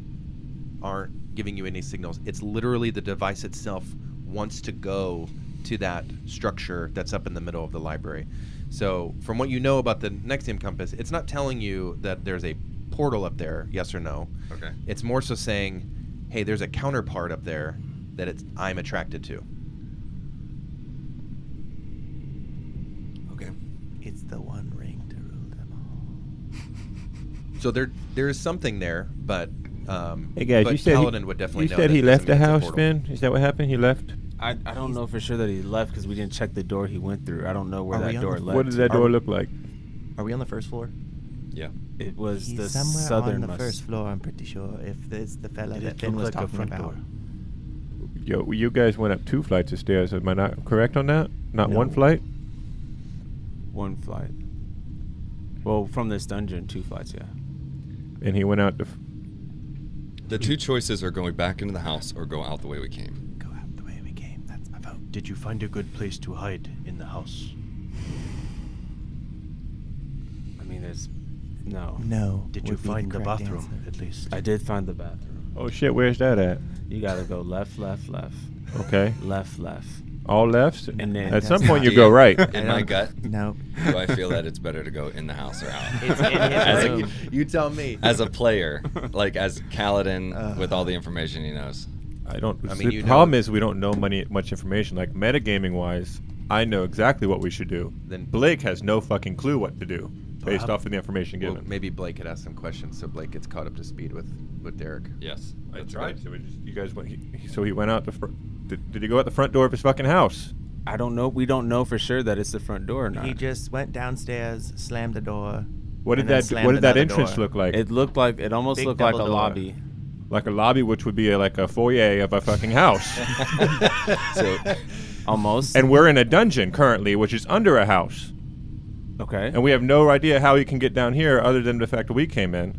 [SPEAKER 1] aren't giving you any signals. It's literally the device itself wants to go to that structure that's up in the middle of the library. So, from what you know about the Nexium compass, it's not telling you that there's a portal up there, yes or no.
[SPEAKER 11] Okay.
[SPEAKER 1] It's more so saying, "Hey, there's a counterpart up there that it's I'm attracted to."
[SPEAKER 11] Okay.
[SPEAKER 4] It's the one ring to rule them
[SPEAKER 1] So there there is something there, but um,
[SPEAKER 2] Hey guys,
[SPEAKER 1] but
[SPEAKER 2] you said
[SPEAKER 1] Paladin
[SPEAKER 2] he,
[SPEAKER 1] would definitely
[SPEAKER 2] you
[SPEAKER 1] know
[SPEAKER 2] said
[SPEAKER 1] that
[SPEAKER 2] he
[SPEAKER 1] there's
[SPEAKER 2] left the
[SPEAKER 1] something that's a
[SPEAKER 2] house.
[SPEAKER 1] portal.
[SPEAKER 2] Then is that what happened? He left.
[SPEAKER 6] I, I don't know for sure that he left because we didn't check the door he went through. I don't know where
[SPEAKER 4] Are we
[SPEAKER 6] that
[SPEAKER 4] on the
[SPEAKER 6] door
[SPEAKER 4] f-
[SPEAKER 6] led.
[SPEAKER 2] What did
[SPEAKER 6] to.
[SPEAKER 2] that door
[SPEAKER 6] Are-
[SPEAKER 2] look like?
[SPEAKER 4] Are we on the first floor?
[SPEAKER 11] Yeah.
[SPEAKER 6] It was
[SPEAKER 4] He's
[SPEAKER 6] the
[SPEAKER 4] somewhere
[SPEAKER 6] southernmost.
[SPEAKER 4] on the first floor, I'm pretty sure, if it's the fella
[SPEAKER 5] Did
[SPEAKER 4] that
[SPEAKER 5] it
[SPEAKER 4] Finn
[SPEAKER 5] look
[SPEAKER 4] was
[SPEAKER 5] like a
[SPEAKER 4] talking
[SPEAKER 5] front
[SPEAKER 4] about.
[SPEAKER 5] door?
[SPEAKER 2] Yo, you guys went up two flights of stairs. Am I not correct on that? Not one
[SPEAKER 6] No.
[SPEAKER 2] flight.
[SPEAKER 6] One flight. Well, from this dungeon, two flights. Yeah.
[SPEAKER 2] And he went out the. F-
[SPEAKER 11] The two choices are going back into the house or go out the way we came.
[SPEAKER 4] Go out the way we came. That's my vote.
[SPEAKER 5] Did you find a good place to hide in the house?
[SPEAKER 6] I mean, there's no.
[SPEAKER 4] No.
[SPEAKER 5] Did
[SPEAKER 4] would
[SPEAKER 5] you
[SPEAKER 4] be the
[SPEAKER 5] find the,
[SPEAKER 4] correct
[SPEAKER 5] bathroom
[SPEAKER 4] answer.
[SPEAKER 5] at least?
[SPEAKER 6] I did find the bathroom.
[SPEAKER 2] oh shit! Where's that at?
[SPEAKER 6] You gotta go left, left, left,
[SPEAKER 2] Okay.
[SPEAKER 6] left, left.
[SPEAKER 2] All lefts.
[SPEAKER 6] And then-
[SPEAKER 2] at some
[SPEAKER 4] That's
[SPEAKER 2] point
[SPEAKER 4] not-
[SPEAKER 2] you go
[SPEAKER 6] <laughs>
[SPEAKER 2] right.
[SPEAKER 11] In my gut,
[SPEAKER 4] No.
[SPEAKER 11] do I feel that it's better to go in the house or out?
[SPEAKER 13] It's in his
[SPEAKER 11] as,
[SPEAKER 13] room.
[SPEAKER 11] a,
[SPEAKER 1] You tell me.
[SPEAKER 11] as a player, like as Kaladin
[SPEAKER 4] Uh.
[SPEAKER 11] with all the information he knows.
[SPEAKER 2] <laughs> I don't.
[SPEAKER 1] I
[SPEAKER 2] see,
[SPEAKER 1] mean,
[SPEAKER 2] the
[SPEAKER 1] you know-
[SPEAKER 2] problem is we don't know many much information. Like metagaming wise, I know exactly what we should do.
[SPEAKER 1] Then- Uh,
[SPEAKER 2] Blake has no fucking clue what to do based
[SPEAKER 5] Perhaps-
[SPEAKER 2] off of the information
[SPEAKER 1] Well,
[SPEAKER 2] given.
[SPEAKER 1] maybe Blake had asked some questions, so Blake gets caught up to speed with with Derek.
[SPEAKER 11] Yes.
[SPEAKER 2] I
[SPEAKER 11] that's
[SPEAKER 2] tried
[SPEAKER 11] better.
[SPEAKER 2] to. It just, you guys went. He, he- so he went out the. Fr- did, did he go out the front door of his fucking house?
[SPEAKER 6] I don't know. We don't know for sure that it's the front door or not.
[SPEAKER 4] He just went downstairs, slammed the door.
[SPEAKER 2] What did
[SPEAKER 4] and then
[SPEAKER 2] that?
[SPEAKER 4] slammed
[SPEAKER 2] What did that
[SPEAKER 4] another
[SPEAKER 2] entrance
[SPEAKER 4] door.
[SPEAKER 2] look like?
[SPEAKER 6] it looked like it almost
[SPEAKER 4] Big
[SPEAKER 6] looked like a
[SPEAKER 4] double door.
[SPEAKER 6] lobby.
[SPEAKER 2] like a lobby, which would be a, like a foyer of a
[SPEAKER 15] <laughs>
[SPEAKER 2] fucking house.
[SPEAKER 11] so
[SPEAKER 6] Almost.
[SPEAKER 2] and we're in a dungeon currently, which is under a house.
[SPEAKER 15] Okay.
[SPEAKER 2] And we have no idea how he can get down here other than the fact that we came in.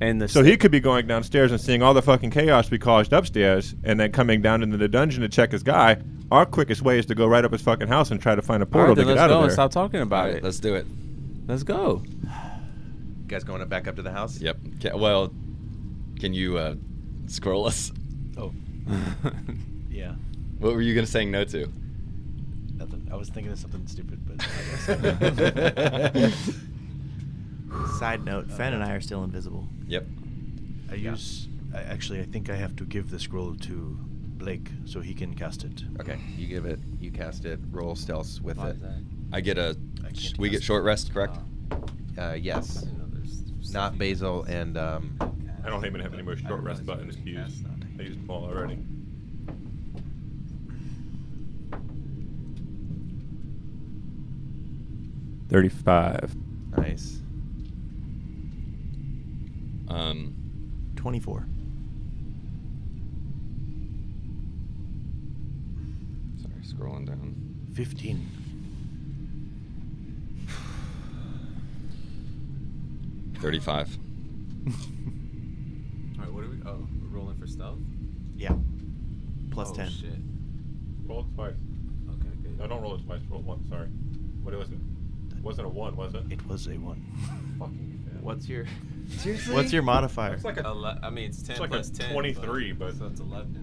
[SPEAKER 15] And the
[SPEAKER 2] so he could be going downstairs and seeing all the fucking chaos we caused upstairs, and then coming down into the dungeon to check his guy. Our quickest way is to go right up his fucking house and try to find a
[SPEAKER 15] All
[SPEAKER 2] portal
[SPEAKER 15] right, then
[SPEAKER 2] to get
[SPEAKER 15] let's
[SPEAKER 2] out
[SPEAKER 15] go
[SPEAKER 2] of
[SPEAKER 15] and
[SPEAKER 2] there.
[SPEAKER 15] stop talking about it.
[SPEAKER 11] Let's do it.
[SPEAKER 15] Let's go.
[SPEAKER 1] You guys going back up to the house?
[SPEAKER 11] Yep. Ca- well, can you uh, scroll us?
[SPEAKER 5] Oh. yeah.
[SPEAKER 11] What were you gonna say no to?
[SPEAKER 5] Nothing. I was thinking of something stupid, but.
[SPEAKER 11] <laughs>
[SPEAKER 5] <laughs>
[SPEAKER 4] Side note: Fran and I are still invisible.
[SPEAKER 11] Yep.
[SPEAKER 5] I use. I, actually, I think I have to give the scroll to Blake so he can cast it.
[SPEAKER 1] Okay, you give it. You cast it. Roll stealth with it.
[SPEAKER 11] I get a.
[SPEAKER 5] I can't
[SPEAKER 11] we get short rest, correct?
[SPEAKER 1] Uh, yes. Not Basil and um,
[SPEAKER 16] I don't even have any more short rest buttons used. I used them all already.
[SPEAKER 2] Thirty-five.
[SPEAKER 1] nice.
[SPEAKER 11] Um,
[SPEAKER 4] Twenty-four.
[SPEAKER 11] sorry, scrolling down.
[SPEAKER 5] Fifteen.
[SPEAKER 11] Thirty-five.
[SPEAKER 6] All right, what are we? Oh, we're rolling for stealth.
[SPEAKER 4] Yeah. Plus
[SPEAKER 6] oh,
[SPEAKER 4] ten.
[SPEAKER 6] Shit.
[SPEAKER 16] Roll it twice.
[SPEAKER 6] Okay, good.
[SPEAKER 16] No, don't roll it twice. Roll it once. Sorry. What was it? Wasn't a one, was it?
[SPEAKER 5] It was a one.
[SPEAKER 16] <laughs>
[SPEAKER 6] <laughs>
[SPEAKER 16] Fucking yeah.
[SPEAKER 4] What's your
[SPEAKER 1] Seriously?
[SPEAKER 4] What's your modifier?
[SPEAKER 16] It's like a
[SPEAKER 6] Ele- I mean, it's ten
[SPEAKER 16] It's like a
[SPEAKER 6] plus ten.
[SPEAKER 16] 23, but-
[SPEAKER 6] so
[SPEAKER 16] <laughs>
[SPEAKER 6] it's eleven.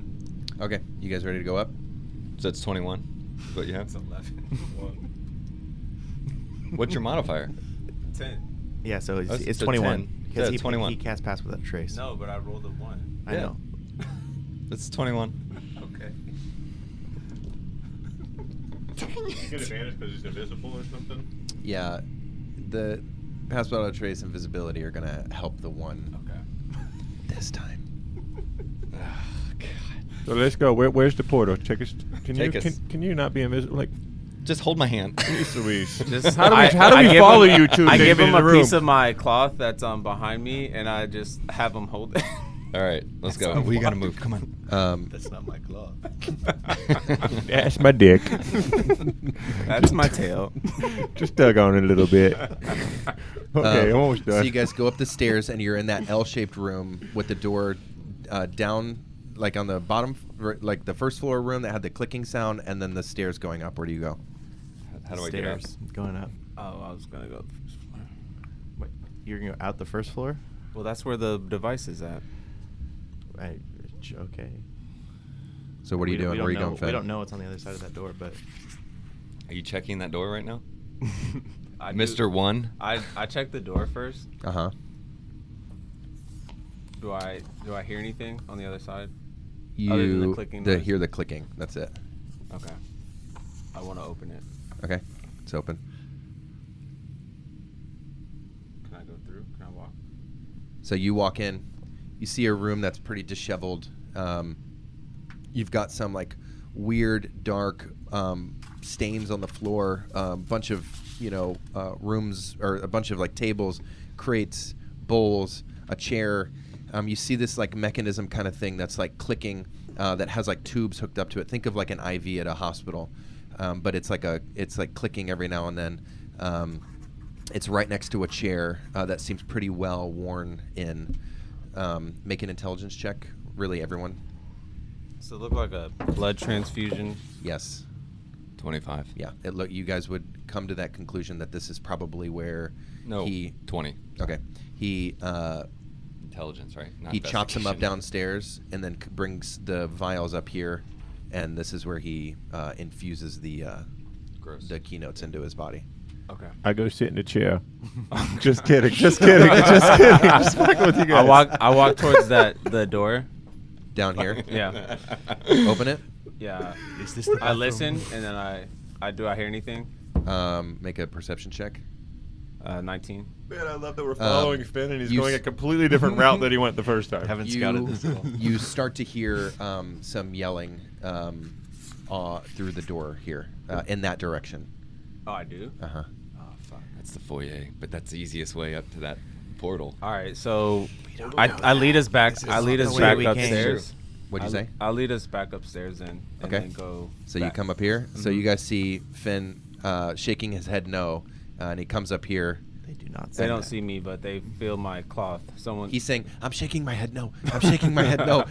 [SPEAKER 1] Okay, you guys ready to go up?
[SPEAKER 11] So it's twenty-one. Is what you have?
[SPEAKER 6] It's eleven. <laughs>
[SPEAKER 16] one.
[SPEAKER 11] What's your modifier? Oh,
[SPEAKER 6] ten.
[SPEAKER 4] Yeah, so it's,
[SPEAKER 11] That's
[SPEAKER 4] it's
[SPEAKER 11] the
[SPEAKER 4] 21.
[SPEAKER 11] 10.
[SPEAKER 4] Because
[SPEAKER 11] Yeah,
[SPEAKER 4] he,
[SPEAKER 11] 21.
[SPEAKER 4] he cast pass without a trace.
[SPEAKER 6] No, but I rolled a one.
[SPEAKER 4] I
[SPEAKER 11] Yeah.
[SPEAKER 4] know.
[SPEAKER 11] <laughs> It's twenty-one.
[SPEAKER 6] Okay.
[SPEAKER 16] You get advantage because he's invisible or something.
[SPEAKER 1] Yeah, the pass without trace and visibility are gonna help the one
[SPEAKER 6] Okay.
[SPEAKER 1] this time.
[SPEAKER 2] So let's go. Where, where's the portal? Check us. Can
[SPEAKER 11] Take
[SPEAKER 2] you
[SPEAKER 11] us.
[SPEAKER 2] Can, can you not be invisible? Like,
[SPEAKER 11] Just hold my <laughs> hand.
[SPEAKER 2] please, Louise.
[SPEAKER 6] Just
[SPEAKER 2] how do we,
[SPEAKER 6] I-
[SPEAKER 2] how do
[SPEAKER 6] I
[SPEAKER 2] we
[SPEAKER 6] give
[SPEAKER 2] follow
[SPEAKER 6] him-
[SPEAKER 2] you two?
[SPEAKER 6] I
[SPEAKER 2] big
[SPEAKER 6] give
[SPEAKER 2] men in
[SPEAKER 6] him a
[SPEAKER 2] the room?
[SPEAKER 6] piece of my cloth that's um behind me, and I just have him hold it.
[SPEAKER 11] All right, let's go. We gotta move. Come on. Oh
[SPEAKER 1] Um,
[SPEAKER 5] That's not my glove.
[SPEAKER 6] <laughs>
[SPEAKER 2] That's my
[SPEAKER 11] <laughs>
[SPEAKER 2] dick.
[SPEAKER 6] That's my
[SPEAKER 1] <laughs>
[SPEAKER 6] tail.
[SPEAKER 2] Just dug on it a little
[SPEAKER 11] <laughs>
[SPEAKER 2] bit. Okay,
[SPEAKER 1] um,
[SPEAKER 2] I'm almost done.
[SPEAKER 1] So you guys go up the stairs and you're in that L-shaped room with the door uh, down, like on the bottom, r- like the first floor room that had the clicking sound, and then the stairs going up. Where do you go?
[SPEAKER 11] How do I get out?
[SPEAKER 4] Stairs going up.
[SPEAKER 6] Oh, I was gonna go. first floor.
[SPEAKER 4] Wait, you're going out the first floor?
[SPEAKER 6] Well, that's where the device is at.
[SPEAKER 4] Right. ch- Okay.
[SPEAKER 1] So what are you
[SPEAKER 4] We don't-
[SPEAKER 1] doing?
[SPEAKER 4] we
[SPEAKER 1] Where are you
[SPEAKER 4] don't know-
[SPEAKER 1] going, Fed?
[SPEAKER 4] We don't know what's on the other side of that door, but
[SPEAKER 11] Are you checking that door right now,
[SPEAKER 6] I do-
[SPEAKER 11] Mister One?
[SPEAKER 6] I I check the door first.
[SPEAKER 1] Uh huh.
[SPEAKER 6] Do I do I hear anything on the other side?
[SPEAKER 1] You
[SPEAKER 6] Other than the clicking
[SPEAKER 1] the-
[SPEAKER 6] noise.
[SPEAKER 1] hear the clicking. That's it.
[SPEAKER 6] Okay. I want to open it.
[SPEAKER 1] Okay, it's open.
[SPEAKER 6] Can I go through? Can I walk?
[SPEAKER 1] So you walk in, you see a room that's pretty disheveled. Um, you've got some like weird dark um, stains on the floor, a bunch of you know uh, rooms or a bunch of like tables, crates, bowls, a chair. Um, you see this like mechanism kind of thing that's like clicking, uh, that has like tubes hooked up to it. Think of like an IV at a hospital, um, but it's like a it's like clicking every now and then. Um, it's right next to a chair uh, that seems pretty well worn in. Um, make an intelligence check, really, everyone.
[SPEAKER 6] So it look like a blood transfusion.
[SPEAKER 1] Yes,
[SPEAKER 11] Twenty-five.
[SPEAKER 1] yeah. It look you guys would come to that conclusion that this is probably where
[SPEAKER 11] No.
[SPEAKER 1] he
[SPEAKER 11] Twenty.
[SPEAKER 1] okay he uh,
[SPEAKER 11] Intelligence, right? Not
[SPEAKER 1] he chops him up
[SPEAKER 11] investigation.
[SPEAKER 1] downstairs and then c- brings the vials up here, and this is where he uh, infuses the uh,
[SPEAKER 11] Gross.
[SPEAKER 1] the keynotes into his body.
[SPEAKER 6] Okay.
[SPEAKER 2] I go sit in a chair.
[SPEAKER 11] <laughs>
[SPEAKER 2] just kidding. Just kidding. Just kidding. Just fucking with you guys.
[SPEAKER 6] I walk I
[SPEAKER 11] <laughs>
[SPEAKER 6] walk towards that the door.
[SPEAKER 1] Down here,
[SPEAKER 6] <laughs> Yeah.
[SPEAKER 1] <laughs> open it.
[SPEAKER 6] Yeah.
[SPEAKER 5] Is this the
[SPEAKER 6] I
[SPEAKER 5] bathroom?
[SPEAKER 6] listen and then I I do I hear anything?
[SPEAKER 1] Um, make a perception check.
[SPEAKER 6] Uh, 19.
[SPEAKER 2] Man, I love that we're
[SPEAKER 1] following Um,
[SPEAKER 2] Finn and
[SPEAKER 1] he's you going s- a
[SPEAKER 2] completely
[SPEAKER 6] <laughs>
[SPEAKER 2] different route than he went the first time.
[SPEAKER 5] Haven't scouted this at all.
[SPEAKER 1] you start to hear um, some yelling um, uh, through the door here uh, in that direction.
[SPEAKER 6] Oh, I do.
[SPEAKER 1] Uh huh.
[SPEAKER 6] Oh fuck.
[SPEAKER 11] That's the foyer, but that's the easiest way up to that portal.
[SPEAKER 6] All right. So I, I lead us back I lead
[SPEAKER 4] the
[SPEAKER 6] us
[SPEAKER 4] way
[SPEAKER 6] back
[SPEAKER 4] we came.
[SPEAKER 6] upstairs.
[SPEAKER 1] What'd you
[SPEAKER 6] I,
[SPEAKER 1] say?
[SPEAKER 6] I lead us back upstairs and, and
[SPEAKER 1] Okay.
[SPEAKER 6] then go
[SPEAKER 1] So you
[SPEAKER 6] back. Mm-hmm.
[SPEAKER 11] Mm-hmm.
[SPEAKER 1] come up here. So you guys see Finn uh, shaking his head no, uh, and he comes up here.
[SPEAKER 4] They do not.
[SPEAKER 13] They don't see me, but they feel my cloth. Someone.
[SPEAKER 1] He's saying, "I'm shaking my head no. I'm shaking my head
[SPEAKER 6] <laughs>
[SPEAKER 1] no."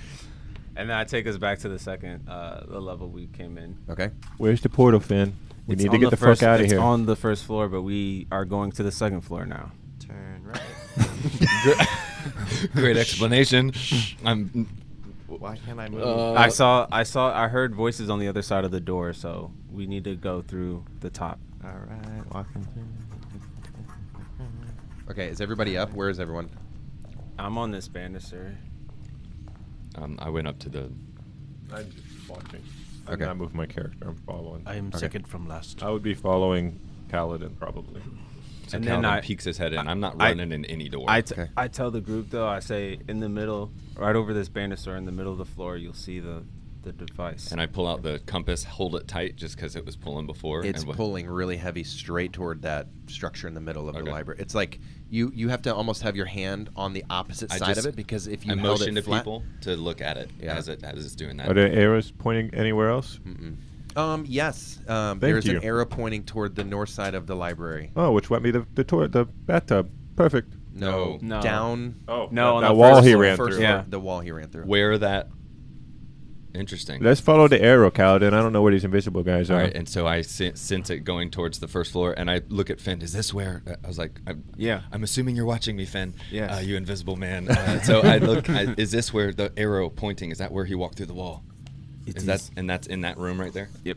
[SPEAKER 13] And then I take us back to the second, uh, the level we came in.
[SPEAKER 1] Okay.
[SPEAKER 2] Where's the portal, Finn? We
[SPEAKER 13] It's
[SPEAKER 2] need to
[SPEAKER 13] on
[SPEAKER 2] get the,
[SPEAKER 13] first-
[SPEAKER 2] fuck out of
[SPEAKER 13] it's
[SPEAKER 2] here.
[SPEAKER 13] on the first floor, but we are going to the second floor now.
[SPEAKER 4] Turn
[SPEAKER 1] <laughs>
[SPEAKER 13] right.
[SPEAKER 11] Great explanation. I'm.
[SPEAKER 4] Why can't I move?
[SPEAKER 1] Uh,
[SPEAKER 13] I saw, I saw, I heard voices on the other side of the door, so we need to go through the top.
[SPEAKER 4] All right, walking
[SPEAKER 1] Okay, is everybody up? Where is everyone?
[SPEAKER 13] I'm on this banister.
[SPEAKER 11] Um, I went up to the.
[SPEAKER 2] I'm just watching. I
[SPEAKER 1] Okay.
[SPEAKER 2] did not move my character. I'm following.
[SPEAKER 5] I am
[SPEAKER 1] Okay.
[SPEAKER 5] second from last.
[SPEAKER 2] I would be following Kaladin probably.
[SPEAKER 11] So
[SPEAKER 13] And then
[SPEAKER 11] and
[SPEAKER 13] I-
[SPEAKER 11] peeks his head in. I'm not
[SPEAKER 13] I-
[SPEAKER 11] running in any door.
[SPEAKER 13] I, t- I tell the group though, I say in the middle, right over this banister, in the middle of the floor, you'll see the, the device.
[SPEAKER 11] and I pull out the compass, hold it tight, just because it was pulling before.
[SPEAKER 1] It's
[SPEAKER 11] and what-
[SPEAKER 1] pulling really heavy straight toward that structure in the middle of
[SPEAKER 11] Okay.
[SPEAKER 1] the library. It's like you you have to almost have your hand on the opposite
[SPEAKER 11] I
[SPEAKER 1] side
[SPEAKER 11] just-
[SPEAKER 1] of it because if you
[SPEAKER 11] I
[SPEAKER 1] held
[SPEAKER 11] motion
[SPEAKER 1] it
[SPEAKER 11] to
[SPEAKER 1] flat,
[SPEAKER 11] people to look at it
[SPEAKER 1] Yeah.
[SPEAKER 11] as it as it's doing that.
[SPEAKER 2] Are there arrows pointing anywhere else?
[SPEAKER 1] Um, yes. Um,
[SPEAKER 2] Thank
[SPEAKER 1] there's
[SPEAKER 2] you.
[SPEAKER 1] an arrow pointing toward the north side of the library.
[SPEAKER 2] Oh, which went me the the, toilet, the bathtub. Perfect.
[SPEAKER 1] No,
[SPEAKER 13] No.
[SPEAKER 1] down.
[SPEAKER 2] Oh,
[SPEAKER 13] No, on
[SPEAKER 2] that,
[SPEAKER 13] the
[SPEAKER 2] that wall
[SPEAKER 13] first
[SPEAKER 2] he
[SPEAKER 13] floor,
[SPEAKER 2] ran
[SPEAKER 1] first
[SPEAKER 2] through.
[SPEAKER 1] floor,
[SPEAKER 13] Yeah.
[SPEAKER 1] the wall he ran through.
[SPEAKER 11] Where that? Interesting.
[SPEAKER 2] Let's follow the arrow, Kaladin. I don't know where these invisible guys
[SPEAKER 11] All
[SPEAKER 2] are.
[SPEAKER 11] right, and so I sen- sense it going towards the first floor, and I look at Finn. Is this where? I was like, I'm,
[SPEAKER 13] Yeah.
[SPEAKER 11] I'm assuming you're watching me, Finn.
[SPEAKER 13] Yes.
[SPEAKER 11] Uh, you invisible man. Uh, so I look. I, is this where the arrow pointing? Is that where he walked through the wall?
[SPEAKER 6] It
[SPEAKER 11] is that
[SPEAKER 6] is.
[SPEAKER 11] and that's in that room right there?
[SPEAKER 13] Yep.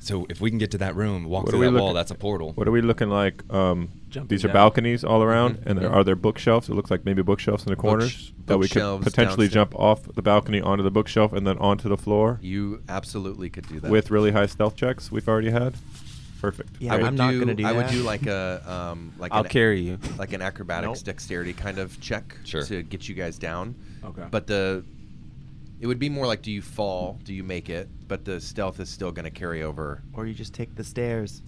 [SPEAKER 11] So if we can get to that room, walk
[SPEAKER 2] What are
[SPEAKER 11] through
[SPEAKER 2] we
[SPEAKER 11] that wall.
[SPEAKER 2] looking-
[SPEAKER 11] That's a portal. Mm-hmm.
[SPEAKER 2] What are we looking like? Um,
[SPEAKER 13] Jumping
[SPEAKER 2] these are
[SPEAKER 13] down.
[SPEAKER 2] balconies all around, and there,
[SPEAKER 1] Yeah.
[SPEAKER 2] are there bookshelves? It looks like maybe bookshelves in the corners that we could
[SPEAKER 1] bookshelves
[SPEAKER 2] potentially
[SPEAKER 1] downstairs.
[SPEAKER 2] jump off the balcony onto the bookshelf and then onto the floor
[SPEAKER 1] You absolutely could do that.
[SPEAKER 2] with really high stealth checks we've already had. Perfect.
[SPEAKER 4] Yeah,
[SPEAKER 1] I would
[SPEAKER 4] I'm not
[SPEAKER 1] do,
[SPEAKER 4] gonna do
[SPEAKER 1] I would
[SPEAKER 4] that. <laughs>
[SPEAKER 1] do like a um like
[SPEAKER 13] I'll
[SPEAKER 1] an,
[SPEAKER 13] carry you.
[SPEAKER 1] like an acrobatics
[SPEAKER 5] Nope.
[SPEAKER 1] dexterity kind of check
[SPEAKER 11] Sure.
[SPEAKER 1] to get you guys down.
[SPEAKER 13] Okay.
[SPEAKER 1] But the it would be more like do you fall? Do you make it? But the stealth is still going to carry over.
[SPEAKER 4] Or you just take the stairs.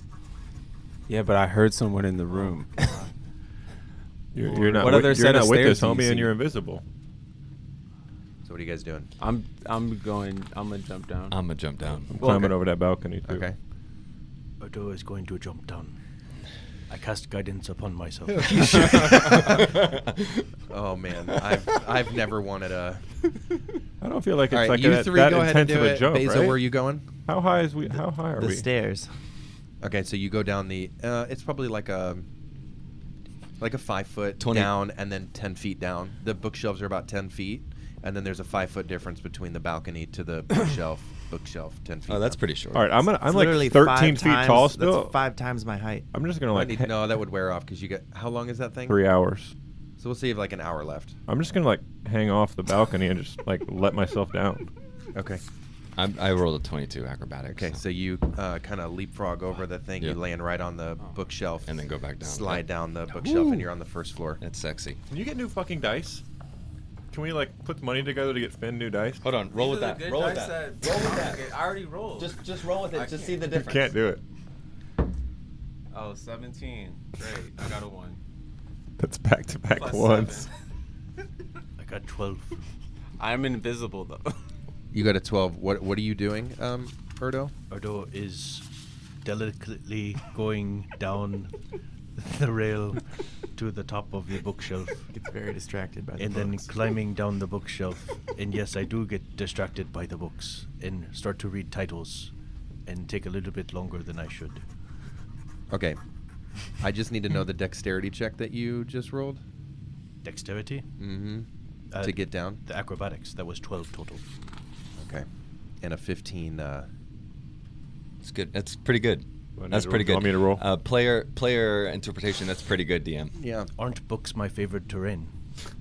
[SPEAKER 13] Yeah, but I heard someone in the room.
[SPEAKER 11] <laughs>
[SPEAKER 2] You're, you're not.
[SPEAKER 13] What
[SPEAKER 2] wi-
[SPEAKER 13] other
[SPEAKER 2] you're
[SPEAKER 13] set
[SPEAKER 2] not
[SPEAKER 13] of
[SPEAKER 2] with
[SPEAKER 13] stairs
[SPEAKER 2] us,
[SPEAKER 13] do you
[SPEAKER 2] homie,
[SPEAKER 13] see?
[SPEAKER 2] and you're invisible.
[SPEAKER 1] So what are you guys doing?
[SPEAKER 13] I'm I'm going. I'm gonna jump down.
[SPEAKER 11] I'm gonna jump down.
[SPEAKER 13] Well,
[SPEAKER 2] climbing
[SPEAKER 13] okay.
[SPEAKER 2] over that balcony too.
[SPEAKER 1] Okay.
[SPEAKER 5] Odo is oh, going to jump down. I cast guidance
[SPEAKER 13] <laughs>
[SPEAKER 5] upon myself.
[SPEAKER 1] <laughs> Oh man, I've I've never wanted a
[SPEAKER 2] I don't feel like it's
[SPEAKER 1] All right,
[SPEAKER 2] like
[SPEAKER 1] you
[SPEAKER 2] that,
[SPEAKER 1] three
[SPEAKER 2] that
[SPEAKER 1] go ahead
[SPEAKER 2] intense
[SPEAKER 1] and
[SPEAKER 2] of
[SPEAKER 1] do
[SPEAKER 2] a
[SPEAKER 1] it.
[SPEAKER 2] jump,
[SPEAKER 1] Basil,
[SPEAKER 2] right?
[SPEAKER 1] where are you going?
[SPEAKER 2] How high is we? How high are
[SPEAKER 4] the
[SPEAKER 2] we?
[SPEAKER 4] stairs.
[SPEAKER 1] Okay, so you go down the. Uh, it's probably like a, like a five foot
[SPEAKER 11] 20.
[SPEAKER 1] down and then ten feet down. The bookshelves are about ten feet, and then there's a five foot difference between the balcony
[SPEAKER 11] <coughs>
[SPEAKER 1] to the bookshelf. bookshelf ten feet.
[SPEAKER 11] Oh, that's
[SPEAKER 1] down.
[SPEAKER 11] pretty short.
[SPEAKER 2] All right, I'm gonna. I'm
[SPEAKER 4] It's
[SPEAKER 2] like
[SPEAKER 4] literally
[SPEAKER 2] 13
[SPEAKER 4] five
[SPEAKER 2] feet
[SPEAKER 4] times,
[SPEAKER 2] tall
[SPEAKER 4] that's
[SPEAKER 2] still.
[SPEAKER 4] five times my height.
[SPEAKER 2] I'm just gonna
[SPEAKER 1] I
[SPEAKER 2] like
[SPEAKER 1] need-
[SPEAKER 2] he-
[SPEAKER 1] no, that would wear off because you get how long is that thing?
[SPEAKER 2] three hours.
[SPEAKER 1] So we'll see if like an hour left.
[SPEAKER 2] I'm just gonna like hang off the balcony and just like let myself down.
[SPEAKER 1] Okay.
[SPEAKER 11] I'm, I rolled a 22 acrobatics.
[SPEAKER 1] Okay, so you uh, kind of leapfrog over the thing.
[SPEAKER 11] Yeah.
[SPEAKER 1] You land right on the
[SPEAKER 4] Oh.
[SPEAKER 1] bookshelf
[SPEAKER 11] And then go back down.
[SPEAKER 1] Slide
[SPEAKER 11] Yep.
[SPEAKER 1] down the bookshelf, and you're on the first floor.
[SPEAKER 11] that's sexy.
[SPEAKER 2] Can you get new fucking dice? Can we like put money together to get Finn new dice?
[SPEAKER 11] Hold on, roll with that. Roll with that.
[SPEAKER 13] Roll with that. I already rolled.
[SPEAKER 11] just roll with it. Just see the
[SPEAKER 2] You can't do it.
[SPEAKER 13] oh, 17. Great. I got a one.
[SPEAKER 2] That's back to back
[SPEAKER 13] Plus
[SPEAKER 2] ones.
[SPEAKER 13] seven.
[SPEAKER 5] I
[SPEAKER 13] <laughs>
[SPEAKER 5] got 12.
[SPEAKER 13] I'm invisible though.
[SPEAKER 1] You got a twelve. What What are you doing, um, Erdo?
[SPEAKER 5] Odo is delicately going down the rail to the top of the bookshelf
[SPEAKER 4] Gets very distracted by the
[SPEAKER 5] and then
[SPEAKER 4] books.
[SPEAKER 5] climbing down the bookshelf. and yes, I do get distracted by the books and start to read titles and take a little bit longer than I should.
[SPEAKER 1] Okay. I just need to know the dexterity check that you just rolled.
[SPEAKER 5] Dexterity?
[SPEAKER 1] Mm-hmm.
[SPEAKER 5] Uh,
[SPEAKER 1] to get down.
[SPEAKER 5] The acrobatics, that was 12 total.
[SPEAKER 1] Okay. And a 15. Uh,
[SPEAKER 11] It's good. That's pretty good.
[SPEAKER 2] Want me
[SPEAKER 11] That's
[SPEAKER 2] to
[SPEAKER 11] pretty good.
[SPEAKER 2] roll- want me to roll?
[SPEAKER 11] Uh, player player interpretation. That's pretty good, DM.
[SPEAKER 1] yeah.
[SPEAKER 5] Aren't books my favorite
[SPEAKER 1] <laughs>
[SPEAKER 5] terrain?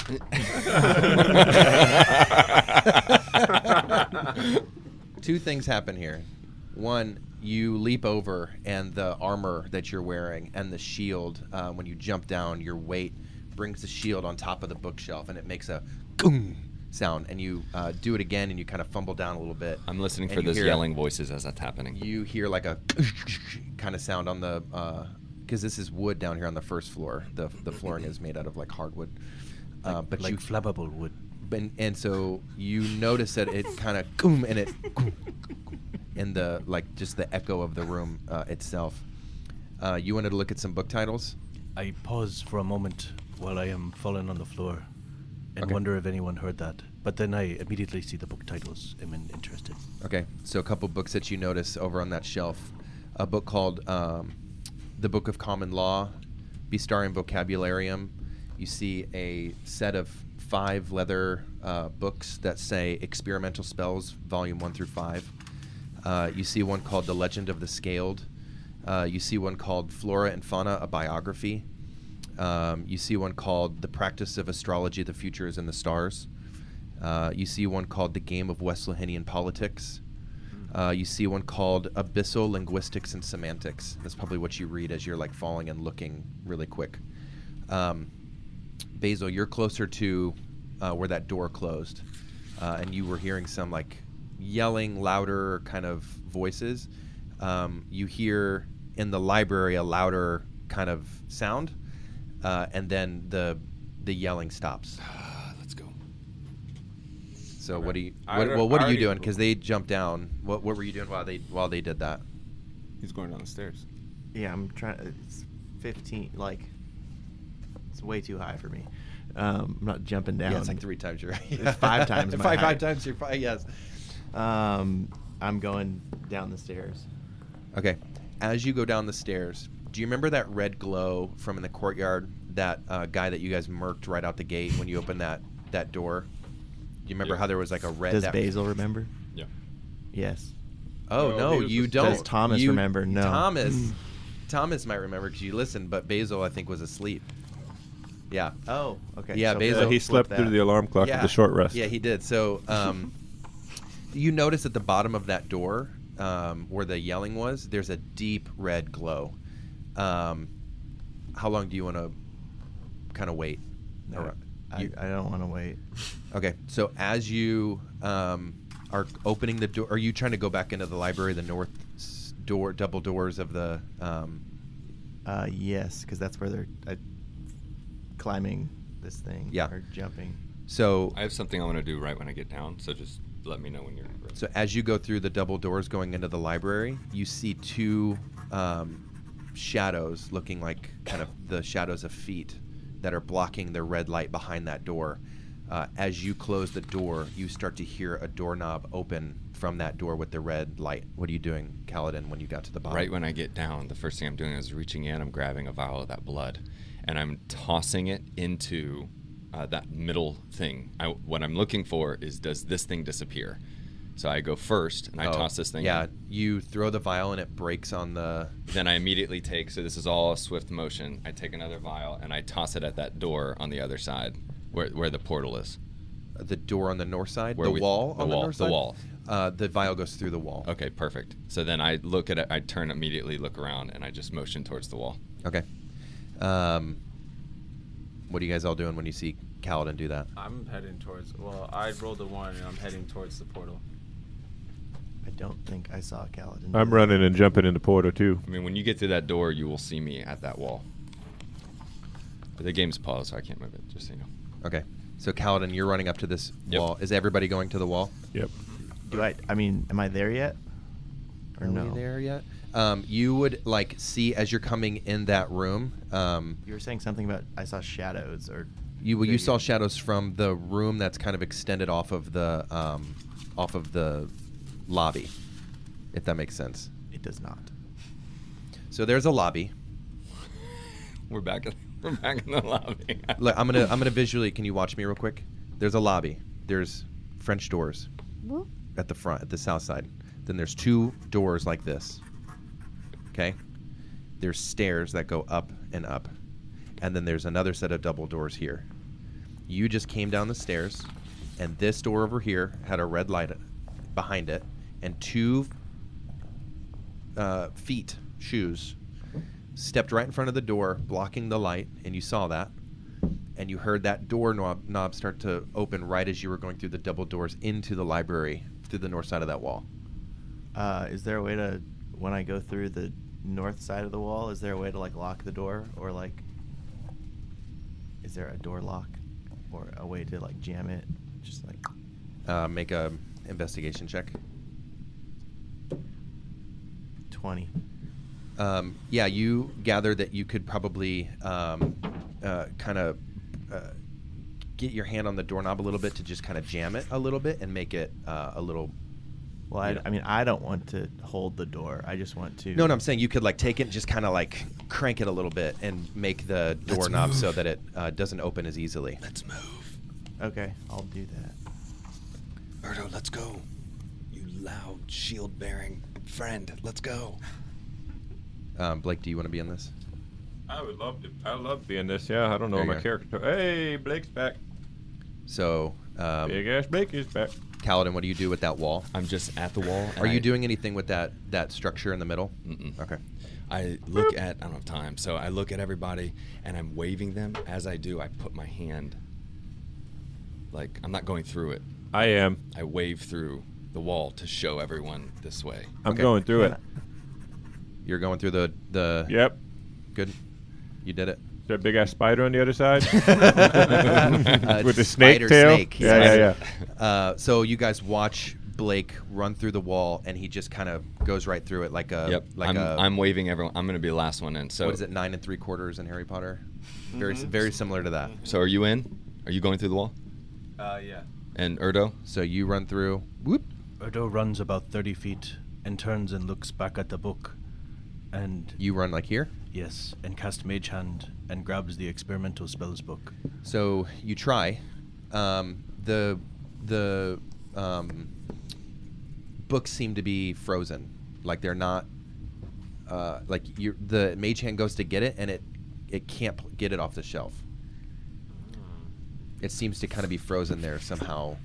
[SPEAKER 5] <laughs>
[SPEAKER 1] Two things happen here. One, you leap over, and the armor that you're wearing and the shield, uh, when you jump down, your weight brings the shield on top of the bookshelf, and it makes a goong sound. And you uh, do it again, and you kind of fumble down a little bit.
[SPEAKER 11] I'm listening
[SPEAKER 1] and
[SPEAKER 11] for
[SPEAKER 1] you
[SPEAKER 11] those
[SPEAKER 1] hear-
[SPEAKER 11] yelling voices as that's happening.
[SPEAKER 1] you hear like a <laughs> kind of sound on the because this is wood down here on the first floor. The the flooring is made out of like hardwood, uh, but
[SPEAKER 5] like
[SPEAKER 1] you
[SPEAKER 5] flammable wood.
[SPEAKER 1] and, and so you notice that it kind of boom and it <laughs> in the like just the echo of the room uh, itself. Uh, you wanted to look at some book titles?
[SPEAKER 5] I pause for a moment while I am fallen on the floor and
[SPEAKER 1] Okay.
[SPEAKER 5] wonder if anyone heard that. But then I immediately see the book titles and am interested.
[SPEAKER 1] Okay, so a couple books that you notice over on that shelf, a book called um, "The Book of Common Law," Bestiarium Vocabularium. You see a set of five leather uh, books that say "Experimental Spells," Volume One through Five. Uh, you see one called "The Legend of the Scaled." Uh, you see one called "Flora and Fauna: A Biography." Um, you see one called "The Practice of Astrology: The Future Is in the Stars." Uh, you see one called The Game of Wesleyan Politics. Uh, you see one called Abyssal Linguistics and Semantics. That's probably what you read as you're like falling and looking really quick. Um, Basil, you're closer to uh, where that door closed, uh, and you were hearing some like yelling, louder kind of voices. Um, you hear in the library a louder kind of sound, uh, and then the the yelling stops.
[SPEAKER 11] Let's go.
[SPEAKER 1] So what do you?
[SPEAKER 2] I
[SPEAKER 1] What,
[SPEAKER 2] alre-
[SPEAKER 1] well, what
[SPEAKER 2] I
[SPEAKER 1] are you
[SPEAKER 2] already-
[SPEAKER 1] doing? Because they jumped down. What What were you doing while they while they did that?
[SPEAKER 13] He's going down the stairs.
[SPEAKER 4] Yeah, I'm trying. It's 15. Like, it's way too high for me. Um, I'm not jumping down.
[SPEAKER 1] Yeah, it's like three times your. <laughs>
[SPEAKER 4] It's five times. My
[SPEAKER 1] five
[SPEAKER 4] height.
[SPEAKER 1] five times your. Five, yes.
[SPEAKER 4] Um, I'm going down the stairs.
[SPEAKER 1] Okay. As you go down the stairs, do you remember that red glow from in the courtyard? That uh, guy that you guys murked right out the gate when you opened that that door. Do you remember
[SPEAKER 11] Yeah.
[SPEAKER 1] how there was like a red?
[SPEAKER 4] Does
[SPEAKER 1] that-
[SPEAKER 4] Basil remember?
[SPEAKER 11] Yeah.
[SPEAKER 4] Yes.
[SPEAKER 1] Oh
[SPEAKER 11] No,
[SPEAKER 1] no,
[SPEAKER 11] he was
[SPEAKER 1] you
[SPEAKER 11] the
[SPEAKER 1] don't.
[SPEAKER 4] Does Thomas
[SPEAKER 1] You-
[SPEAKER 4] remember? No.
[SPEAKER 1] Thomas. Thomas might remember because you listened, but Basil I think was asleep. Yeah.
[SPEAKER 4] Oh, okay.
[SPEAKER 1] Yeah,
[SPEAKER 4] so
[SPEAKER 1] Basil.
[SPEAKER 2] he
[SPEAKER 4] flipped
[SPEAKER 2] slept through
[SPEAKER 4] that.
[SPEAKER 2] the alarm clock at the short rest.
[SPEAKER 1] Yeah, he did. So um, you notice at the bottom of that door um, where the yelling was, there's a deep red glow. Um, how long do you want to kind of wait?
[SPEAKER 4] No,
[SPEAKER 1] Or,
[SPEAKER 4] I,
[SPEAKER 1] you-
[SPEAKER 4] I don't want to wait.
[SPEAKER 1] okay, so as you um, are opening the door, are you trying to go back into the library, the north s- door, double doors of the? Um,
[SPEAKER 4] Uh, yes, because that's where they're uh, climbing this thing.
[SPEAKER 1] Yeah.
[SPEAKER 4] Or jumping.
[SPEAKER 1] so
[SPEAKER 11] I have something I want to do right when I get down, so just let me know when you're ready.
[SPEAKER 1] So as you go through the double doors going into the library, you see two um, shadows looking like kind of the shadows of feet that are blocking the red light behind that door. Uh, as you close the door, you start to hear a doorknob open from that door with the red light. What are you doing, Kaladin, when you got to the bottom?
[SPEAKER 11] Right when I get down, the first thing I'm doing is reaching in, I'm grabbing a vial of that blood, and I'm tossing it into uh, that middle thing. I, what I'm looking for is does this thing disappear? So I go first and I
[SPEAKER 1] Oh,
[SPEAKER 11] toss this thing.
[SPEAKER 1] Yeah,
[SPEAKER 11] in.
[SPEAKER 1] you throw the vial and it breaks on the.
[SPEAKER 11] Then I immediately take, so this is all a swift motion. I take another vial and I toss it at that door on the other side where, where the portal is.
[SPEAKER 1] The door on the north side,
[SPEAKER 11] Where
[SPEAKER 1] the
[SPEAKER 11] we-
[SPEAKER 1] wall
[SPEAKER 11] the
[SPEAKER 1] on
[SPEAKER 11] wall,
[SPEAKER 1] the north
[SPEAKER 11] the
[SPEAKER 1] side.
[SPEAKER 11] wall.
[SPEAKER 1] Uh, the vial goes through the wall.
[SPEAKER 11] Okay, perfect. So then I look at it, I turn immediately, look around, and I just motion towards the wall.
[SPEAKER 1] Okay. Um, what are you guys all doing when you see Kaladin do that?
[SPEAKER 13] I'm heading towards. Well, I rolled a one and I'm heading towards the portal.
[SPEAKER 4] I don't think I saw Kaladin.
[SPEAKER 2] I'm running and jumping in the portal too.
[SPEAKER 11] I mean, when you get through that door, you will see me at that wall. But the game's paused, so I can't move it. Just so you know. <laughs>
[SPEAKER 1] Okay. So Kaladin, you're running up to this
[SPEAKER 11] Yep.
[SPEAKER 1] wall. Is everybody going to the wall?
[SPEAKER 2] Yep.
[SPEAKER 4] Do I? I mean, am I there yet? Or
[SPEAKER 1] Are
[SPEAKER 4] no?
[SPEAKER 1] we there yet? Um, you would like see as you're coming in that room. Um,
[SPEAKER 4] You were saying something about I saw shadows or.
[SPEAKER 1] you well, you
[SPEAKER 4] figures.
[SPEAKER 1] saw shadows from the room that's kind of extended off of the um, off of the lobby, if that makes sense.
[SPEAKER 4] It does not.
[SPEAKER 1] So there's a lobby.
[SPEAKER 11] We're back. In, we're back in the <laughs> lobby. <laughs>
[SPEAKER 1] Look, I'm gonna I'm gonna visually. Can you watch me real quick? There's a lobby. There's French doors at the front, at the south side. Then there's two doors like this. Okay. There's stairs that go up and up, and then there's another set of double doors here. You just came down the stairs, and this door over here had a red light behind it, and two uh, feet, shoes, stepped right in front of the door, blocking the light, and you saw that. And you heard that door knob, knob start to open right as you were going through the double doors into the library through the north side of that wall.
[SPEAKER 4] Uh, is there a way to when I go through the north side of the wall? Is there a way to like lock the door or like? Is there a door lock or a way to like jam it? Just like
[SPEAKER 1] Uh, make a investigation check.
[SPEAKER 4] twenty.
[SPEAKER 1] Um, yeah, you gather that you could probably um, uh, kind of uh, get your hand on the doorknob a little bit to just kind of jam it a little bit and make it uh, a little.
[SPEAKER 4] Well, I, I mean, I don't want to hold the door. I just want to.
[SPEAKER 1] No, no, I'm saying you could like take it and just kind of like crank it a little bit and make the
[SPEAKER 4] Let's
[SPEAKER 1] doorknob so
[SPEAKER 4] move.
[SPEAKER 1] that it uh, doesn't open as easily.
[SPEAKER 11] Let's move.
[SPEAKER 4] Okay, I'll do that.
[SPEAKER 11] Birdo, let's go. You loud shield bearing friend, let's go.
[SPEAKER 1] Um, Blake, do you want to be in this?
[SPEAKER 9] I would love to. I love
[SPEAKER 2] Being this, yeah, I don't know
[SPEAKER 1] There you
[SPEAKER 2] my
[SPEAKER 1] are.
[SPEAKER 2] character. Hey, Blake's back.
[SPEAKER 1] So, um,
[SPEAKER 2] Big ass Blake is back.
[SPEAKER 1] Kaladin, what do you do with that wall?
[SPEAKER 11] I'm just at the wall.
[SPEAKER 1] Are
[SPEAKER 11] and
[SPEAKER 1] you
[SPEAKER 11] I-
[SPEAKER 1] doing anything with that that structure in the middle?
[SPEAKER 11] Mm-mm.
[SPEAKER 1] Okay.
[SPEAKER 11] I look at I don't have time, so I look at everybody and I'm waving them. As I do, I put my hand. Like I'm not going through it.
[SPEAKER 2] I am.
[SPEAKER 11] I wave through the wall to show everyone this way.
[SPEAKER 2] I'm going through it.
[SPEAKER 1] You're going through the the.
[SPEAKER 2] Yep.
[SPEAKER 1] Good. You did it.
[SPEAKER 2] Is there a big ass spider on the other side?
[SPEAKER 1] <laughs> Uh,
[SPEAKER 2] With the snake
[SPEAKER 1] spider
[SPEAKER 2] tail?
[SPEAKER 1] Snake.
[SPEAKER 2] Yeah, yeah, yeah.
[SPEAKER 1] Uh, so you guys watch Blake run through the wall, and he just kind of goes right through it like a
[SPEAKER 11] yep.
[SPEAKER 1] like
[SPEAKER 11] I'm,
[SPEAKER 1] a
[SPEAKER 11] I'm waving everyone. I'm gonna be the last one in. So
[SPEAKER 1] what is it nine and three quarters in Harry Potter? Very
[SPEAKER 2] Mm-hmm.
[SPEAKER 1] s very similar to that.
[SPEAKER 11] So are you in? Are you going through the wall?
[SPEAKER 13] Uh, yeah.
[SPEAKER 11] And Erdo?
[SPEAKER 1] So you run through. Whoop.
[SPEAKER 5] Erdo runs about 30 feet and turns and looks back at the book. And
[SPEAKER 1] You run like here.
[SPEAKER 5] yes, and cast Mage Hand and grabs the experimental spells book.
[SPEAKER 1] So you try. Um, the the um, books seem to be frozen, like they're not. Uh, like you, the mage hand goes to get it, and it it can't pl- get it off the shelf. It seems to kind of be frozen there somehow.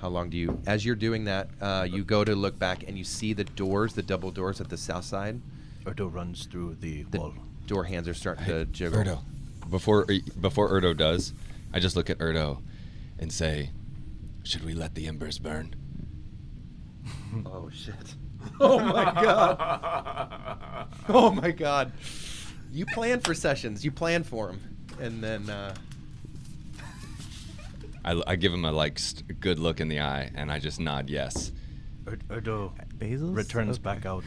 [SPEAKER 1] How long do you? As you're doing that, uh, you go to look back, and you see the doors, the double doors at the south side.
[SPEAKER 5] Erdo runs through the, wall.
[SPEAKER 1] Door hands are starting to jiggle.
[SPEAKER 11] Erdo. Before before Erdo does, I just look at Erdo and say, "Should we let the embers burn?"
[SPEAKER 1] <laughs> Oh shit. <laughs> <laughs> Oh my <laughs>
[SPEAKER 13] <laughs>
[SPEAKER 1] god. Oh my god. You plan for sessions. You plan for them, and then uh,
[SPEAKER 11] I, I give him a like st- good look in the eye, and I just nod yes.
[SPEAKER 5] Er- Erdo returns back out.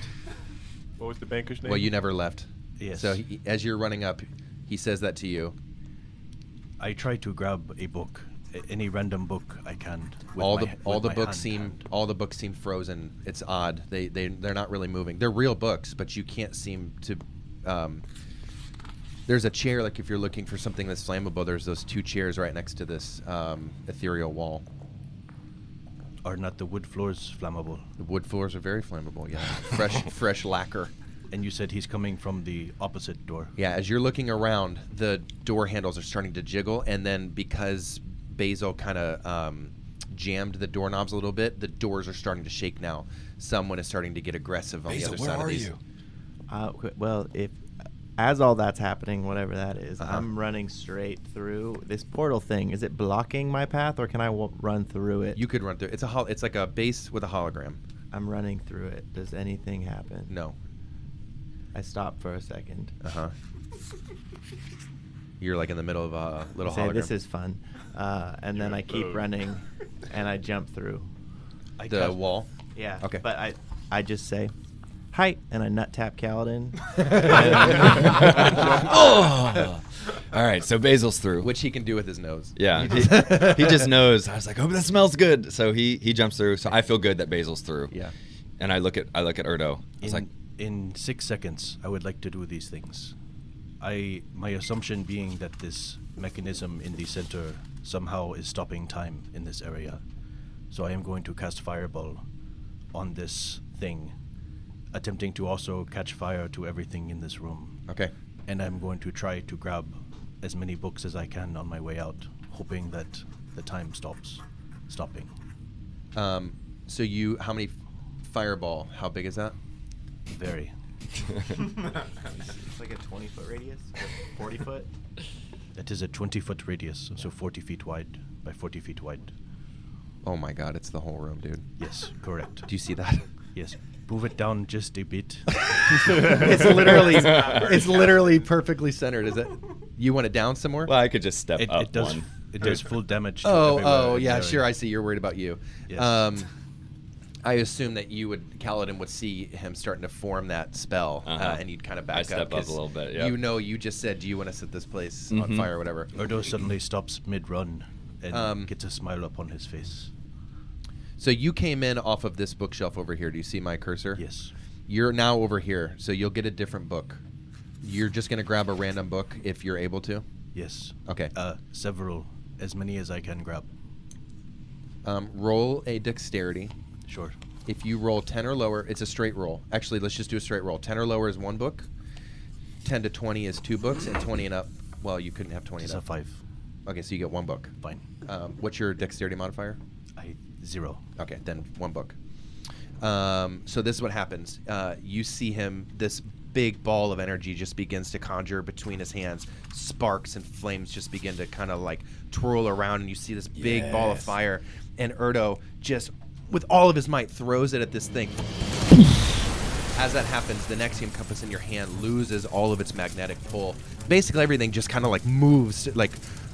[SPEAKER 2] What was the banker's name?
[SPEAKER 1] well, you never left.
[SPEAKER 5] Yes.
[SPEAKER 1] So he, as you're running up, he says that to you.
[SPEAKER 5] I try to grab a book, a- any random book I can. With
[SPEAKER 1] all
[SPEAKER 5] my
[SPEAKER 1] the
[SPEAKER 5] h-
[SPEAKER 1] all
[SPEAKER 5] with
[SPEAKER 1] the
[SPEAKER 5] my
[SPEAKER 1] books
[SPEAKER 5] hand.
[SPEAKER 1] seem all the books seem frozen. It's odd. They they they're not really moving. They're real books, but you can't seem to. Um, there's a chair like if you're looking for something that's flammable. There's those two chairs right next to this um, ethereal wall.
[SPEAKER 5] Are not the wood floors flammable?
[SPEAKER 1] The wood floors are very flammable. Yeah, fresh <laughs> fresh lacquer.
[SPEAKER 5] And you said he's coming from the opposite door.
[SPEAKER 1] Yeah, as you're looking around, the door handles are starting to jiggle, and then because Basil kind of um, jammed the doorknobs a little bit, the doors are starting to shake now. Someone is starting to get aggressive on
[SPEAKER 11] Basil,
[SPEAKER 1] the other
[SPEAKER 11] where
[SPEAKER 1] side
[SPEAKER 11] are
[SPEAKER 1] of these.
[SPEAKER 11] you?
[SPEAKER 4] Uh, qu- well, if as all that's happening, whatever that is,
[SPEAKER 1] Uh-huh.
[SPEAKER 4] I'm running straight through this portal thing. Is it blocking my path, or can I w- run through it?
[SPEAKER 1] You could run through. It's a hol- it's like a base with a hologram.
[SPEAKER 4] I'm running through it. Does anything happen?
[SPEAKER 1] No.
[SPEAKER 4] I stop for a second.
[SPEAKER 1] Uh huh. You're like in the middle of a little
[SPEAKER 4] I say,
[SPEAKER 1] hologram.
[SPEAKER 4] this is fun, uh, and then I keep
[SPEAKER 9] boat.
[SPEAKER 4] <laughs> running, and I jump through.
[SPEAKER 5] I
[SPEAKER 1] the
[SPEAKER 5] cast-
[SPEAKER 1] wall.
[SPEAKER 4] Yeah.
[SPEAKER 1] Okay.
[SPEAKER 4] But I, I just say, "Hi," and I nut tap Kaladin. <laughs>
[SPEAKER 11] oh! All right, so Basil's through.
[SPEAKER 1] Which he can do with his nose.
[SPEAKER 11] yeah,
[SPEAKER 1] You <laughs>
[SPEAKER 11] he, <laughs> he just knows. I was like, "Oh, that smells good." So he he jumps through. So I feel good that Basil's through.
[SPEAKER 1] Yeah.
[SPEAKER 11] And I look at I look at Erdo. I
[SPEAKER 5] In,
[SPEAKER 11] was like,
[SPEAKER 5] in six seconds, I would like to do these things. I my assumption being that this mechanism in the center somehow is stopping time in this area, so I am going to cast fireball on this thing, attempting to also catch fire to everything in this room.
[SPEAKER 1] <laughs> Okay.
[SPEAKER 5] And I'm going to try to grab as many books as I can on my way out, hoping that the time stops, stopping.
[SPEAKER 1] Um, so you, how many f- fireball? How big is that? <laughs>
[SPEAKER 5] Very.
[SPEAKER 4] <laughs> it's like a 20 foot radius, 40 foot.
[SPEAKER 5] It is a 20 foot radius, so 40 feet wide by 40 feet wide.
[SPEAKER 1] Oh my god, it's the whole room, dude.
[SPEAKER 5] Yes, correct.
[SPEAKER 1] Do you see that?
[SPEAKER 5] Yes. Move it down just a bit.
[SPEAKER 1] <laughs> it's literally, it's literally perfectly centered. Is it? You want it down somewhere?
[SPEAKER 11] "Well, I could just step
[SPEAKER 5] it,
[SPEAKER 11] up
[SPEAKER 5] it does
[SPEAKER 11] one."
[SPEAKER 5] it does full damage. To
[SPEAKER 1] oh,
[SPEAKER 5] everywhere
[SPEAKER 1] oh,
[SPEAKER 5] in
[SPEAKER 1] yeah,
[SPEAKER 5] the
[SPEAKER 1] sure. I
[SPEAKER 5] area.
[SPEAKER 11] <laughs>
[SPEAKER 1] Um, see. You're worried about you.
[SPEAKER 5] Yes.
[SPEAKER 1] Um, I assume that you would, Kaladin would see him starting to form that spell, uh
[SPEAKER 7] Uh-huh.
[SPEAKER 1] and you'd kind of
[SPEAKER 7] I
[SPEAKER 1] back up.
[SPEAKER 7] step up a
[SPEAKER 1] 'cause
[SPEAKER 7] little bit, Mm-hmm. yeah.
[SPEAKER 1] You know, you just said, "Do you want to set this place on
[SPEAKER 5] Mhm.
[SPEAKER 1] fire or whatever?"
[SPEAKER 5] Erdo suddenly stops mid run and
[SPEAKER 1] Um,
[SPEAKER 5] gets a smile upon his face.
[SPEAKER 1] So you came in off of this bookshelf over here. Do you see my cursor?
[SPEAKER 5] Yes.
[SPEAKER 1] You're now over here, so you'll get a different book. You're just gonna grab a random book if you're able to.
[SPEAKER 5] Yes.
[SPEAKER 1] Okay.
[SPEAKER 5] Uh, several, as many as I can grab.
[SPEAKER 1] Um, roll a dexterity.
[SPEAKER 5] Sure.
[SPEAKER 1] If you roll 10 or lower, it's a straight roll. Actually, let's just do a straight roll. 10 or lower is one book, 10 to 20 is two books, and 20 and up, well, you couldn't have 20
[SPEAKER 5] It's a
[SPEAKER 1] and up.
[SPEAKER 5] five.
[SPEAKER 1] Okay, so you get one book.
[SPEAKER 5] Fine.
[SPEAKER 1] Um, what's your dexterity modifier?
[SPEAKER 5] I zero.
[SPEAKER 1] Okay, then one book. Um, so this is what happens. Uh, you see him. This big ball of energy just begins to conjure between his hands. Sparks and flames just begin to kind of like twirl around, and you see this big ball of
[SPEAKER 7] Yes.
[SPEAKER 1] fire. And Erdo just, with all of his might, throws it at this thing. As that happens, the Nexium compass in your hand loses all of its magnetic pull. Basically, everything just kind of like moves, like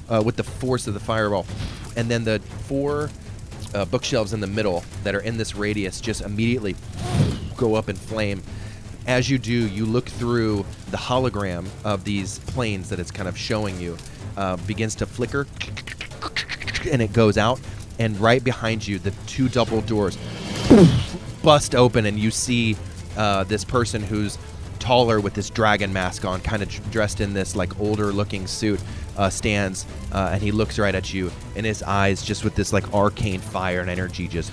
[SPEAKER 1] uh, with the force of the fireball. And then the four uh, bookshelves in the middle that are in this radius just immediately go up in flame. As you do, you look through the hologram of these planes that it's kind of showing you, uh, begins to flicker, and it goes out. And right behind you, the two double doors bust open, and you see uh, this person who's taller with this dragon mask on, kind of dressed in this like older looking suit, uh, stands uh, and he looks right at you, and his eyes just with this like arcane fire and energy just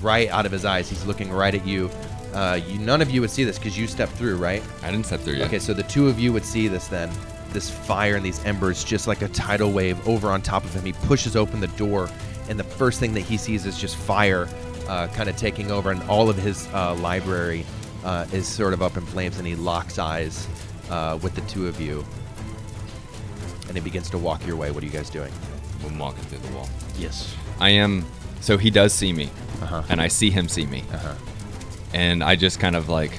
[SPEAKER 1] right out of his eyes. He's looking right at you. Uh, you none of you would see this because you stepped through, right?
[SPEAKER 11] I didn't step through yet.
[SPEAKER 1] Okay, so the two of you would see this then. This fire and these embers, just like a tidal wave over on top of him. He pushes open the door, and the first thing that he sees is just fire uh, kind of taking over, and all of his uh, library uh, is sort of up in flames, and he locks eyes uh, with the two of you. And he begins to walk your way. What are you guys doing?
[SPEAKER 11] I'm walking through the wall.
[SPEAKER 5] Yes.
[SPEAKER 11] I am. So he does see me,
[SPEAKER 1] Uh-huh.
[SPEAKER 11] and I see him see me,
[SPEAKER 1] uh-huh.
[SPEAKER 11] and I just kind of like.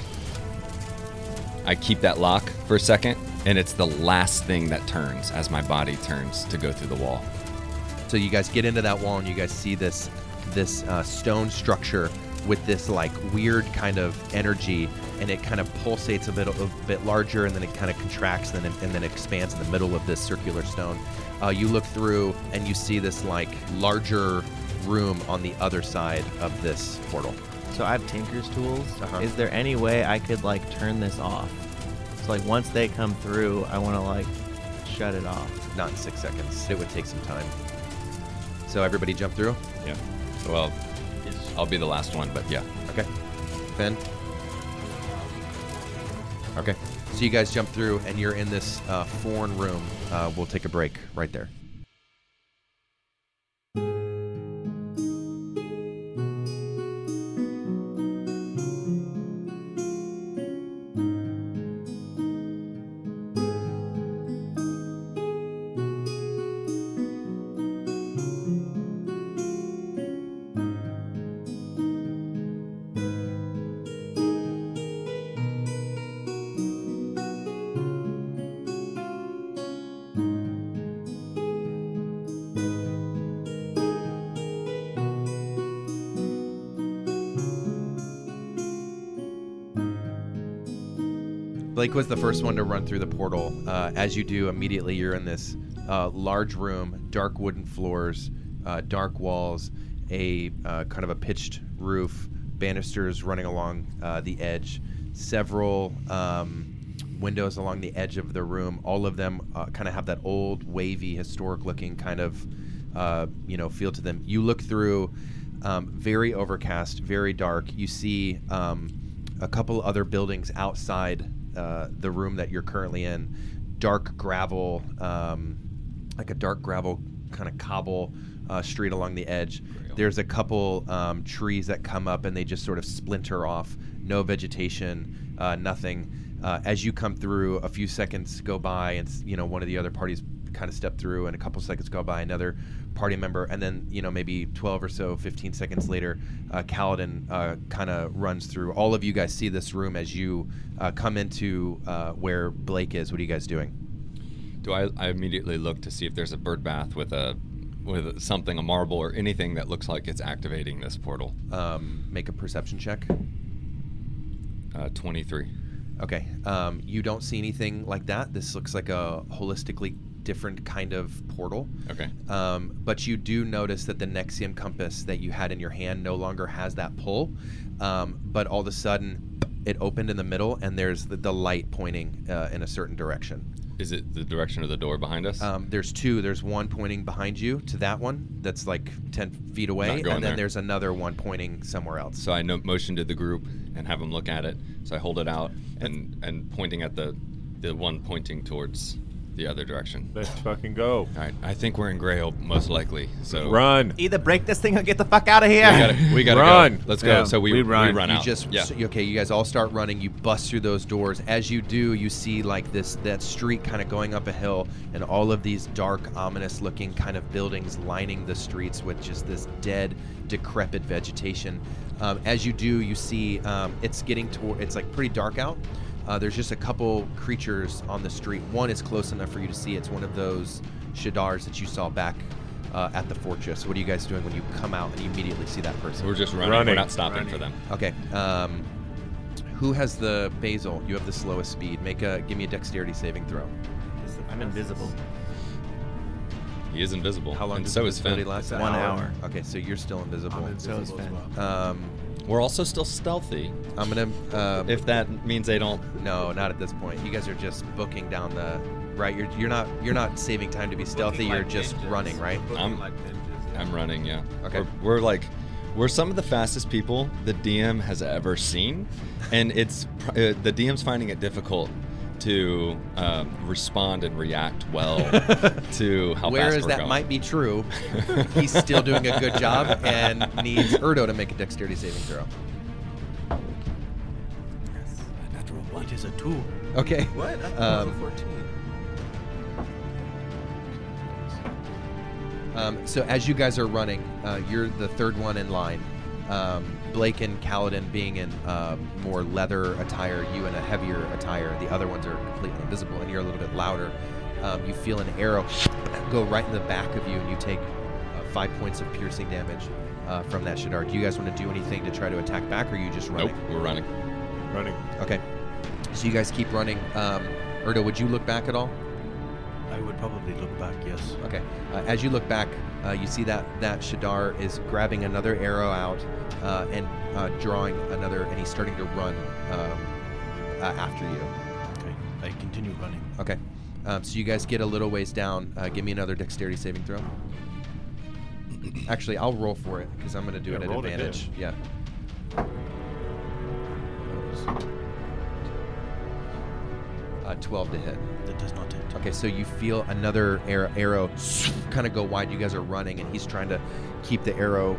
[SPEAKER 11] I keep that lock for a second, and it's the last thing that turns as my body turns to go through the wall.
[SPEAKER 1] So you guys get into that wall and you guys see this this uh, stone structure with this like weird kind of energy, and it kind of pulsates a bit a bit larger, and then it kind of contracts, and then it, and then it expands in the middle of this circular stone. Uh, you look through and you see this like larger room on the other side of this portal.
[SPEAKER 4] So I have Tinker's tools.
[SPEAKER 1] Uh-huh.
[SPEAKER 4] Is there any way I could like turn this off? So like once they come through, I want to like shut it off.
[SPEAKER 1] Not in six seconds. It would take some time. So everybody jump through.
[SPEAKER 11] Yeah. Well, I'll be the last one, but yeah.
[SPEAKER 1] Okay. Finn. Okay. So you guys jump through, and you're in this uh, foreign room. Uh, we'll take a break right there. Blake was the first one to run through the portal. Uh, as you do, immediately you're in this uh, large room, dark wooden floors, uh, dark walls, a uh, kind of a pitched roof, banisters running along uh, the edge, several um, windows along the edge of the room. All of them uh, kind of have that old, wavy, historic-looking kind of uh, you know feel to them. You look through. Um, very overcast, very dark. You see um, a couple other buildings outside uh, the room that you're currently in. Dark gravel, um, like a dark gravel kind of cobble uh, street along the edge. There's a couple um, trees that come up and they just sort of splinter off. No vegetation, uh, nothing. Uh, as you come through, a few seconds go by, and s- you know one of the other parties kind of step through and a couple seconds go by another party member and then you know maybe 12 or so 15 seconds later uh, Kaladin uh, kind of runs through all of you guys see this room as you uh, come into uh, where Blake is what are you guys doing
[SPEAKER 11] Do I? I immediately look to see if there's a bird bath with a with something, a marble or anything that looks like it's activating this portal.
[SPEAKER 1] Um, make a perception check.
[SPEAKER 11] Uh, 23.
[SPEAKER 1] Okay. Um, you don't see anything like that. This looks like a holistically different kind of portal.
[SPEAKER 11] Okay.
[SPEAKER 1] Um, but you do notice that the Nexium compass that you had in your hand no longer has that pull. Um, but all of a sudden, it opened in the middle, and there's the, the light pointing uh, in a certain direction.
[SPEAKER 11] Is it the direction of the door behind us?
[SPEAKER 1] Um, there's two. There's one pointing behind you to that one that's like 10 feet away.
[SPEAKER 11] Not
[SPEAKER 1] and
[SPEAKER 11] going
[SPEAKER 1] then
[SPEAKER 11] there.
[SPEAKER 1] there's another one pointing somewhere else.
[SPEAKER 11] So I no- motion to the group and have them look at it. So I hold it out and and pointing at the the one pointing towards the other direction.
[SPEAKER 2] Let's fucking go.
[SPEAKER 11] All right, I think we're in Grail most likely. So
[SPEAKER 2] Run.
[SPEAKER 4] Either break this thing or get the fuck out of
[SPEAKER 11] We
[SPEAKER 4] here.
[SPEAKER 11] gotta, we gotta
[SPEAKER 2] Run.
[SPEAKER 11] go. Let's go.
[SPEAKER 2] Yeah,
[SPEAKER 11] so we,
[SPEAKER 2] we
[SPEAKER 11] we
[SPEAKER 2] run.
[SPEAKER 11] run.
[SPEAKER 1] you
[SPEAKER 11] out.
[SPEAKER 1] just
[SPEAKER 11] yeah.
[SPEAKER 1] so- okay you guys all start running you bust through those doors as you do you see like this that street kind of going up a hill and all of these dark ominous looking kind of buildings lining the streets with just this dead decrepit vegetation um, as you do you see um, it's getting toward it's like pretty dark out uh, there's just a couple creatures on the street one is close enough for you to see it's one of those shadars that you saw back uh, at the fortress what are you guys doing when you come out and you immediately see that person
[SPEAKER 11] We're just running.
[SPEAKER 2] Running.
[SPEAKER 11] We're not stopping for them.
[SPEAKER 1] Okay. Um, who has the basil? You have the slowest speed. Make a give me a dexterity saving throw.
[SPEAKER 17] I'm invisible.
[SPEAKER 11] He is invisible.
[SPEAKER 1] How long
[SPEAKER 11] and
[SPEAKER 1] does
[SPEAKER 11] so is
[SPEAKER 1] invisibility
[SPEAKER 11] Finn.
[SPEAKER 1] last?
[SPEAKER 4] One hour.
[SPEAKER 1] Okay, so you're still invisible.
[SPEAKER 10] I'm So is invisible as Finn.
[SPEAKER 1] Um,
[SPEAKER 11] We're also still stealthy.
[SPEAKER 1] I'm gonna. Um,
[SPEAKER 11] If that means they don't.
[SPEAKER 1] no, not at this point. You guys are just booking down the right. You're you're not you're not saving time to be stealthy. You're just running, right?
[SPEAKER 11] I'm, I'm running, yeah.
[SPEAKER 1] Okay.
[SPEAKER 11] We're, we're like, we're some of the fastest people the DM has ever seen, and it's pr- uh, the DM's finding it difficult to um, respond and react
[SPEAKER 2] <laughs>
[SPEAKER 11] well to how fast
[SPEAKER 1] Whereas
[SPEAKER 11] we're
[SPEAKER 1] that
[SPEAKER 11] going.
[SPEAKER 1] might
[SPEAKER 11] <laughs>
[SPEAKER 1] be true, he's still doing a good job and needs Erdo to make a dexterity saving throw.
[SPEAKER 5] It is a two.
[SPEAKER 1] Okay.
[SPEAKER 6] What? I thought it
[SPEAKER 1] Um,
[SPEAKER 6] was a 14.
[SPEAKER 1] Um, so as you guys are running, uh, you're the third one in line. Um, Blake and Kaladin being in uh, more leather attire, you in a heavier attire. The other ones are completely invisible, and you're a little bit louder. Um, you feel an arrow go right in the back of you, and you take uh, five points of piercing damage uh, from that Shadar. Do you guys want to do anything to try to attack back, or are you just running?
[SPEAKER 11] Nope, we're running.
[SPEAKER 2] Running.
[SPEAKER 1] Okay. So you guys keep running. Um, Erdo, would you look back at all?
[SPEAKER 5] I would probably look back, yes.
[SPEAKER 1] Okay. Uh, as you look back, uh, you see that that Shadar is grabbing another arrow out uh, and uh, drawing another, and he's starting to run um, uh, after you.
[SPEAKER 5] Okay. I continue running.
[SPEAKER 1] Okay. Um, so you guys get a little ways down. Uh, give me another dexterity
[SPEAKER 5] <clears throat>
[SPEAKER 1] saving throw. Actually, I'll roll for it because I'm going to do
[SPEAKER 9] Yeah,
[SPEAKER 1] it at
[SPEAKER 9] roll to hit.
[SPEAKER 1] advantage. Yeah. Uh, 12 to hit.
[SPEAKER 5] That does not hit.
[SPEAKER 1] Okay, so you feel another arrow, arrow kind of go wide. You guys are running, and he's trying to keep the arrow,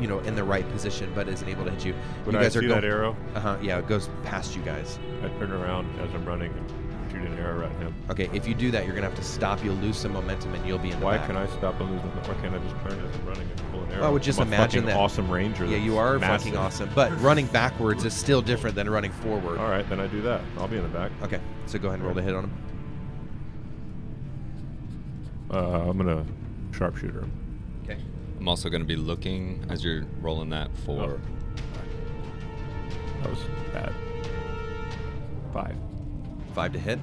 [SPEAKER 1] you know, in the right position, but isn't able to hit you.
[SPEAKER 2] Would
[SPEAKER 1] you
[SPEAKER 2] I
[SPEAKER 1] guys
[SPEAKER 2] see
[SPEAKER 1] are
[SPEAKER 2] that arrow?
[SPEAKER 1] Uh huh. Yeah, it goes past you guys.
[SPEAKER 2] I turn around as I'm running and shoot an arrow at him.
[SPEAKER 1] Okay, if you do that, you're gonna have to stop. You'll lose some momentum, and you'll be in the
[SPEAKER 2] Why
[SPEAKER 1] back.
[SPEAKER 2] can I stop and lose? my- Why can't I just turn as I'm running and pull an arrow?
[SPEAKER 1] Well, I would just
[SPEAKER 2] I'm a
[SPEAKER 1] imagine
[SPEAKER 2] fucking
[SPEAKER 1] that.
[SPEAKER 2] awesome ranger.
[SPEAKER 1] Yeah,
[SPEAKER 2] that's
[SPEAKER 1] you are
[SPEAKER 2] massive.
[SPEAKER 1] fucking awesome. But running backwards is still different than running forward.
[SPEAKER 2] All right, then I do that. I'll be in the back.
[SPEAKER 1] Okay, so go ahead and roll to hit on him.
[SPEAKER 2] Uh, I'm gonna sharpshooter him.
[SPEAKER 1] Okay.
[SPEAKER 11] I'm also going to be looking as you're rolling that
[SPEAKER 1] Oh.
[SPEAKER 11] for.
[SPEAKER 2] That was bad. Five.
[SPEAKER 1] Five to hit.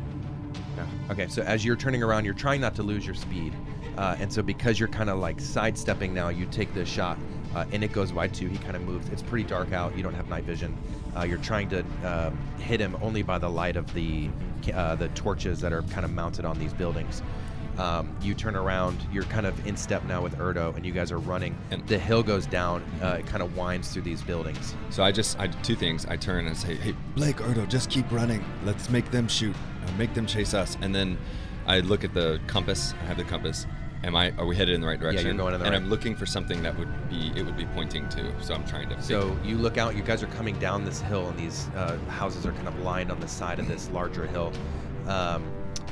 [SPEAKER 1] Okay, so as you're turning around, you're trying not to lose your speed. Uh, and so because you're kind of like sidestepping now, you take the shot uh, and it goes wide too. He kind of moves. It's pretty dark out. You don't have night vision. Uh, you're trying to um, hit him only by the light of the ca- uh, the torches that are kind of mounted on these buildings. Um, you turn around. You're kind of in step now with Erdo, and you guys are running.
[SPEAKER 11] And-
[SPEAKER 1] the hill goes down. Uh, it kind of winds through these buildings.
[SPEAKER 11] So I just, I two things. I turn and say, hey, Blake, Erdo, just keep running. Let's make them shoot. Or make them chase us. And then I look at the compass. I have the compass. Am I, are we headed in the right
[SPEAKER 1] you're
[SPEAKER 11] direction?
[SPEAKER 1] going in the
[SPEAKER 11] and
[SPEAKER 1] right-
[SPEAKER 11] I'm looking for something that would be, it would be pointing to. So I'm trying to.
[SPEAKER 1] So you look out, you guys are coming down this hill, and these uh, houses are kind of lined on the side
[SPEAKER 11] <clears throat>
[SPEAKER 1] of this larger hill. Um,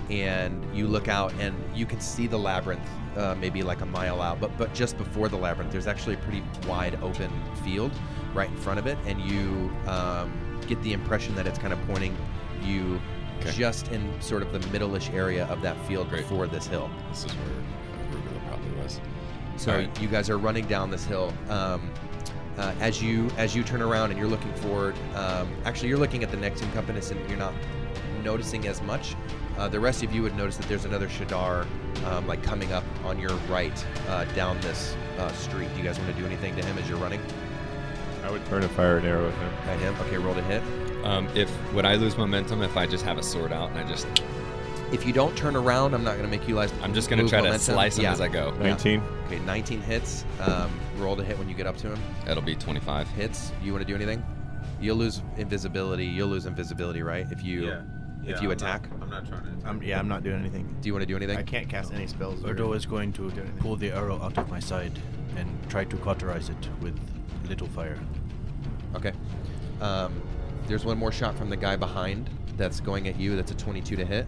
[SPEAKER 1] and you look out, and you can see the labyrinth, uh, maybe like a mile out. But but just before the labyrinth, there's actually a pretty wide open field right in front of it, and you um, get the impression that it's kind of pointing you
[SPEAKER 11] Okay.
[SPEAKER 1] just in sort of the middle-ish area of that field
[SPEAKER 11] Great.
[SPEAKER 1] before this hill.
[SPEAKER 11] This is where Rugula probably was.
[SPEAKER 1] So you guys are running down this hill. Um, uh, as you as you turn around and you're looking forward, um, actually you're looking at the next encompass and you're not noticing as much. Uh, the rest of you would notice that there's another Shadar um, like coming up on your right uh, down this uh, street. Do you guys want to do anything to him as you're running?
[SPEAKER 2] I would turn and fire an arrow at him.
[SPEAKER 1] At him? Okay, roll to hit.
[SPEAKER 11] Um, if would I lose momentum if I just have a sword out and I just
[SPEAKER 1] If you don't turn around, I'm not going to make you lies. I'm
[SPEAKER 11] just gonna try to slice him as I go. 19.
[SPEAKER 1] Okay, 19 hits. Um, roll to hit when you get up to him.
[SPEAKER 11] That'll be 25
[SPEAKER 1] hits. You want to do anything? You'll lose invisibility. You'll lose invisibility, right? If you if you attack.
[SPEAKER 13] I'm not trying to.
[SPEAKER 10] I'm, yeah, I'm not doing anything.
[SPEAKER 1] Do you want to do anything?
[SPEAKER 10] I can't cast any spells. or-
[SPEAKER 5] Erdo is going to pull the arrow out of my side and try to cauterize it with little fire.
[SPEAKER 1] Okay. Um, there's one more shot from the guy behind that's going at you. That's a 22 to hit.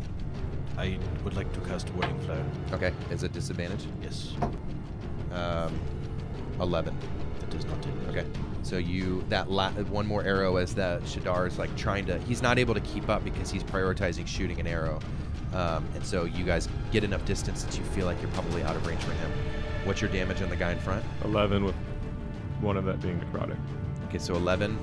[SPEAKER 5] I would like to cast Warding Flare.
[SPEAKER 1] Okay. Is it disadvantage?
[SPEAKER 5] Yes.
[SPEAKER 1] Um, 11.
[SPEAKER 5] That does not hit.
[SPEAKER 1] Okay. So you that la- one more arrow as the Shadar is like trying to. He's not able to keep up because he's prioritizing shooting an arrow. Um, and so you guys get enough distance that you feel like you're probably out of range for him. What's your damage on the guy in front?
[SPEAKER 2] 11 with one of that being necrotic.
[SPEAKER 1] Okay, so 11.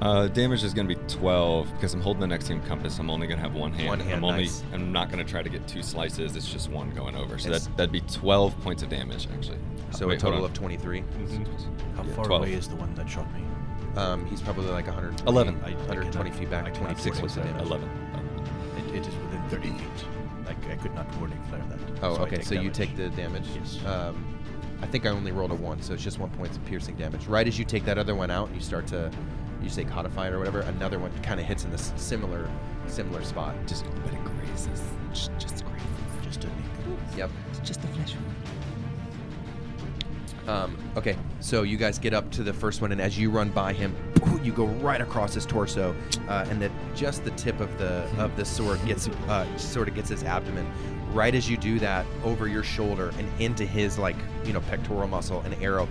[SPEAKER 11] Uh, damage is going to be 12 because I'm holding the next team compass. I'm only going to have one hand.
[SPEAKER 1] One hand,
[SPEAKER 11] I'm only.
[SPEAKER 1] nice.
[SPEAKER 11] I'm not going to try to get two slices. It's just one going over. So
[SPEAKER 1] It's-
[SPEAKER 11] that that'd be 12 points of damage actually.
[SPEAKER 1] So a
[SPEAKER 11] Wait, hold
[SPEAKER 1] total
[SPEAKER 11] on.
[SPEAKER 1] of 23.
[SPEAKER 5] Mm-hmm. How
[SPEAKER 11] Yeah,
[SPEAKER 5] far
[SPEAKER 11] 12.
[SPEAKER 5] away is the one that shot me?
[SPEAKER 1] Um, he's probably like 100.
[SPEAKER 11] 11.
[SPEAKER 1] 120 feet back. 26 points of damage.
[SPEAKER 11] 11.
[SPEAKER 5] It, it is within 30 feet. Like I could not Warding Flare that.
[SPEAKER 1] Oh,
[SPEAKER 5] I
[SPEAKER 1] okay. So you
[SPEAKER 5] damage.
[SPEAKER 1] take the damage.
[SPEAKER 5] Yes.
[SPEAKER 1] Um, I think I only rolled a one, so it's just one point of piercing damage. Right as you take that other one out, you start to, you say codify it or whatever. Another one kind of hits in this similar, similar spot.
[SPEAKER 11] Just but it grazes. Just, just grazes.
[SPEAKER 5] Just a nick.
[SPEAKER 1] Yep.
[SPEAKER 17] It's just a flesh wound.
[SPEAKER 1] Um, okay, so you guys get up to the first one, and as you run by him, you go right across his torso, uh, and that just the tip of the of the sword gets uh, sort of gets his abdomen. Right as you do that, over your shoulder and into his like you know pectoral muscle, an arrow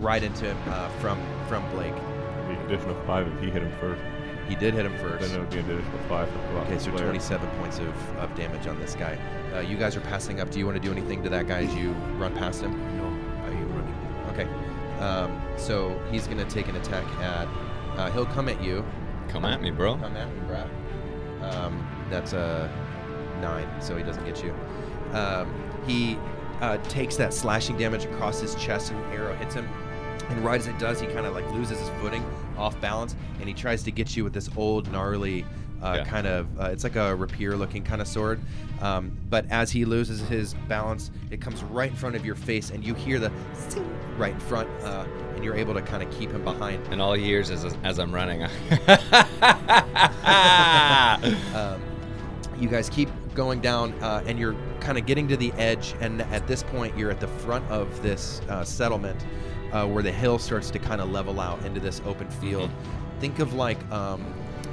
[SPEAKER 1] right into him uh, from from Blake.
[SPEAKER 2] The additional five if he hit him first.
[SPEAKER 1] He did hit him first.
[SPEAKER 2] Then it would be an additional five for Colossus
[SPEAKER 1] Okay, so
[SPEAKER 2] Flare.
[SPEAKER 1] 27 points of, of damage on this guy. Uh, you guys are passing up. Do you want to do anything to that guy as you run past him?
[SPEAKER 5] No, I am running.
[SPEAKER 1] Okay. Um, so he's going to take an attack at. Uh, he'll come at you.
[SPEAKER 11] Come at me, bro.
[SPEAKER 1] Come at me, bro. Um, that's a nine, so he doesn't get you. Um, he uh, takes that slashing damage across his chest, and an arrow hits him. And right as it does, he kind of like loses his footing, off balance, and he tries to get you with this old gnarly. Uh,
[SPEAKER 11] Yeah.
[SPEAKER 1] Kind of, uh, it's like a rapier-looking kind of sword. Um, but as he loses his balance, it comes right in front of your face, and you hear the zing right in front, uh, and you're able to kind of keep him behind.
[SPEAKER 11] And all years as as I'm running. <laughs> I-
[SPEAKER 1] um, you guys keep going down, uh, and you're kind of getting to the edge. And at this point, you're at the front of this uh, settlement, uh, where the hill starts to kind of level out into this open field. Think of like um,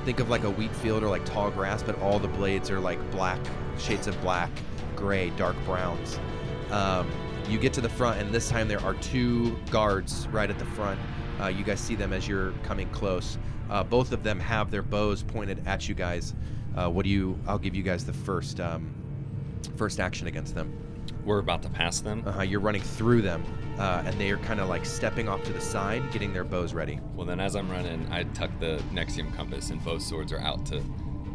[SPEAKER 1] think of like a wheat field or like tall grass, but all the blades are like black shades of black, gray, dark browns. Um, you get to the front, and this time there are two guards right at the front. Uh, you guys see them as you're coming close. Uh, both of them have their bows pointed at you guys. Uh, what do you? I'll give you guys the first um, first action against them.
[SPEAKER 11] We're about to pass them.
[SPEAKER 1] Uh, you're running through them, uh, and they are kind of like stepping off to the side, getting their bows ready.
[SPEAKER 11] Well, then as I'm running, I tuck the Nexium compass, and both swords are out to,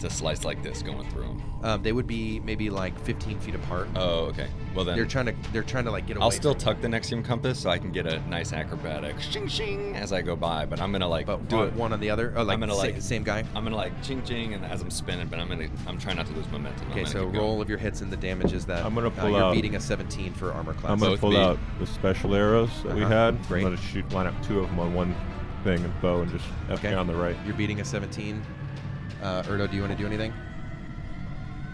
[SPEAKER 11] to slice like this, going through them.
[SPEAKER 1] Um, they would be maybe like 15 feet apart.
[SPEAKER 11] Oh, okay. Well then,
[SPEAKER 1] they're trying to they're trying to like get away.
[SPEAKER 11] I'll still
[SPEAKER 1] from-
[SPEAKER 11] tuck the Nexium compass so I can get a nice acrobatic shing shing as I go by. But I'm gonna like
[SPEAKER 1] but
[SPEAKER 11] do
[SPEAKER 1] one,
[SPEAKER 11] it.
[SPEAKER 1] one on the other. Oh, like,
[SPEAKER 11] I'm gonna
[SPEAKER 1] sa-
[SPEAKER 11] like
[SPEAKER 1] same guy.
[SPEAKER 11] I'm gonna like ching ching, and as I'm spinning, but I'm gonna I'm trying not to lose momentum. I'm
[SPEAKER 1] Okay,
[SPEAKER 11] gonna
[SPEAKER 1] so
[SPEAKER 11] keep going.
[SPEAKER 1] roll of your hits and the damages that
[SPEAKER 2] I'm gonna
[SPEAKER 1] uh,
[SPEAKER 2] pull
[SPEAKER 1] you're
[SPEAKER 2] out-
[SPEAKER 1] beating a 17 for armor class.
[SPEAKER 2] I'm gonna
[SPEAKER 11] Both
[SPEAKER 2] pull
[SPEAKER 11] be-
[SPEAKER 2] out the special arrows that we
[SPEAKER 1] Uh-huh,
[SPEAKER 2] had.
[SPEAKER 1] great.
[SPEAKER 2] I'm gonna shoot, line up two of them on one thing and bow, and just F
[SPEAKER 1] Okay.
[SPEAKER 2] me on the right.
[SPEAKER 1] You're beating a 17. Uh, Erdo, do you want to do anything?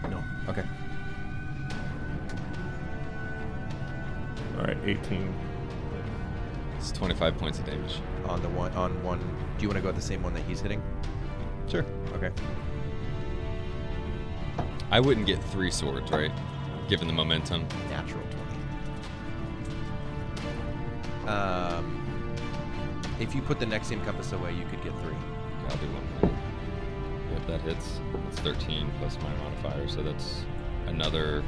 [SPEAKER 5] No.
[SPEAKER 1] Okay.
[SPEAKER 2] All right, 18.
[SPEAKER 11] It's 25 points of damage.
[SPEAKER 1] On the one, on one. Do you want to go at the same one that he's hitting?
[SPEAKER 11] Sure.
[SPEAKER 1] Okay.
[SPEAKER 11] I wouldn't get three swords, right? Given the momentum.
[SPEAKER 1] Natural 20. Um, if you put the Nexium compass away, you could get three.
[SPEAKER 11] Yeah, I'll do one. more. Yep, that hits. It's 13 plus my modifier, so that's another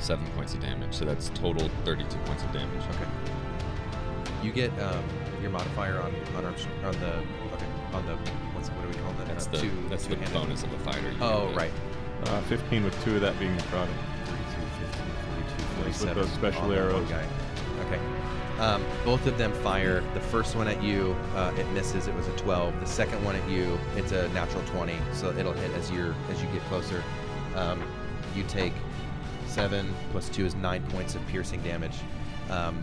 [SPEAKER 11] seven points of damage. So that's total 32 points of damage. Okay.
[SPEAKER 1] You get um, your modifier on on, arms, on the okay, on the what's what do we call that?
[SPEAKER 11] That's
[SPEAKER 1] Uh,
[SPEAKER 11] the- that's the
[SPEAKER 1] two-handed?
[SPEAKER 11] bonus of the fighter, you
[SPEAKER 1] Oh
[SPEAKER 11] get it.
[SPEAKER 1] right.
[SPEAKER 2] Uh, 15 with two of that being necrotic.
[SPEAKER 1] 42,
[SPEAKER 2] That's with
[SPEAKER 1] 47
[SPEAKER 2] those special
[SPEAKER 1] on the Oh, one
[SPEAKER 2] arrows.
[SPEAKER 1] guy. Okay. Um, both of them fire. The first one at you, uh, it misses. It was a 12. The second one at you, it's a natural 20, so it'll hit as you are as you get closer. Um, you take seven plus two is nine points of piercing damage. Um,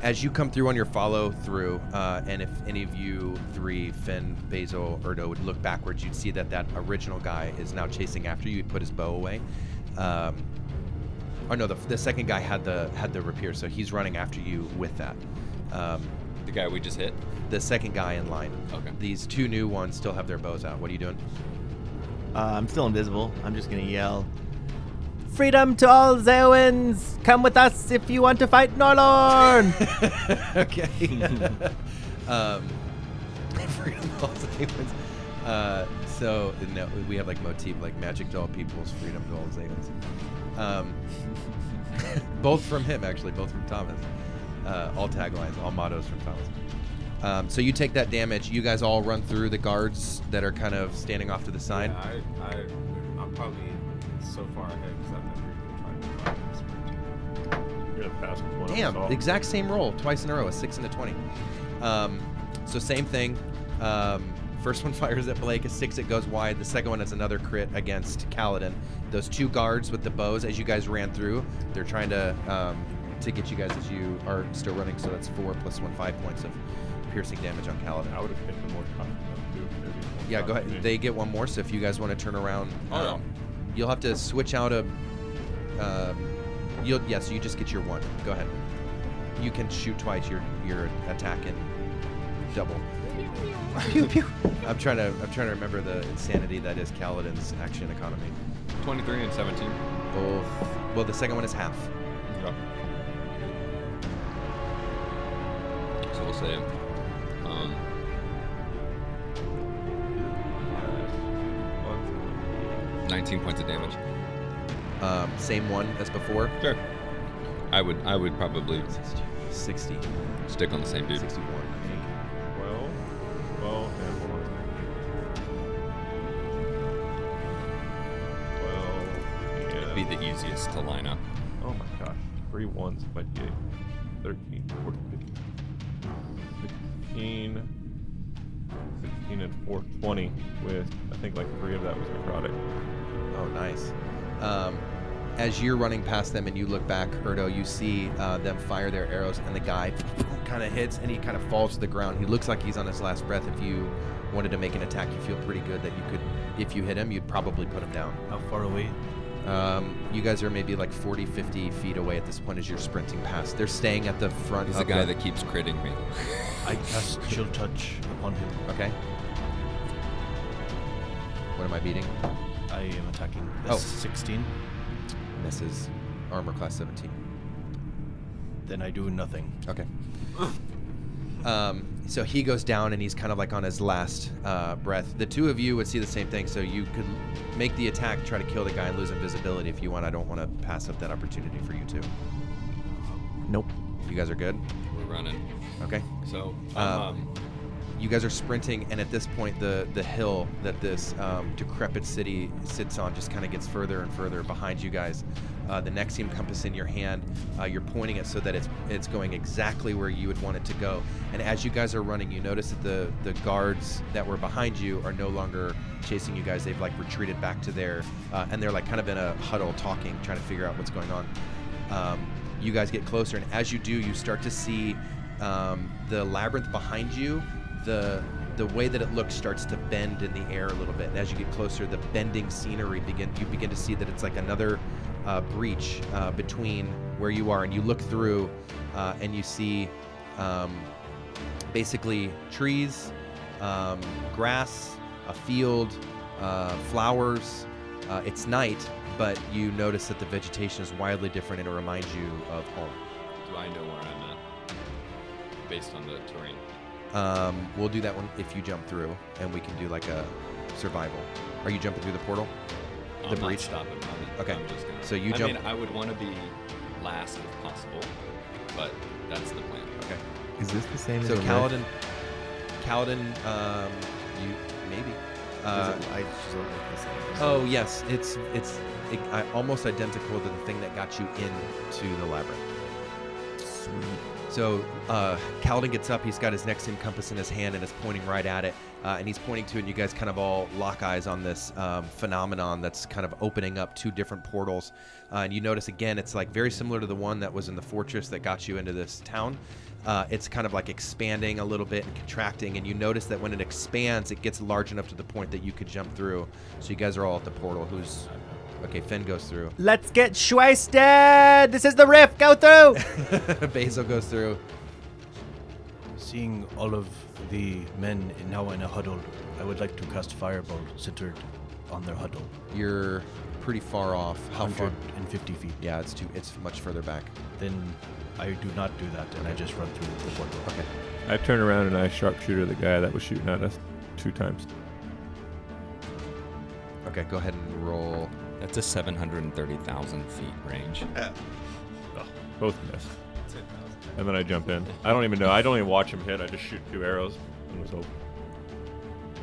[SPEAKER 1] as you come through on your follow through, uh, and if any of you three, Finn, Basil, Erdo, would look backwards, you'd see that that original guy is now chasing after you. He put his bow away. Um, Oh no, the, the second guy had the had the rapier, so he's running after you with that. Um,
[SPEAKER 11] the guy we just hit.
[SPEAKER 1] The second guy in line.
[SPEAKER 11] Okay.
[SPEAKER 1] These two new ones still have their bows out. What are you doing?
[SPEAKER 4] Uh, I'm still invisible. I'm just gonna yell, "Freedom to all Zeowans! Come with us if you want to fight
[SPEAKER 11] <laughs>
[SPEAKER 4] Norlorn!"
[SPEAKER 1] <laughs> okay. um, <laughs> I forgot all the names. Uh, so no, we have like motif like magic doll people's freedom to all Zayans. Um, <laughs> both from him actually, both from Thomas. Uh, all taglines, all mottos from Thomas. Um, so you take that damage. You guys all run through the guards that are kind of standing off to the side.
[SPEAKER 13] I, I, I'm probably so far ahead because I've never even tried to find this sprint.
[SPEAKER 9] You're the fastest one.
[SPEAKER 1] Damn, exact same roll twice in a row, a six and a twenty. Um, so same thing. Um, first one <laughs> fires at Blake, a six, it goes wide. The second one is another crit against Kaladin. Those two guards with the bows, as you guys ran through, they're trying to um, to get you guys as you are still running. So that's four plus one, five points of piercing damage on Kaladin. I would have hit them more time. Yeah, go ahead. They get one more. So if you guys want to turn around, um,
[SPEAKER 11] Oh, no.
[SPEAKER 1] you'll have to switch out a. Um, you'll yes, you just get your one. Go ahead. You can shoot twice. Your your attack and double. <laughs> I'm trying to I'm trying to remember the insanity that is Kaladin's action economy.
[SPEAKER 11] 23 and 17.
[SPEAKER 1] Both. Well, the second one is half.
[SPEAKER 11] So we'll say, um, nineteen points of damage.
[SPEAKER 1] Um, same one as before.
[SPEAKER 11] Sure. I would. I would probably
[SPEAKER 1] sixty.
[SPEAKER 11] Stick on the same dude.
[SPEAKER 1] Sixty-one.
[SPEAKER 9] Well, well, and hold on. Well,
[SPEAKER 11] It'd be the easiest to line up.
[SPEAKER 2] Oh my gosh. Three ones, but yeah. 13, 14, 15, 16, and 4, 20 with, I think, like three of that was necrotic.
[SPEAKER 1] Oh, nice. Um, as you're running past them and you look back, Erdo, you see uh, them fire their arrows, and the guy kind of hits and he kind of falls to the ground. He looks like he's on his last breath. If you wanted to make an attack, you feel pretty good that you could, if you hit him, you'd probably put him down.
[SPEAKER 5] How far away?
[SPEAKER 1] Um, you guys are maybe like 40, 50 feet away at this point as you're sprinting past. They're staying at the front.
[SPEAKER 11] He's
[SPEAKER 1] of
[SPEAKER 11] the guy that keeps critting me.
[SPEAKER 5] I cast Chill Touch upon him.
[SPEAKER 1] Okay. <laughs> What am I beating?
[SPEAKER 5] I am attacking. That's
[SPEAKER 1] Oh.
[SPEAKER 5] 16.
[SPEAKER 1] Misses. Armor class 17.
[SPEAKER 5] Then I do nothing.
[SPEAKER 1] Okay. Um, so he goes down and he's kind of like on his last uh, breath. The two of you would see the same thing, so you could make the attack, try to kill the guy, and lose invisibility if you want. I don't want to pass up that opportunity for you two.
[SPEAKER 4] Nope.
[SPEAKER 1] You guys are good?
[SPEAKER 11] We're running.
[SPEAKER 1] Okay.
[SPEAKER 11] So,
[SPEAKER 1] Um,
[SPEAKER 11] um,
[SPEAKER 1] you guys are sprinting, and at this point, the the hill that this um, decrepit city sits on just kind of gets further and further behind you guys. Uh, the Nexium compass in your hand, uh, you're pointing it so that it's it's going exactly where you would want it to go. And as you guys are running, you notice that the the guards that were behind you are no longer chasing you guys. They've like retreated back to their, uh, and they're like kind of in a huddle, talking, trying to figure out what's going on. Um, you guys get closer, and as you do, you start to see um, the labyrinth behind you. The the way that it looks starts to bend in the air a little bit, and as you get closer, the bending scenery begin. You begin to see that it's like another uh, breach uh, between where you are, and you look through, uh, and you see um, basically trees, um, grass, a field, uh, flowers. Uh, it's night, but you notice that the vegetation is wildly different and it reminds you of home.
[SPEAKER 11] do I know where I'm at based on the terrain?
[SPEAKER 1] Um, we'll do that one if you jump through, and we can do like a survival. Are you jumping through the portal?
[SPEAKER 11] Um, I'm
[SPEAKER 1] the
[SPEAKER 11] not
[SPEAKER 1] breach.
[SPEAKER 11] stopping. I'm-
[SPEAKER 1] okay.
[SPEAKER 11] I'm just gonna-
[SPEAKER 1] so you
[SPEAKER 11] I
[SPEAKER 1] jump.
[SPEAKER 11] mean, I would want to be last if possible, but that's the plan.
[SPEAKER 1] Okay.
[SPEAKER 8] Is this the same
[SPEAKER 1] so
[SPEAKER 8] as a red?
[SPEAKER 1] Kaladin, Kaladin, um, you maybe. Uh,
[SPEAKER 8] Does it- I just don't look the same.
[SPEAKER 1] Oh yes, it's it's it, I, almost identical to the thing that got you into the labyrinth. Sweet. So uh, Kaladin gets up. He's got his Nexium compass in his hand and is pointing right at it. Uh, and he's pointing to it. And you guys kind of all lock eyes on this um, phenomenon that's kind of opening up two different portals. Uh, and you notice again, it's like very similar to the one that was in the fortress that got you into this town. Uh, it's kind of like expanding a little bit and contracting, and you notice that when it expands, it gets large enough to the point that you could jump through. So you guys are all at the portal. Who's okay? Finn goes through.
[SPEAKER 17] Let's get shwasted. This is the riff. Go through.
[SPEAKER 1] <laughs> Basil goes through.
[SPEAKER 5] Seeing all of the men now in a huddle, I would like to cast Fireball centered on their huddle.
[SPEAKER 1] You're pretty far off. How far?
[SPEAKER 5] 150 feet.
[SPEAKER 1] Yeah, it's too. It's much further back.
[SPEAKER 5] Then I do not do that, and I just run through the portal.
[SPEAKER 1] Okay.
[SPEAKER 2] I turn around and I sharpshooter the guy that was shooting at us two times.
[SPEAKER 1] Okay, go ahead and roll.
[SPEAKER 11] That's a 730,000 feet range.
[SPEAKER 2] Both missed. And then I jump in. I don't even know. I don't even watch him hit. I just shoot two arrows. And it was a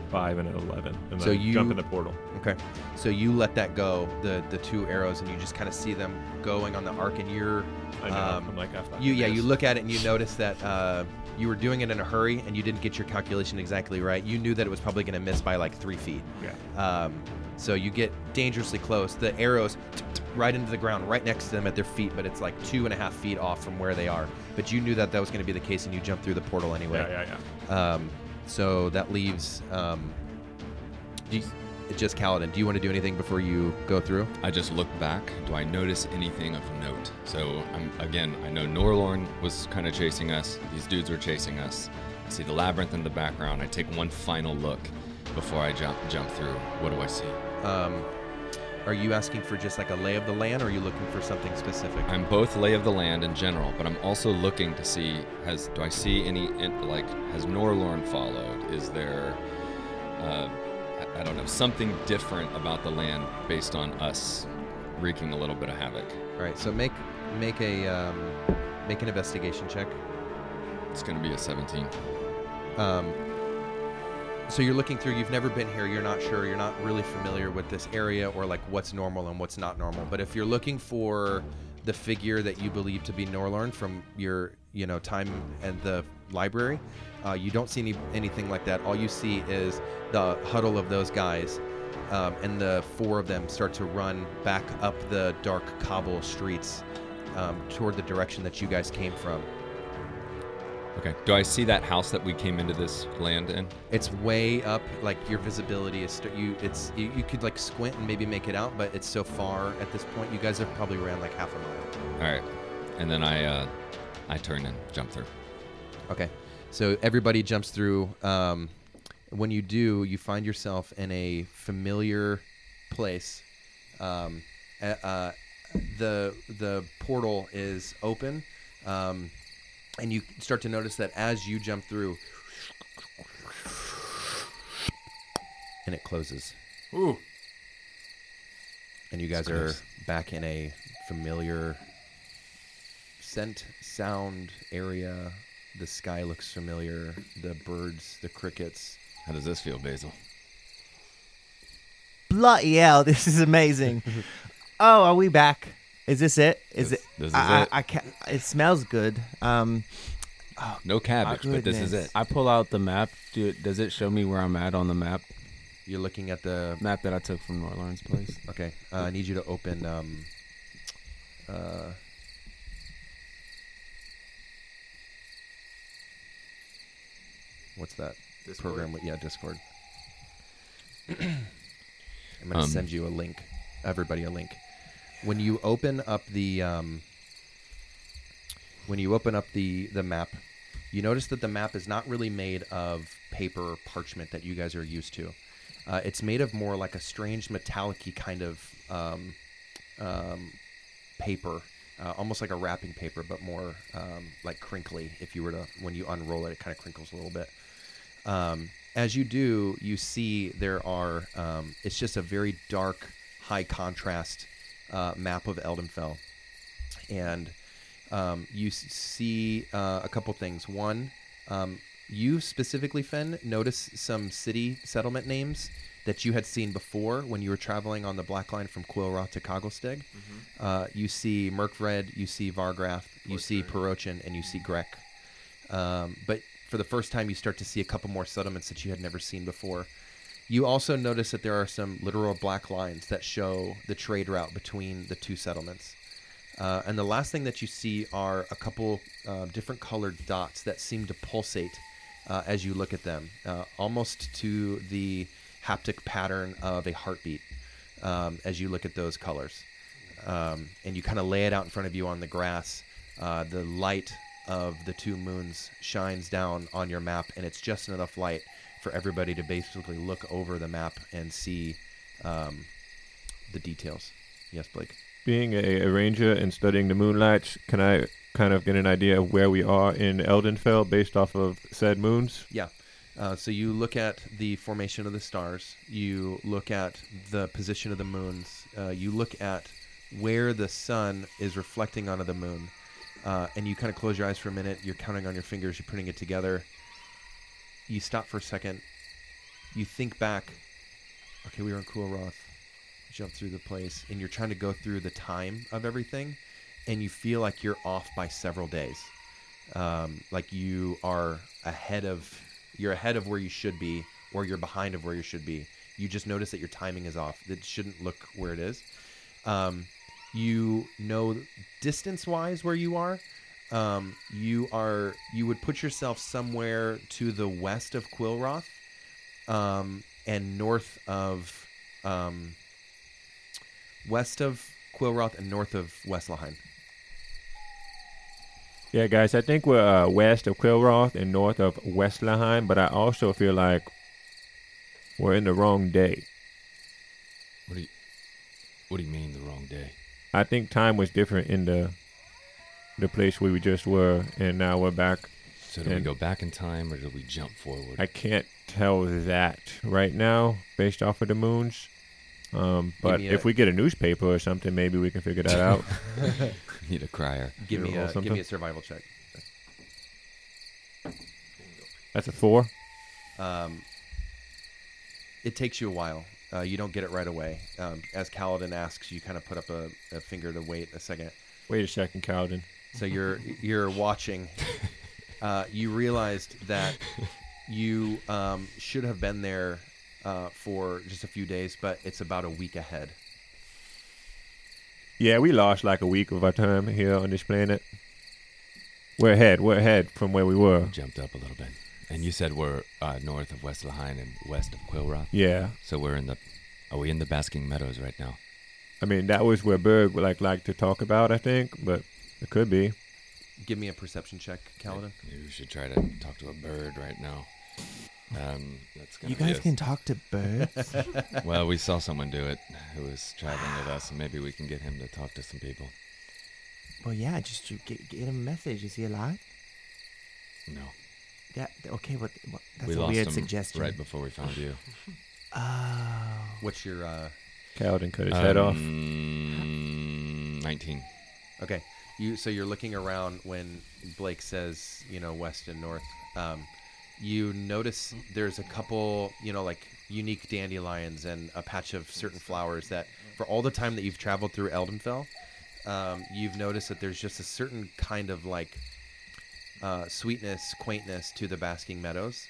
[SPEAKER 2] five and an eleven. And then
[SPEAKER 1] so
[SPEAKER 2] I
[SPEAKER 1] you
[SPEAKER 2] jump in the portal.
[SPEAKER 1] Okay. So you let that go, the the two arrows, and you just kind of see them going on the arc, and you're.
[SPEAKER 2] I know.
[SPEAKER 1] Um,
[SPEAKER 2] I'm like, "Ah, fuck
[SPEAKER 1] you yeah.
[SPEAKER 2] this."
[SPEAKER 1] You look at it and you notice that uh, you were doing it in a hurry, and you didn't get your calculation exactly right. You knew that it was probably going to miss by like three feet. Yeah. Um, so you get dangerously close. The arrows right into the ground, right next to them at their feet, but it's like two and a half feet off from where they are. But you knew that that was going to be the case, and you jumped through the portal anyway.
[SPEAKER 2] Yeah, yeah,
[SPEAKER 1] yeah. Um, so that leaves um, do you, just Kaladin. Do you want to do anything before you go through?
[SPEAKER 11] I just look back. Do I notice anything of note? So I'm again. I know Norlorn was kind of chasing us. These dudes were chasing us. I see the labyrinth in the background. I take one final look before I jump jump through. What do I see?
[SPEAKER 1] Um, are you asking for just like a lay of the land, or are you looking for something specific?
[SPEAKER 11] I'm both lay of the land in general, but I'm also looking to see has do I see any in- like has Norlorn followed? Is there uh, I- I don't know something different about the land based on us wreaking a little bit of havoc?
[SPEAKER 1] All right. So make make a um, make an investigation check.
[SPEAKER 11] It's gonna be a 17.
[SPEAKER 1] Um, so you're looking through. You've never been here. You're not sure. You're not really familiar with this area or like what's normal and what's not normal. But if you're looking for the figure that you believe to be Norlorn from your you know time at the library, uh, you don't see any anything like that. All you see is the huddle of those guys. Um, and the four of them start to run back up the dark cobble streets um, toward the direction that you guys came from.
[SPEAKER 11] Okay. Do I see that house that we came into this land in?
[SPEAKER 1] It's way up. Like your visibility is st- you. It's you, you could like squint and maybe make it out, but it's so far at this point. You guys have probably ran like half a mile.
[SPEAKER 11] All right. And then I uh, I turn and jump through.
[SPEAKER 1] Okay, so everybody jumps through. Um, when you do, you find yourself in a familiar place. Um, uh, uh, the the portal is open, um, and you start to notice that as you jump through, and it closes.
[SPEAKER 10] Ooh.
[SPEAKER 1] And you guys
[SPEAKER 10] It's
[SPEAKER 1] are
[SPEAKER 10] gross.
[SPEAKER 1] back in a familiar scent, sound area. The sky looks familiar. The birds, the crickets.
[SPEAKER 11] How does this feel, Basil?
[SPEAKER 17] Bloody hell! This is amazing. <laughs> oh, are we back? Is this it? Is it?
[SPEAKER 11] this is
[SPEAKER 17] I,
[SPEAKER 11] it.
[SPEAKER 17] I, I can't. It smells good. Um. Oh,
[SPEAKER 11] No cabbage, but this is
[SPEAKER 17] goodness.
[SPEAKER 11] it.
[SPEAKER 13] I pull out the map. Do it, does it show me where I'm at on the map?
[SPEAKER 1] You're looking at the
[SPEAKER 13] map that I took from Norlorn's place.
[SPEAKER 1] Okay, uh, I need you to open. Um, uh, what's that program? with- Yeah, Discord. I'm gonna
[SPEAKER 11] Um,
[SPEAKER 1] send you a link. Everybody, a link. When you open up the um, when you open up the the map, you notice that the map is not really made of paper or parchment that you guys are used to. Uh, it's made of more like a strange metallic kind of um, um, paper, uh, almost like a wrapping paper, but more um, like crinkly. If you were to when you unroll it, it kind of crinkles a little bit. Um, as you do, you see there are. Um, it's just a very dark high contrast uh, map of Eldenfell, and um, you s- see uh, a couple things. One, um, you specifically, Fenn, notice some city settlement names that you had seen before when you were traveling on the Black Line from Quillroth to Cogglesteg. Uh, you see Murkvred, you see Vargrath, you see Perochin, and you see Grek. Um, but for the first time, you start to see a couple more settlements that you had never seen before. You also notice that there are some literal black lines that show the trade route between the two settlements. Uh, and the last thing that you see are a couple uh, different colored dots that seem to pulsate uh, as you look at them, uh, almost to the haptic pattern of a heartbeat um, as you look at those colors. Um, and you kind of lay it out in front of you on the grass. Uh, the light of the two moons shines down on your map, and it's just enough light for everybody to basically look over the map and see um, the details. Yes, Blake.
[SPEAKER 2] Being a, a ranger and studying the moonlights, can I kind of get an idea of where we are in Eldenfell based off of said moons?
[SPEAKER 1] Yeah. Uh, so you look at the formation of the stars. You look at the position of the moons. Uh, you look at where the sun is reflecting onto the moon. Uh, and you kind of close your eyes for a minute. You're counting on your fingers. You're putting it together. You stop for a second. You think back. Okay, we were in Cool Roth. Jump through the place. And you're trying to go through the time of everything. And you feel like you're off by several days um, like you are ahead of you're ahead of where you should be or you're behind of where you should be you just notice that your timing is off that shouldn't look where it is um, you know distance wise where you are um, you are you would put yourself somewhere to the west of quillroth um, and north of um, west of quillroth and north of westlaheim
[SPEAKER 2] Yeah, guys, I think we're uh, west of Quillroth and north of West Laheim, but I also feel like we're in the wrong day.
[SPEAKER 11] What do you What do you mean the wrong day?
[SPEAKER 2] I think time was different in the the place where we just were, and now we're back.
[SPEAKER 11] So do we
[SPEAKER 2] And
[SPEAKER 11] go back in time or do we jump forward?
[SPEAKER 2] I can't tell that right now based off of the moons. Um, but
[SPEAKER 11] me
[SPEAKER 2] if
[SPEAKER 11] a-
[SPEAKER 2] we get a newspaper or something, maybe we can figure that out.
[SPEAKER 11] <laughs>
[SPEAKER 2] <laughs>
[SPEAKER 11] Need a crier.
[SPEAKER 1] give
[SPEAKER 2] Yeah,
[SPEAKER 1] me
[SPEAKER 2] roll
[SPEAKER 1] a give
[SPEAKER 2] something.
[SPEAKER 1] me a survival check
[SPEAKER 2] That's a four.
[SPEAKER 1] Um, it takes you a while. Uh, you don't get it right away. Um, as Kaladin asks, you kind of put up a, a finger to wait a second.
[SPEAKER 2] Wait a second, Kaladin.
[SPEAKER 11] <laughs>
[SPEAKER 1] So you're you're watching. Uh, you realized that you um, should have been there uh, for just a few days, but it's about a week ahead.
[SPEAKER 2] Yeah, we lost like a week of our time here on this planet. We're ahead. We're ahead from where we were.
[SPEAKER 11] Jumped up a little bit. And you said we're uh, north of West Lahain and west of Quill Rock.
[SPEAKER 2] Yeah.
[SPEAKER 11] So we're in the. Are we in the Basking Meadows right now?
[SPEAKER 2] I mean, that was where Berg would like like to talk about. I think, but it could be.
[SPEAKER 1] Give me a perception check, Kaladin.
[SPEAKER 11] Maybe we should try to talk to a bird right now. Um, that's gonna
[SPEAKER 17] You
[SPEAKER 11] be
[SPEAKER 17] guys
[SPEAKER 11] a-
[SPEAKER 17] can talk to birds?
[SPEAKER 11] <laughs> well, we saw someone do it who was traveling with us, and maybe we can get him to talk to some people.
[SPEAKER 17] well, yeah, just to get, get him a message. Is he alive?
[SPEAKER 11] No.
[SPEAKER 17] Yeah, okay, what, what that's
[SPEAKER 11] we
[SPEAKER 17] a
[SPEAKER 11] lost
[SPEAKER 17] weird
[SPEAKER 11] him
[SPEAKER 17] suggestion.
[SPEAKER 11] right before we found you.
[SPEAKER 1] What's your uh,
[SPEAKER 2] Kaladin cut his head off.
[SPEAKER 11] Um, Nineteen.
[SPEAKER 1] Okay. You so you're looking around when Blake says, you know, west and north. Um, you notice there's a couple, you know, like unique dandelions and a patch of certain flowers that, for all the time that you've traveled through Eldenfell, um, you've noticed that there's just a certain kind of like uh, sweetness, quaintness to the basking meadows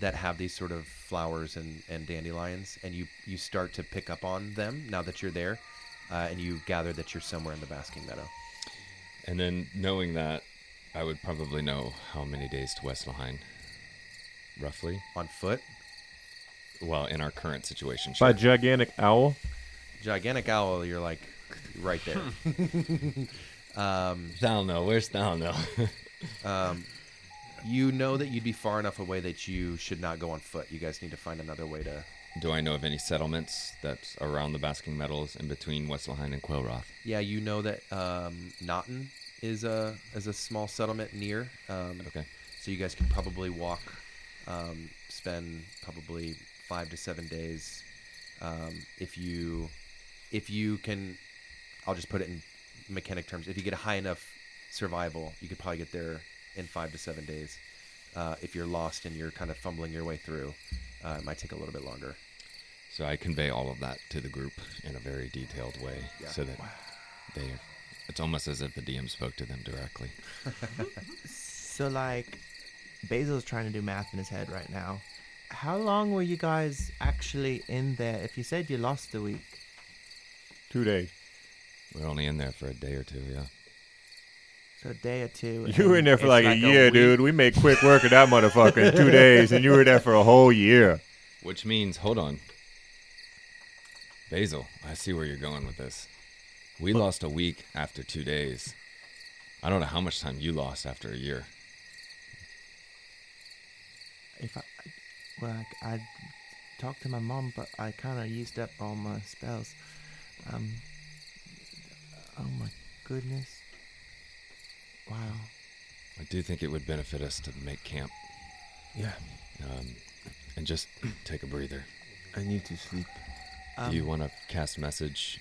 [SPEAKER 1] that have these sort of flowers and, and dandelions, and you, you start to pick up on them now that you're there, uh, and you gather that you're somewhere in the basking meadow.
[SPEAKER 11] And then knowing that, I would probably know how many days to West Lahain, roughly.
[SPEAKER 1] On foot?
[SPEAKER 11] Well, in our current situation,
[SPEAKER 2] By
[SPEAKER 11] sure.
[SPEAKER 2] gigantic owl.
[SPEAKER 1] Gigantic owl, you're like right there. <laughs> um,
[SPEAKER 11] thou know, where's thou know?
[SPEAKER 1] um, you know that you'd be far enough away that you should not go on foot. You guys need to find another way to.
[SPEAKER 11] Do I know of any settlements that's around the Basking Meadows in between West Lahain and Quail Roth?
[SPEAKER 1] Yeah, you know that um, Notton is a is a small settlement near. Um,
[SPEAKER 11] okay.
[SPEAKER 1] So you guys could probably walk, um, spend probably five to seven days, um, if you if you can, I'll just put it in mechanic terms. If you get a high enough survival, you could probably get there in five to seven days. Uh, if you're lost and you're kind of fumbling your way through, uh, it might take a little bit longer.
[SPEAKER 11] So I convey all of that to the group in a very detailed way,
[SPEAKER 1] Yeah.
[SPEAKER 11] so that they. It's almost as if the DM spoke to them directly.
[SPEAKER 4] So like, Basil's trying to do math in his head right now. How long were you guys actually in there? If you said you lost a week,
[SPEAKER 2] Two days.
[SPEAKER 11] We're only in there for a day or two, yeah.
[SPEAKER 4] so a day or two. and
[SPEAKER 2] You were in there
[SPEAKER 4] then
[SPEAKER 2] for like,
[SPEAKER 4] it's
[SPEAKER 2] a year,
[SPEAKER 4] week.
[SPEAKER 2] dude. We made quick work of that motherfucker in two days, and you were there for a whole year.
[SPEAKER 11] Which means, hold on. Basil, I see where you're going with this. We lost a week after two days. I don't know how much time you lost after a year.
[SPEAKER 4] If I, well, I- I, talked to my mom, but I kind of used up all my spells. Um. Oh my goodness. Wow.
[SPEAKER 11] I do think it would benefit us to make camp.
[SPEAKER 6] Yeah.
[SPEAKER 11] Um, and just <clears throat> take a breather.
[SPEAKER 6] I need to sleep.
[SPEAKER 4] Um,
[SPEAKER 11] do you want to cast message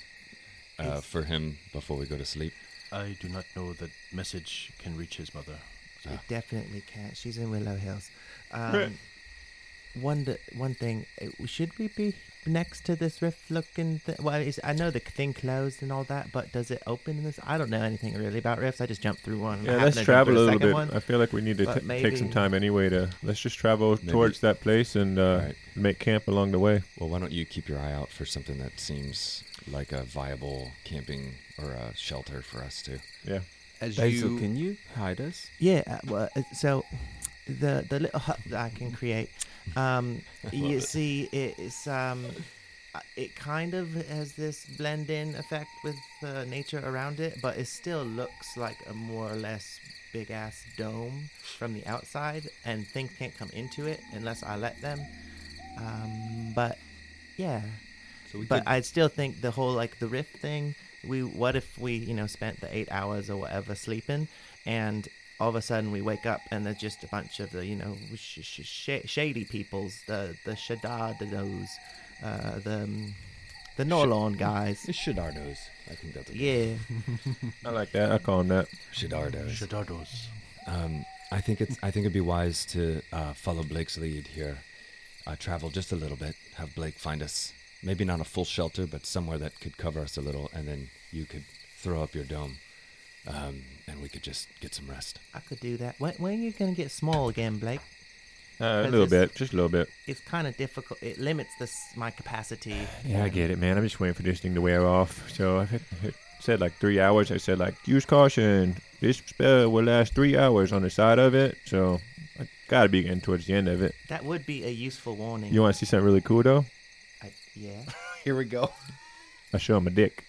[SPEAKER 11] uh,
[SPEAKER 5] It's-
[SPEAKER 11] for him before we go to sleep?
[SPEAKER 5] I do not know that message can reach his mother.
[SPEAKER 4] She definitely can't. She's in Willow Hills. Um, one d- one thing. uh, Should we be next to this rift looking? Th- well, is, I know the thing closed and all that, but does it open in this? I don't know anything really about rifts. I just jumped through one. and I
[SPEAKER 2] Yeah,
[SPEAKER 4] happened
[SPEAKER 2] let's
[SPEAKER 4] to jump
[SPEAKER 2] travel
[SPEAKER 4] through
[SPEAKER 2] a little
[SPEAKER 4] second
[SPEAKER 2] bit.
[SPEAKER 4] one,
[SPEAKER 2] I feel like we need to
[SPEAKER 4] but
[SPEAKER 2] t- take some
[SPEAKER 4] maybe-
[SPEAKER 2] time anyway to let's just travel
[SPEAKER 11] Maybe-
[SPEAKER 2] towards that place and uh, make camp along the way.
[SPEAKER 11] Well, why don't you keep your eye out for something that seems like a viable camping or a shelter for us too?
[SPEAKER 2] Yeah.
[SPEAKER 1] As
[SPEAKER 6] Basil,
[SPEAKER 1] you-
[SPEAKER 6] can you hide us?
[SPEAKER 4] Yeah, uh, well, uh, so the the little hut that I can create,
[SPEAKER 1] <laughs>
[SPEAKER 4] um, you see, it's um, uh, it kind of has this blend-in effect with uh, nature around it, but it still looks like a more or less big-ass dome from the outside, and things can't come into it unless I let them. Um, but yeah,
[SPEAKER 1] So we
[SPEAKER 4] but
[SPEAKER 1] could-
[SPEAKER 4] I still think the whole like the rift thing. We what if we you know spent the eight hours or whatever sleeping, and all of a sudden we wake up and there's just a bunch of the you know sh- sh- sh- shady peoples, the the Shadadados, uh, the um, the Norlorn guys.
[SPEAKER 11] It's Shadardos. I think that's
[SPEAKER 4] yeah. <laughs>
[SPEAKER 2] I like that. I call him that.
[SPEAKER 11] Shadardos.
[SPEAKER 5] Shadardos.
[SPEAKER 11] Um, I think it's. I think it'd be wise to uh, follow Blake's lead here. Uh, travel just a little bit. Have Blake find us. Maybe not a full shelter, but somewhere that could cover us a little, and then you could throw up your dome, um, and we could just get some rest.
[SPEAKER 4] I could do that. When, when are you gonna get small again, Blake?
[SPEAKER 2] Uh, a
[SPEAKER 4] 'Cause
[SPEAKER 2] little
[SPEAKER 4] it's-
[SPEAKER 2] bit, just a little bit.
[SPEAKER 4] It's kind of difficult. It limits this my capacity.
[SPEAKER 2] Yeah, I get it, man. I'm just waiting for this thing to wear off. So I had- had said like three hours. I said like, use caution. This spell will last three hours on the side of it. So I gotta be getting towards the end of it.
[SPEAKER 4] That would be a useful warning.
[SPEAKER 2] You want to see something really cool though?
[SPEAKER 4] I, yeah.
[SPEAKER 1] <laughs> Here we go.
[SPEAKER 2] I show him a dick.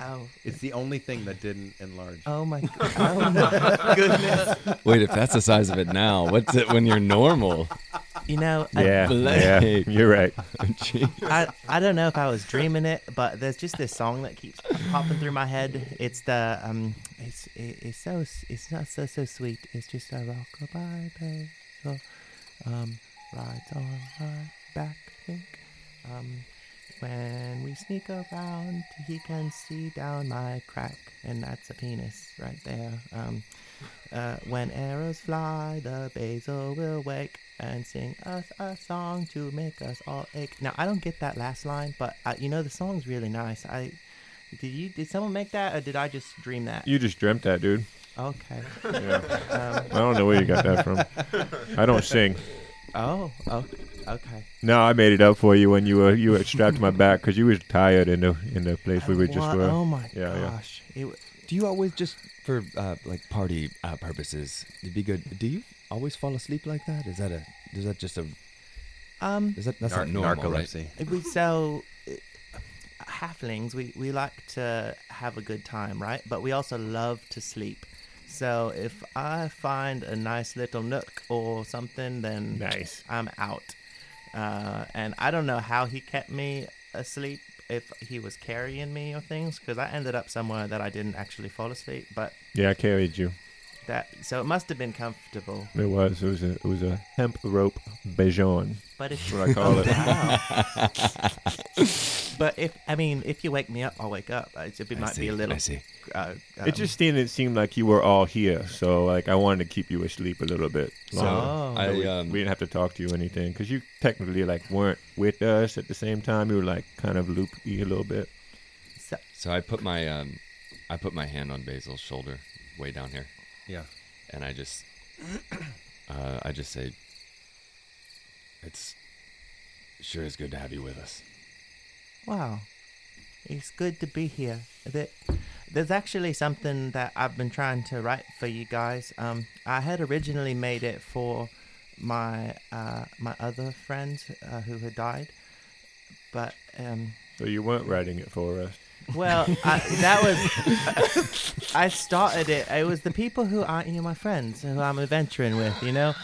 [SPEAKER 4] Oh.
[SPEAKER 1] It's the only thing that didn't enlarge.
[SPEAKER 4] Oh
[SPEAKER 1] <laughs>
[SPEAKER 4] my, g- oh my goodness.
[SPEAKER 11] Wait, if that's the size of it now, what's it when you're normal?
[SPEAKER 4] You know,
[SPEAKER 2] <laughs>
[SPEAKER 4] I-
[SPEAKER 2] Yeah, yeah, you're
[SPEAKER 11] <laughs>
[SPEAKER 2] right.
[SPEAKER 4] I, I don't know if I was dreaming it, but there's just this song that keeps popping through my head. It's the um, it's it, it's so s- it's not so so sweet. It's just a rockabye baby, um, rides on my back. Think, um, when we sneak around, he can see down my crack, and that's a penis right there. Um, uh, when arrows fly, the basil will wake and sing us a song to make us all ache. Now I don't get that last line, but uh, you know the song's really nice. I did you did someone make that or did I just dream that?
[SPEAKER 2] You just dreamt that, dude.
[SPEAKER 4] Okay.
[SPEAKER 2] Yeah.
[SPEAKER 4] Um,
[SPEAKER 2] I don't know where you got that from. I don't sing.
[SPEAKER 4] Oh, oh, okay.
[SPEAKER 2] No, I made it up for you when you were you were strapped to my back because you was tired in the in the place we were just
[SPEAKER 4] Wha-
[SPEAKER 2] were.
[SPEAKER 4] oh my
[SPEAKER 2] yeah, yeah.
[SPEAKER 4] gosh! It w-
[SPEAKER 11] Do you always just for uh, like party uh, purposes? It'd be good. Do you always fall asleep like that? Is that a? Is that just a?
[SPEAKER 4] um,
[SPEAKER 11] Is that that's
[SPEAKER 1] Nar-
[SPEAKER 11] not normal, right?
[SPEAKER 1] narcolepsy.
[SPEAKER 4] we so uh, halflings we, we like to have a good time right but we also love to sleep so if i find a nice little nook or something then
[SPEAKER 2] Nice.
[SPEAKER 4] i'm out uh, and i don't know how he kept me asleep if he was carrying me or things because i ended up somewhere that i didn't actually fall asleep but
[SPEAKER 2] Yeah, I carried you.
[SPEAKER 4] That so it must have been comfortable.
[SPEAKER 2] It was. It was a. It was a hemp rope bejon.
[SPEAKER 4] But if
[SPEAKER 2] what I call
[SPEAKER 4] Oh,
[SPEAKER 2] it.
[SPEAKER 4] wow. but if I mean, if you wake me up, I'll wake up. It, it
[SPEAKER 11] I
[SPEAKER 4] might
[SPEAKER 11] see,
[SPEAKER 4] be a little.
[SPEAKER 11] I see.
[SPEAKER 4] Uh,
[SPEAKER 2] <laughs>
[SPEAKER 4] um,
[SPEAKER 2] it just didn't seem like you were all here, so like I wanted to keep you asleep a little bit.
[SPEAKER 11] So,
[SPEAKER 4] oh.
[SPEAKER 2] longer.
[SPEAKER 11] I,
[SPEAKER 2] we,
[SPEAKER 11] um,
[SPEAKER 2] we didn't have to talk to you or anything because you technically like weren't with us at the same time. You were like kind of loopy a little bit.
[SPEAKER 11] So I put my um, I put my hand on Basil's shoulder, way down here.
[SPEAKER 1] Yeah.
[SPEAKER 11] And I just, <coughs> uh, I just say, it's sure is good to have you with us.
[SPEAKER 4] Wow. It's good to be here. There- There's actually something that I've been trying to write for you guys. Um, I had originally made it for my uh, my other friend uh, who had died, but um,
[SPEAKER 2] So you weren't writing it for us.
[SPEAKER 4] well, I, that was. I started it. It was the people who are you know my friends who I'm adventuring with. You know,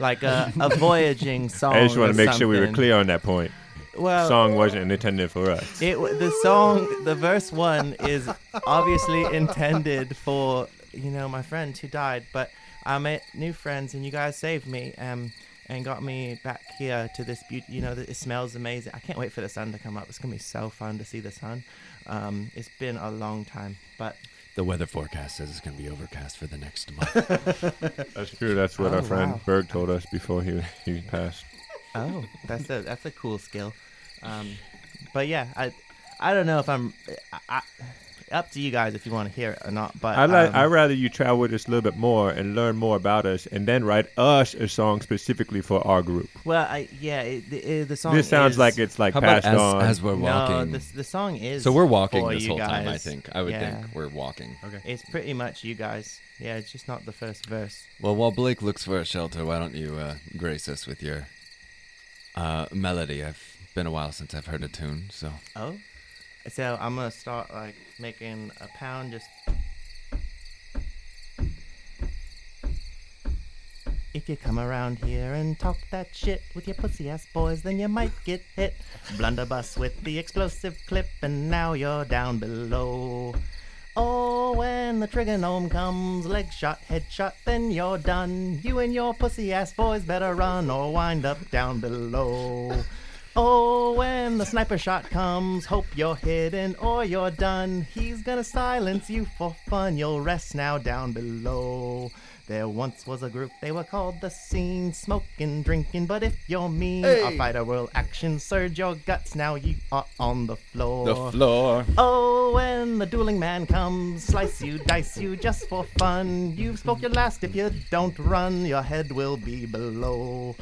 [SPEAKER 4] like a, a voyaging song.
[SPEAKER 2] I just want
[SPEAKER 4] or
[SPEAKER 2] to make sure we were
[SPEAKER 4] Oh, something.
[SPEAKER 2] clear on that point.
[SPEAKER 4] Well-
[SPEAKER 2] song wasn't intended for us.
[SPEAKER 4] It w- the song, the verse one is obviously intended for you know my friend who died, but I met new friends and you guys saved me um, and got me back here to this beauty. You know, th- it smells amazing. I can't wait for the sun to come up. It's gonna be so fun to see the sun. Um, it's been a long time, but
[SPEAKER 11] The weather forecast says it's going to be overcast for the next month.
[SPEAKER 2] <laughs> That's true. That's what
[SPEAKER 4] Oh,
[SPEAKER 2] our friend
[SPEAKER 4] wow.
[SPEAKER 2] Berg told us before he he passed.
[SPEAKER 4] Oh, that's a that's a cool skill. Um, but yeah, I I don't know if I'm I, I, up to you guys if you want to hear it or not. But
[SPEAKER 2] I like.
[SPEAKER 4] um,
[SPEAKER 2] I rather you travel with us a little bit more and learn more about us, and then write us a song specifically for our group.
[SPEAKER 4] Well, I, yeah, it, the, uh, the song.
[SPEAKER 2] This sounds
[SPEAKER 4] is-
[SPEAKER 2] like it's like
[SPEAKER 11] How about
[SPEAKER 2] passed
[SPEAKER 11] as,
[SPEAKER 2] on
[SPEAKER 11] as we're
[SPEAKER 4] No,
[SPEAKER 11] walking?
[SPEAKER 4] this- the song is
[SPEAKER 11] So we're walking
[SPEAKER 4] for
[SPEAKER 11] this
[SPEAKER 4] you
[SPEAKER 11] whole time. I
[SPEAKER 4] guys.
[SPEAKER 11] think. I would
[SPEAKER 4] Yeah.
[SPEAKER 11] think we're walking.
[SPEAKER 4] It's pretty much you guys. Yeah, it's just not the first verse.
[SPEAKER 11] Well, while Blake looks for a shelter, why don't you uh, grace us with your uh, melody? I've been a while since I've heard a tune, so
[SPEAKER 4] Oh, so I'm gonna start like making a pound just. If you come around here and talk that shit with your pussy ass boys, then you might get hit. Blunderbuss with the explosive clip, and now you're down below. Oh, when the trigger gnome comes, leg shot, head shot, then you're done. You and your pussy ass boys better run or wind up down below. Oh, when the sniper shot comes, hope you're hidden or you're done. He's gonna silence you for fun. You'll rest now down below. There once was a group, they were called the Scene, smoking, drinking. But if you're mean, our
[SPEAKER 17] Hey.
[SPEAKER 4] fighter will action surge your guts. Now you are on the floor. <laughs>
[SPEAKER 11] floor.
[SPEAKER 4] Oh, when the dueling man comes, slice you, dice you just for fun. You've spoke your last. If you don't run, your head will be below.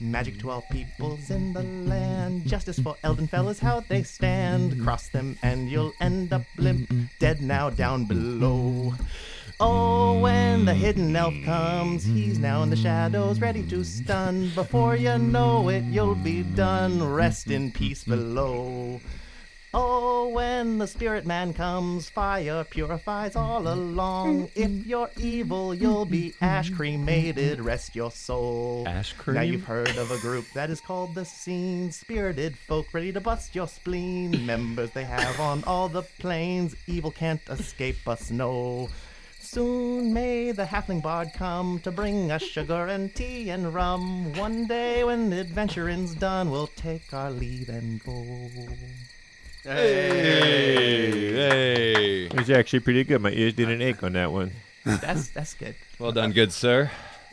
[SPEAKER 4] Magic to all peoples in the land. Justice for Elden fellas, how they stand. Cross them and you'll end up limp, dead now down below. Oh, when the hidden elf comes, he's now in the shadows, ready to stun. Before you know it, you'll be done. Rest in peace below. Oh, when the spirit man comes, fire purifies all along. If you're evil, you'll be ash cremated. Rest your soul.
[SPEAKER 11] Mm-hmm. Ash
[SPEAKER 4] Now
[SPEAKER 11] cream?
[SPEAKER 4] you've heard of a group that is called the Scene. Spirited folk ready to bust your spleen. Members they have on all the planes. Evil can't escape us, no. Soon may the halfling bard come to bring us sugar and tea and rum. One day when the adventuring's done, we'll take our leave and go.
[SPEAKER 11] Hey.
[SPEAKER 2] It was actually pretty good. My ears didn't ache on that one.
[SPEAKER 4] That's that's good.
[SPEAKER 11] Well done, good sir.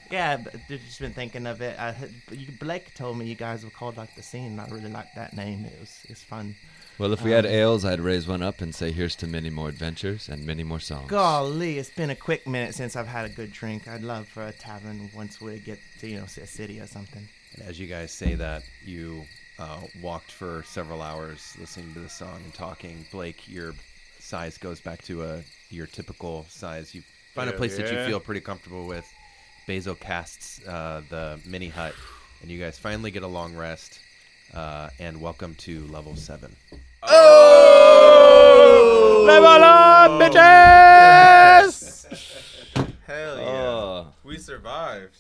[SPEAKER 4] Yeah, but I've just been thinking of it. I, had- you, Blake told me you guys were called like the scene. and I really like that name. It was it's fun.
[SPEAKER 11] Well, if we had
[SPEAKER 4] Um,
[SPEAKER 11] ales, I'd raise one up and say, "Here's to many more adventures and many more songs."
[SPEAKER 4] Golly, it's been a quick minute since I've had a good drink. I'd love for a tavern once we get to you know a city or something.
[SPEAKER 1] And as you guys say that, you uh, walked for several hours listening to the song and talking. Blake, your size goes back to a your typical size. You find a
[SPEAKER 2] Hell
[SPEAKER 1] place that you
[SPEAKER 2] yeah.
[SPEAKER 1] feel pretty comfortable with. Basil casts uh, the mini hut, and you guys finally get a long rest. Uh, and welcome to level seven.
[SPEAKER 2] Level up, bitches!
[SPEAKER 13] Hell yeah.
[SPEAKER 11] Oh.
[SPEAKER 13] We survived.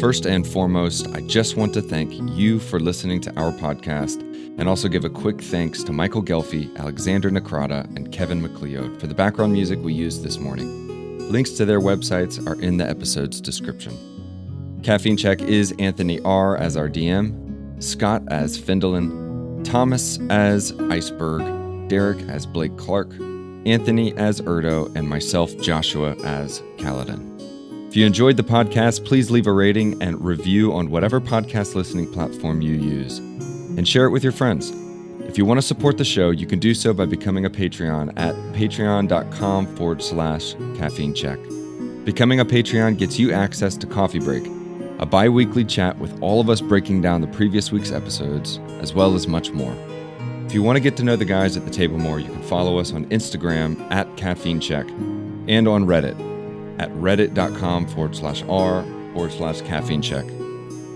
[SPEAKER 11] First and foremost, I just want to thank you for listening to our podcast and also give a quick thanks to Michael Gelfi, Alexander Necrata, and Kevin McLeod for the background music we used this morning. Links to their websites are in the episode's description. Caffeine Check is Anthony R. as our DM, Scott as Findolin, Thomas as Iceberg, Derek as Blake Clark, Anthony as Erdo, and myself, Joshua, as Kaladin. If you enjoyed the podcast, please leave a rating and review on whatever podcast listening platform you use, and share it with your friends. If you want to support the show, you can do so by becoming a Patreon at patreon.com forward slash caffeine check. Becoming a Patreon gets you access to Coffee Break, a bi weekly chat with all of us breaking down the previous week's episodes, as well as much more. If you want to get to know the guys at the table more, you can follow us on Instagram at caffeine check and on Reddit at reddit.com forward slash r forward slash caffeine check.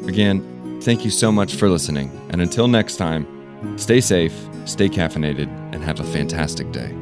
[SPEAKER 11] Again, thank you so much for listening, and until next time, stay safe, stay caffeinated, and have a fantastic day.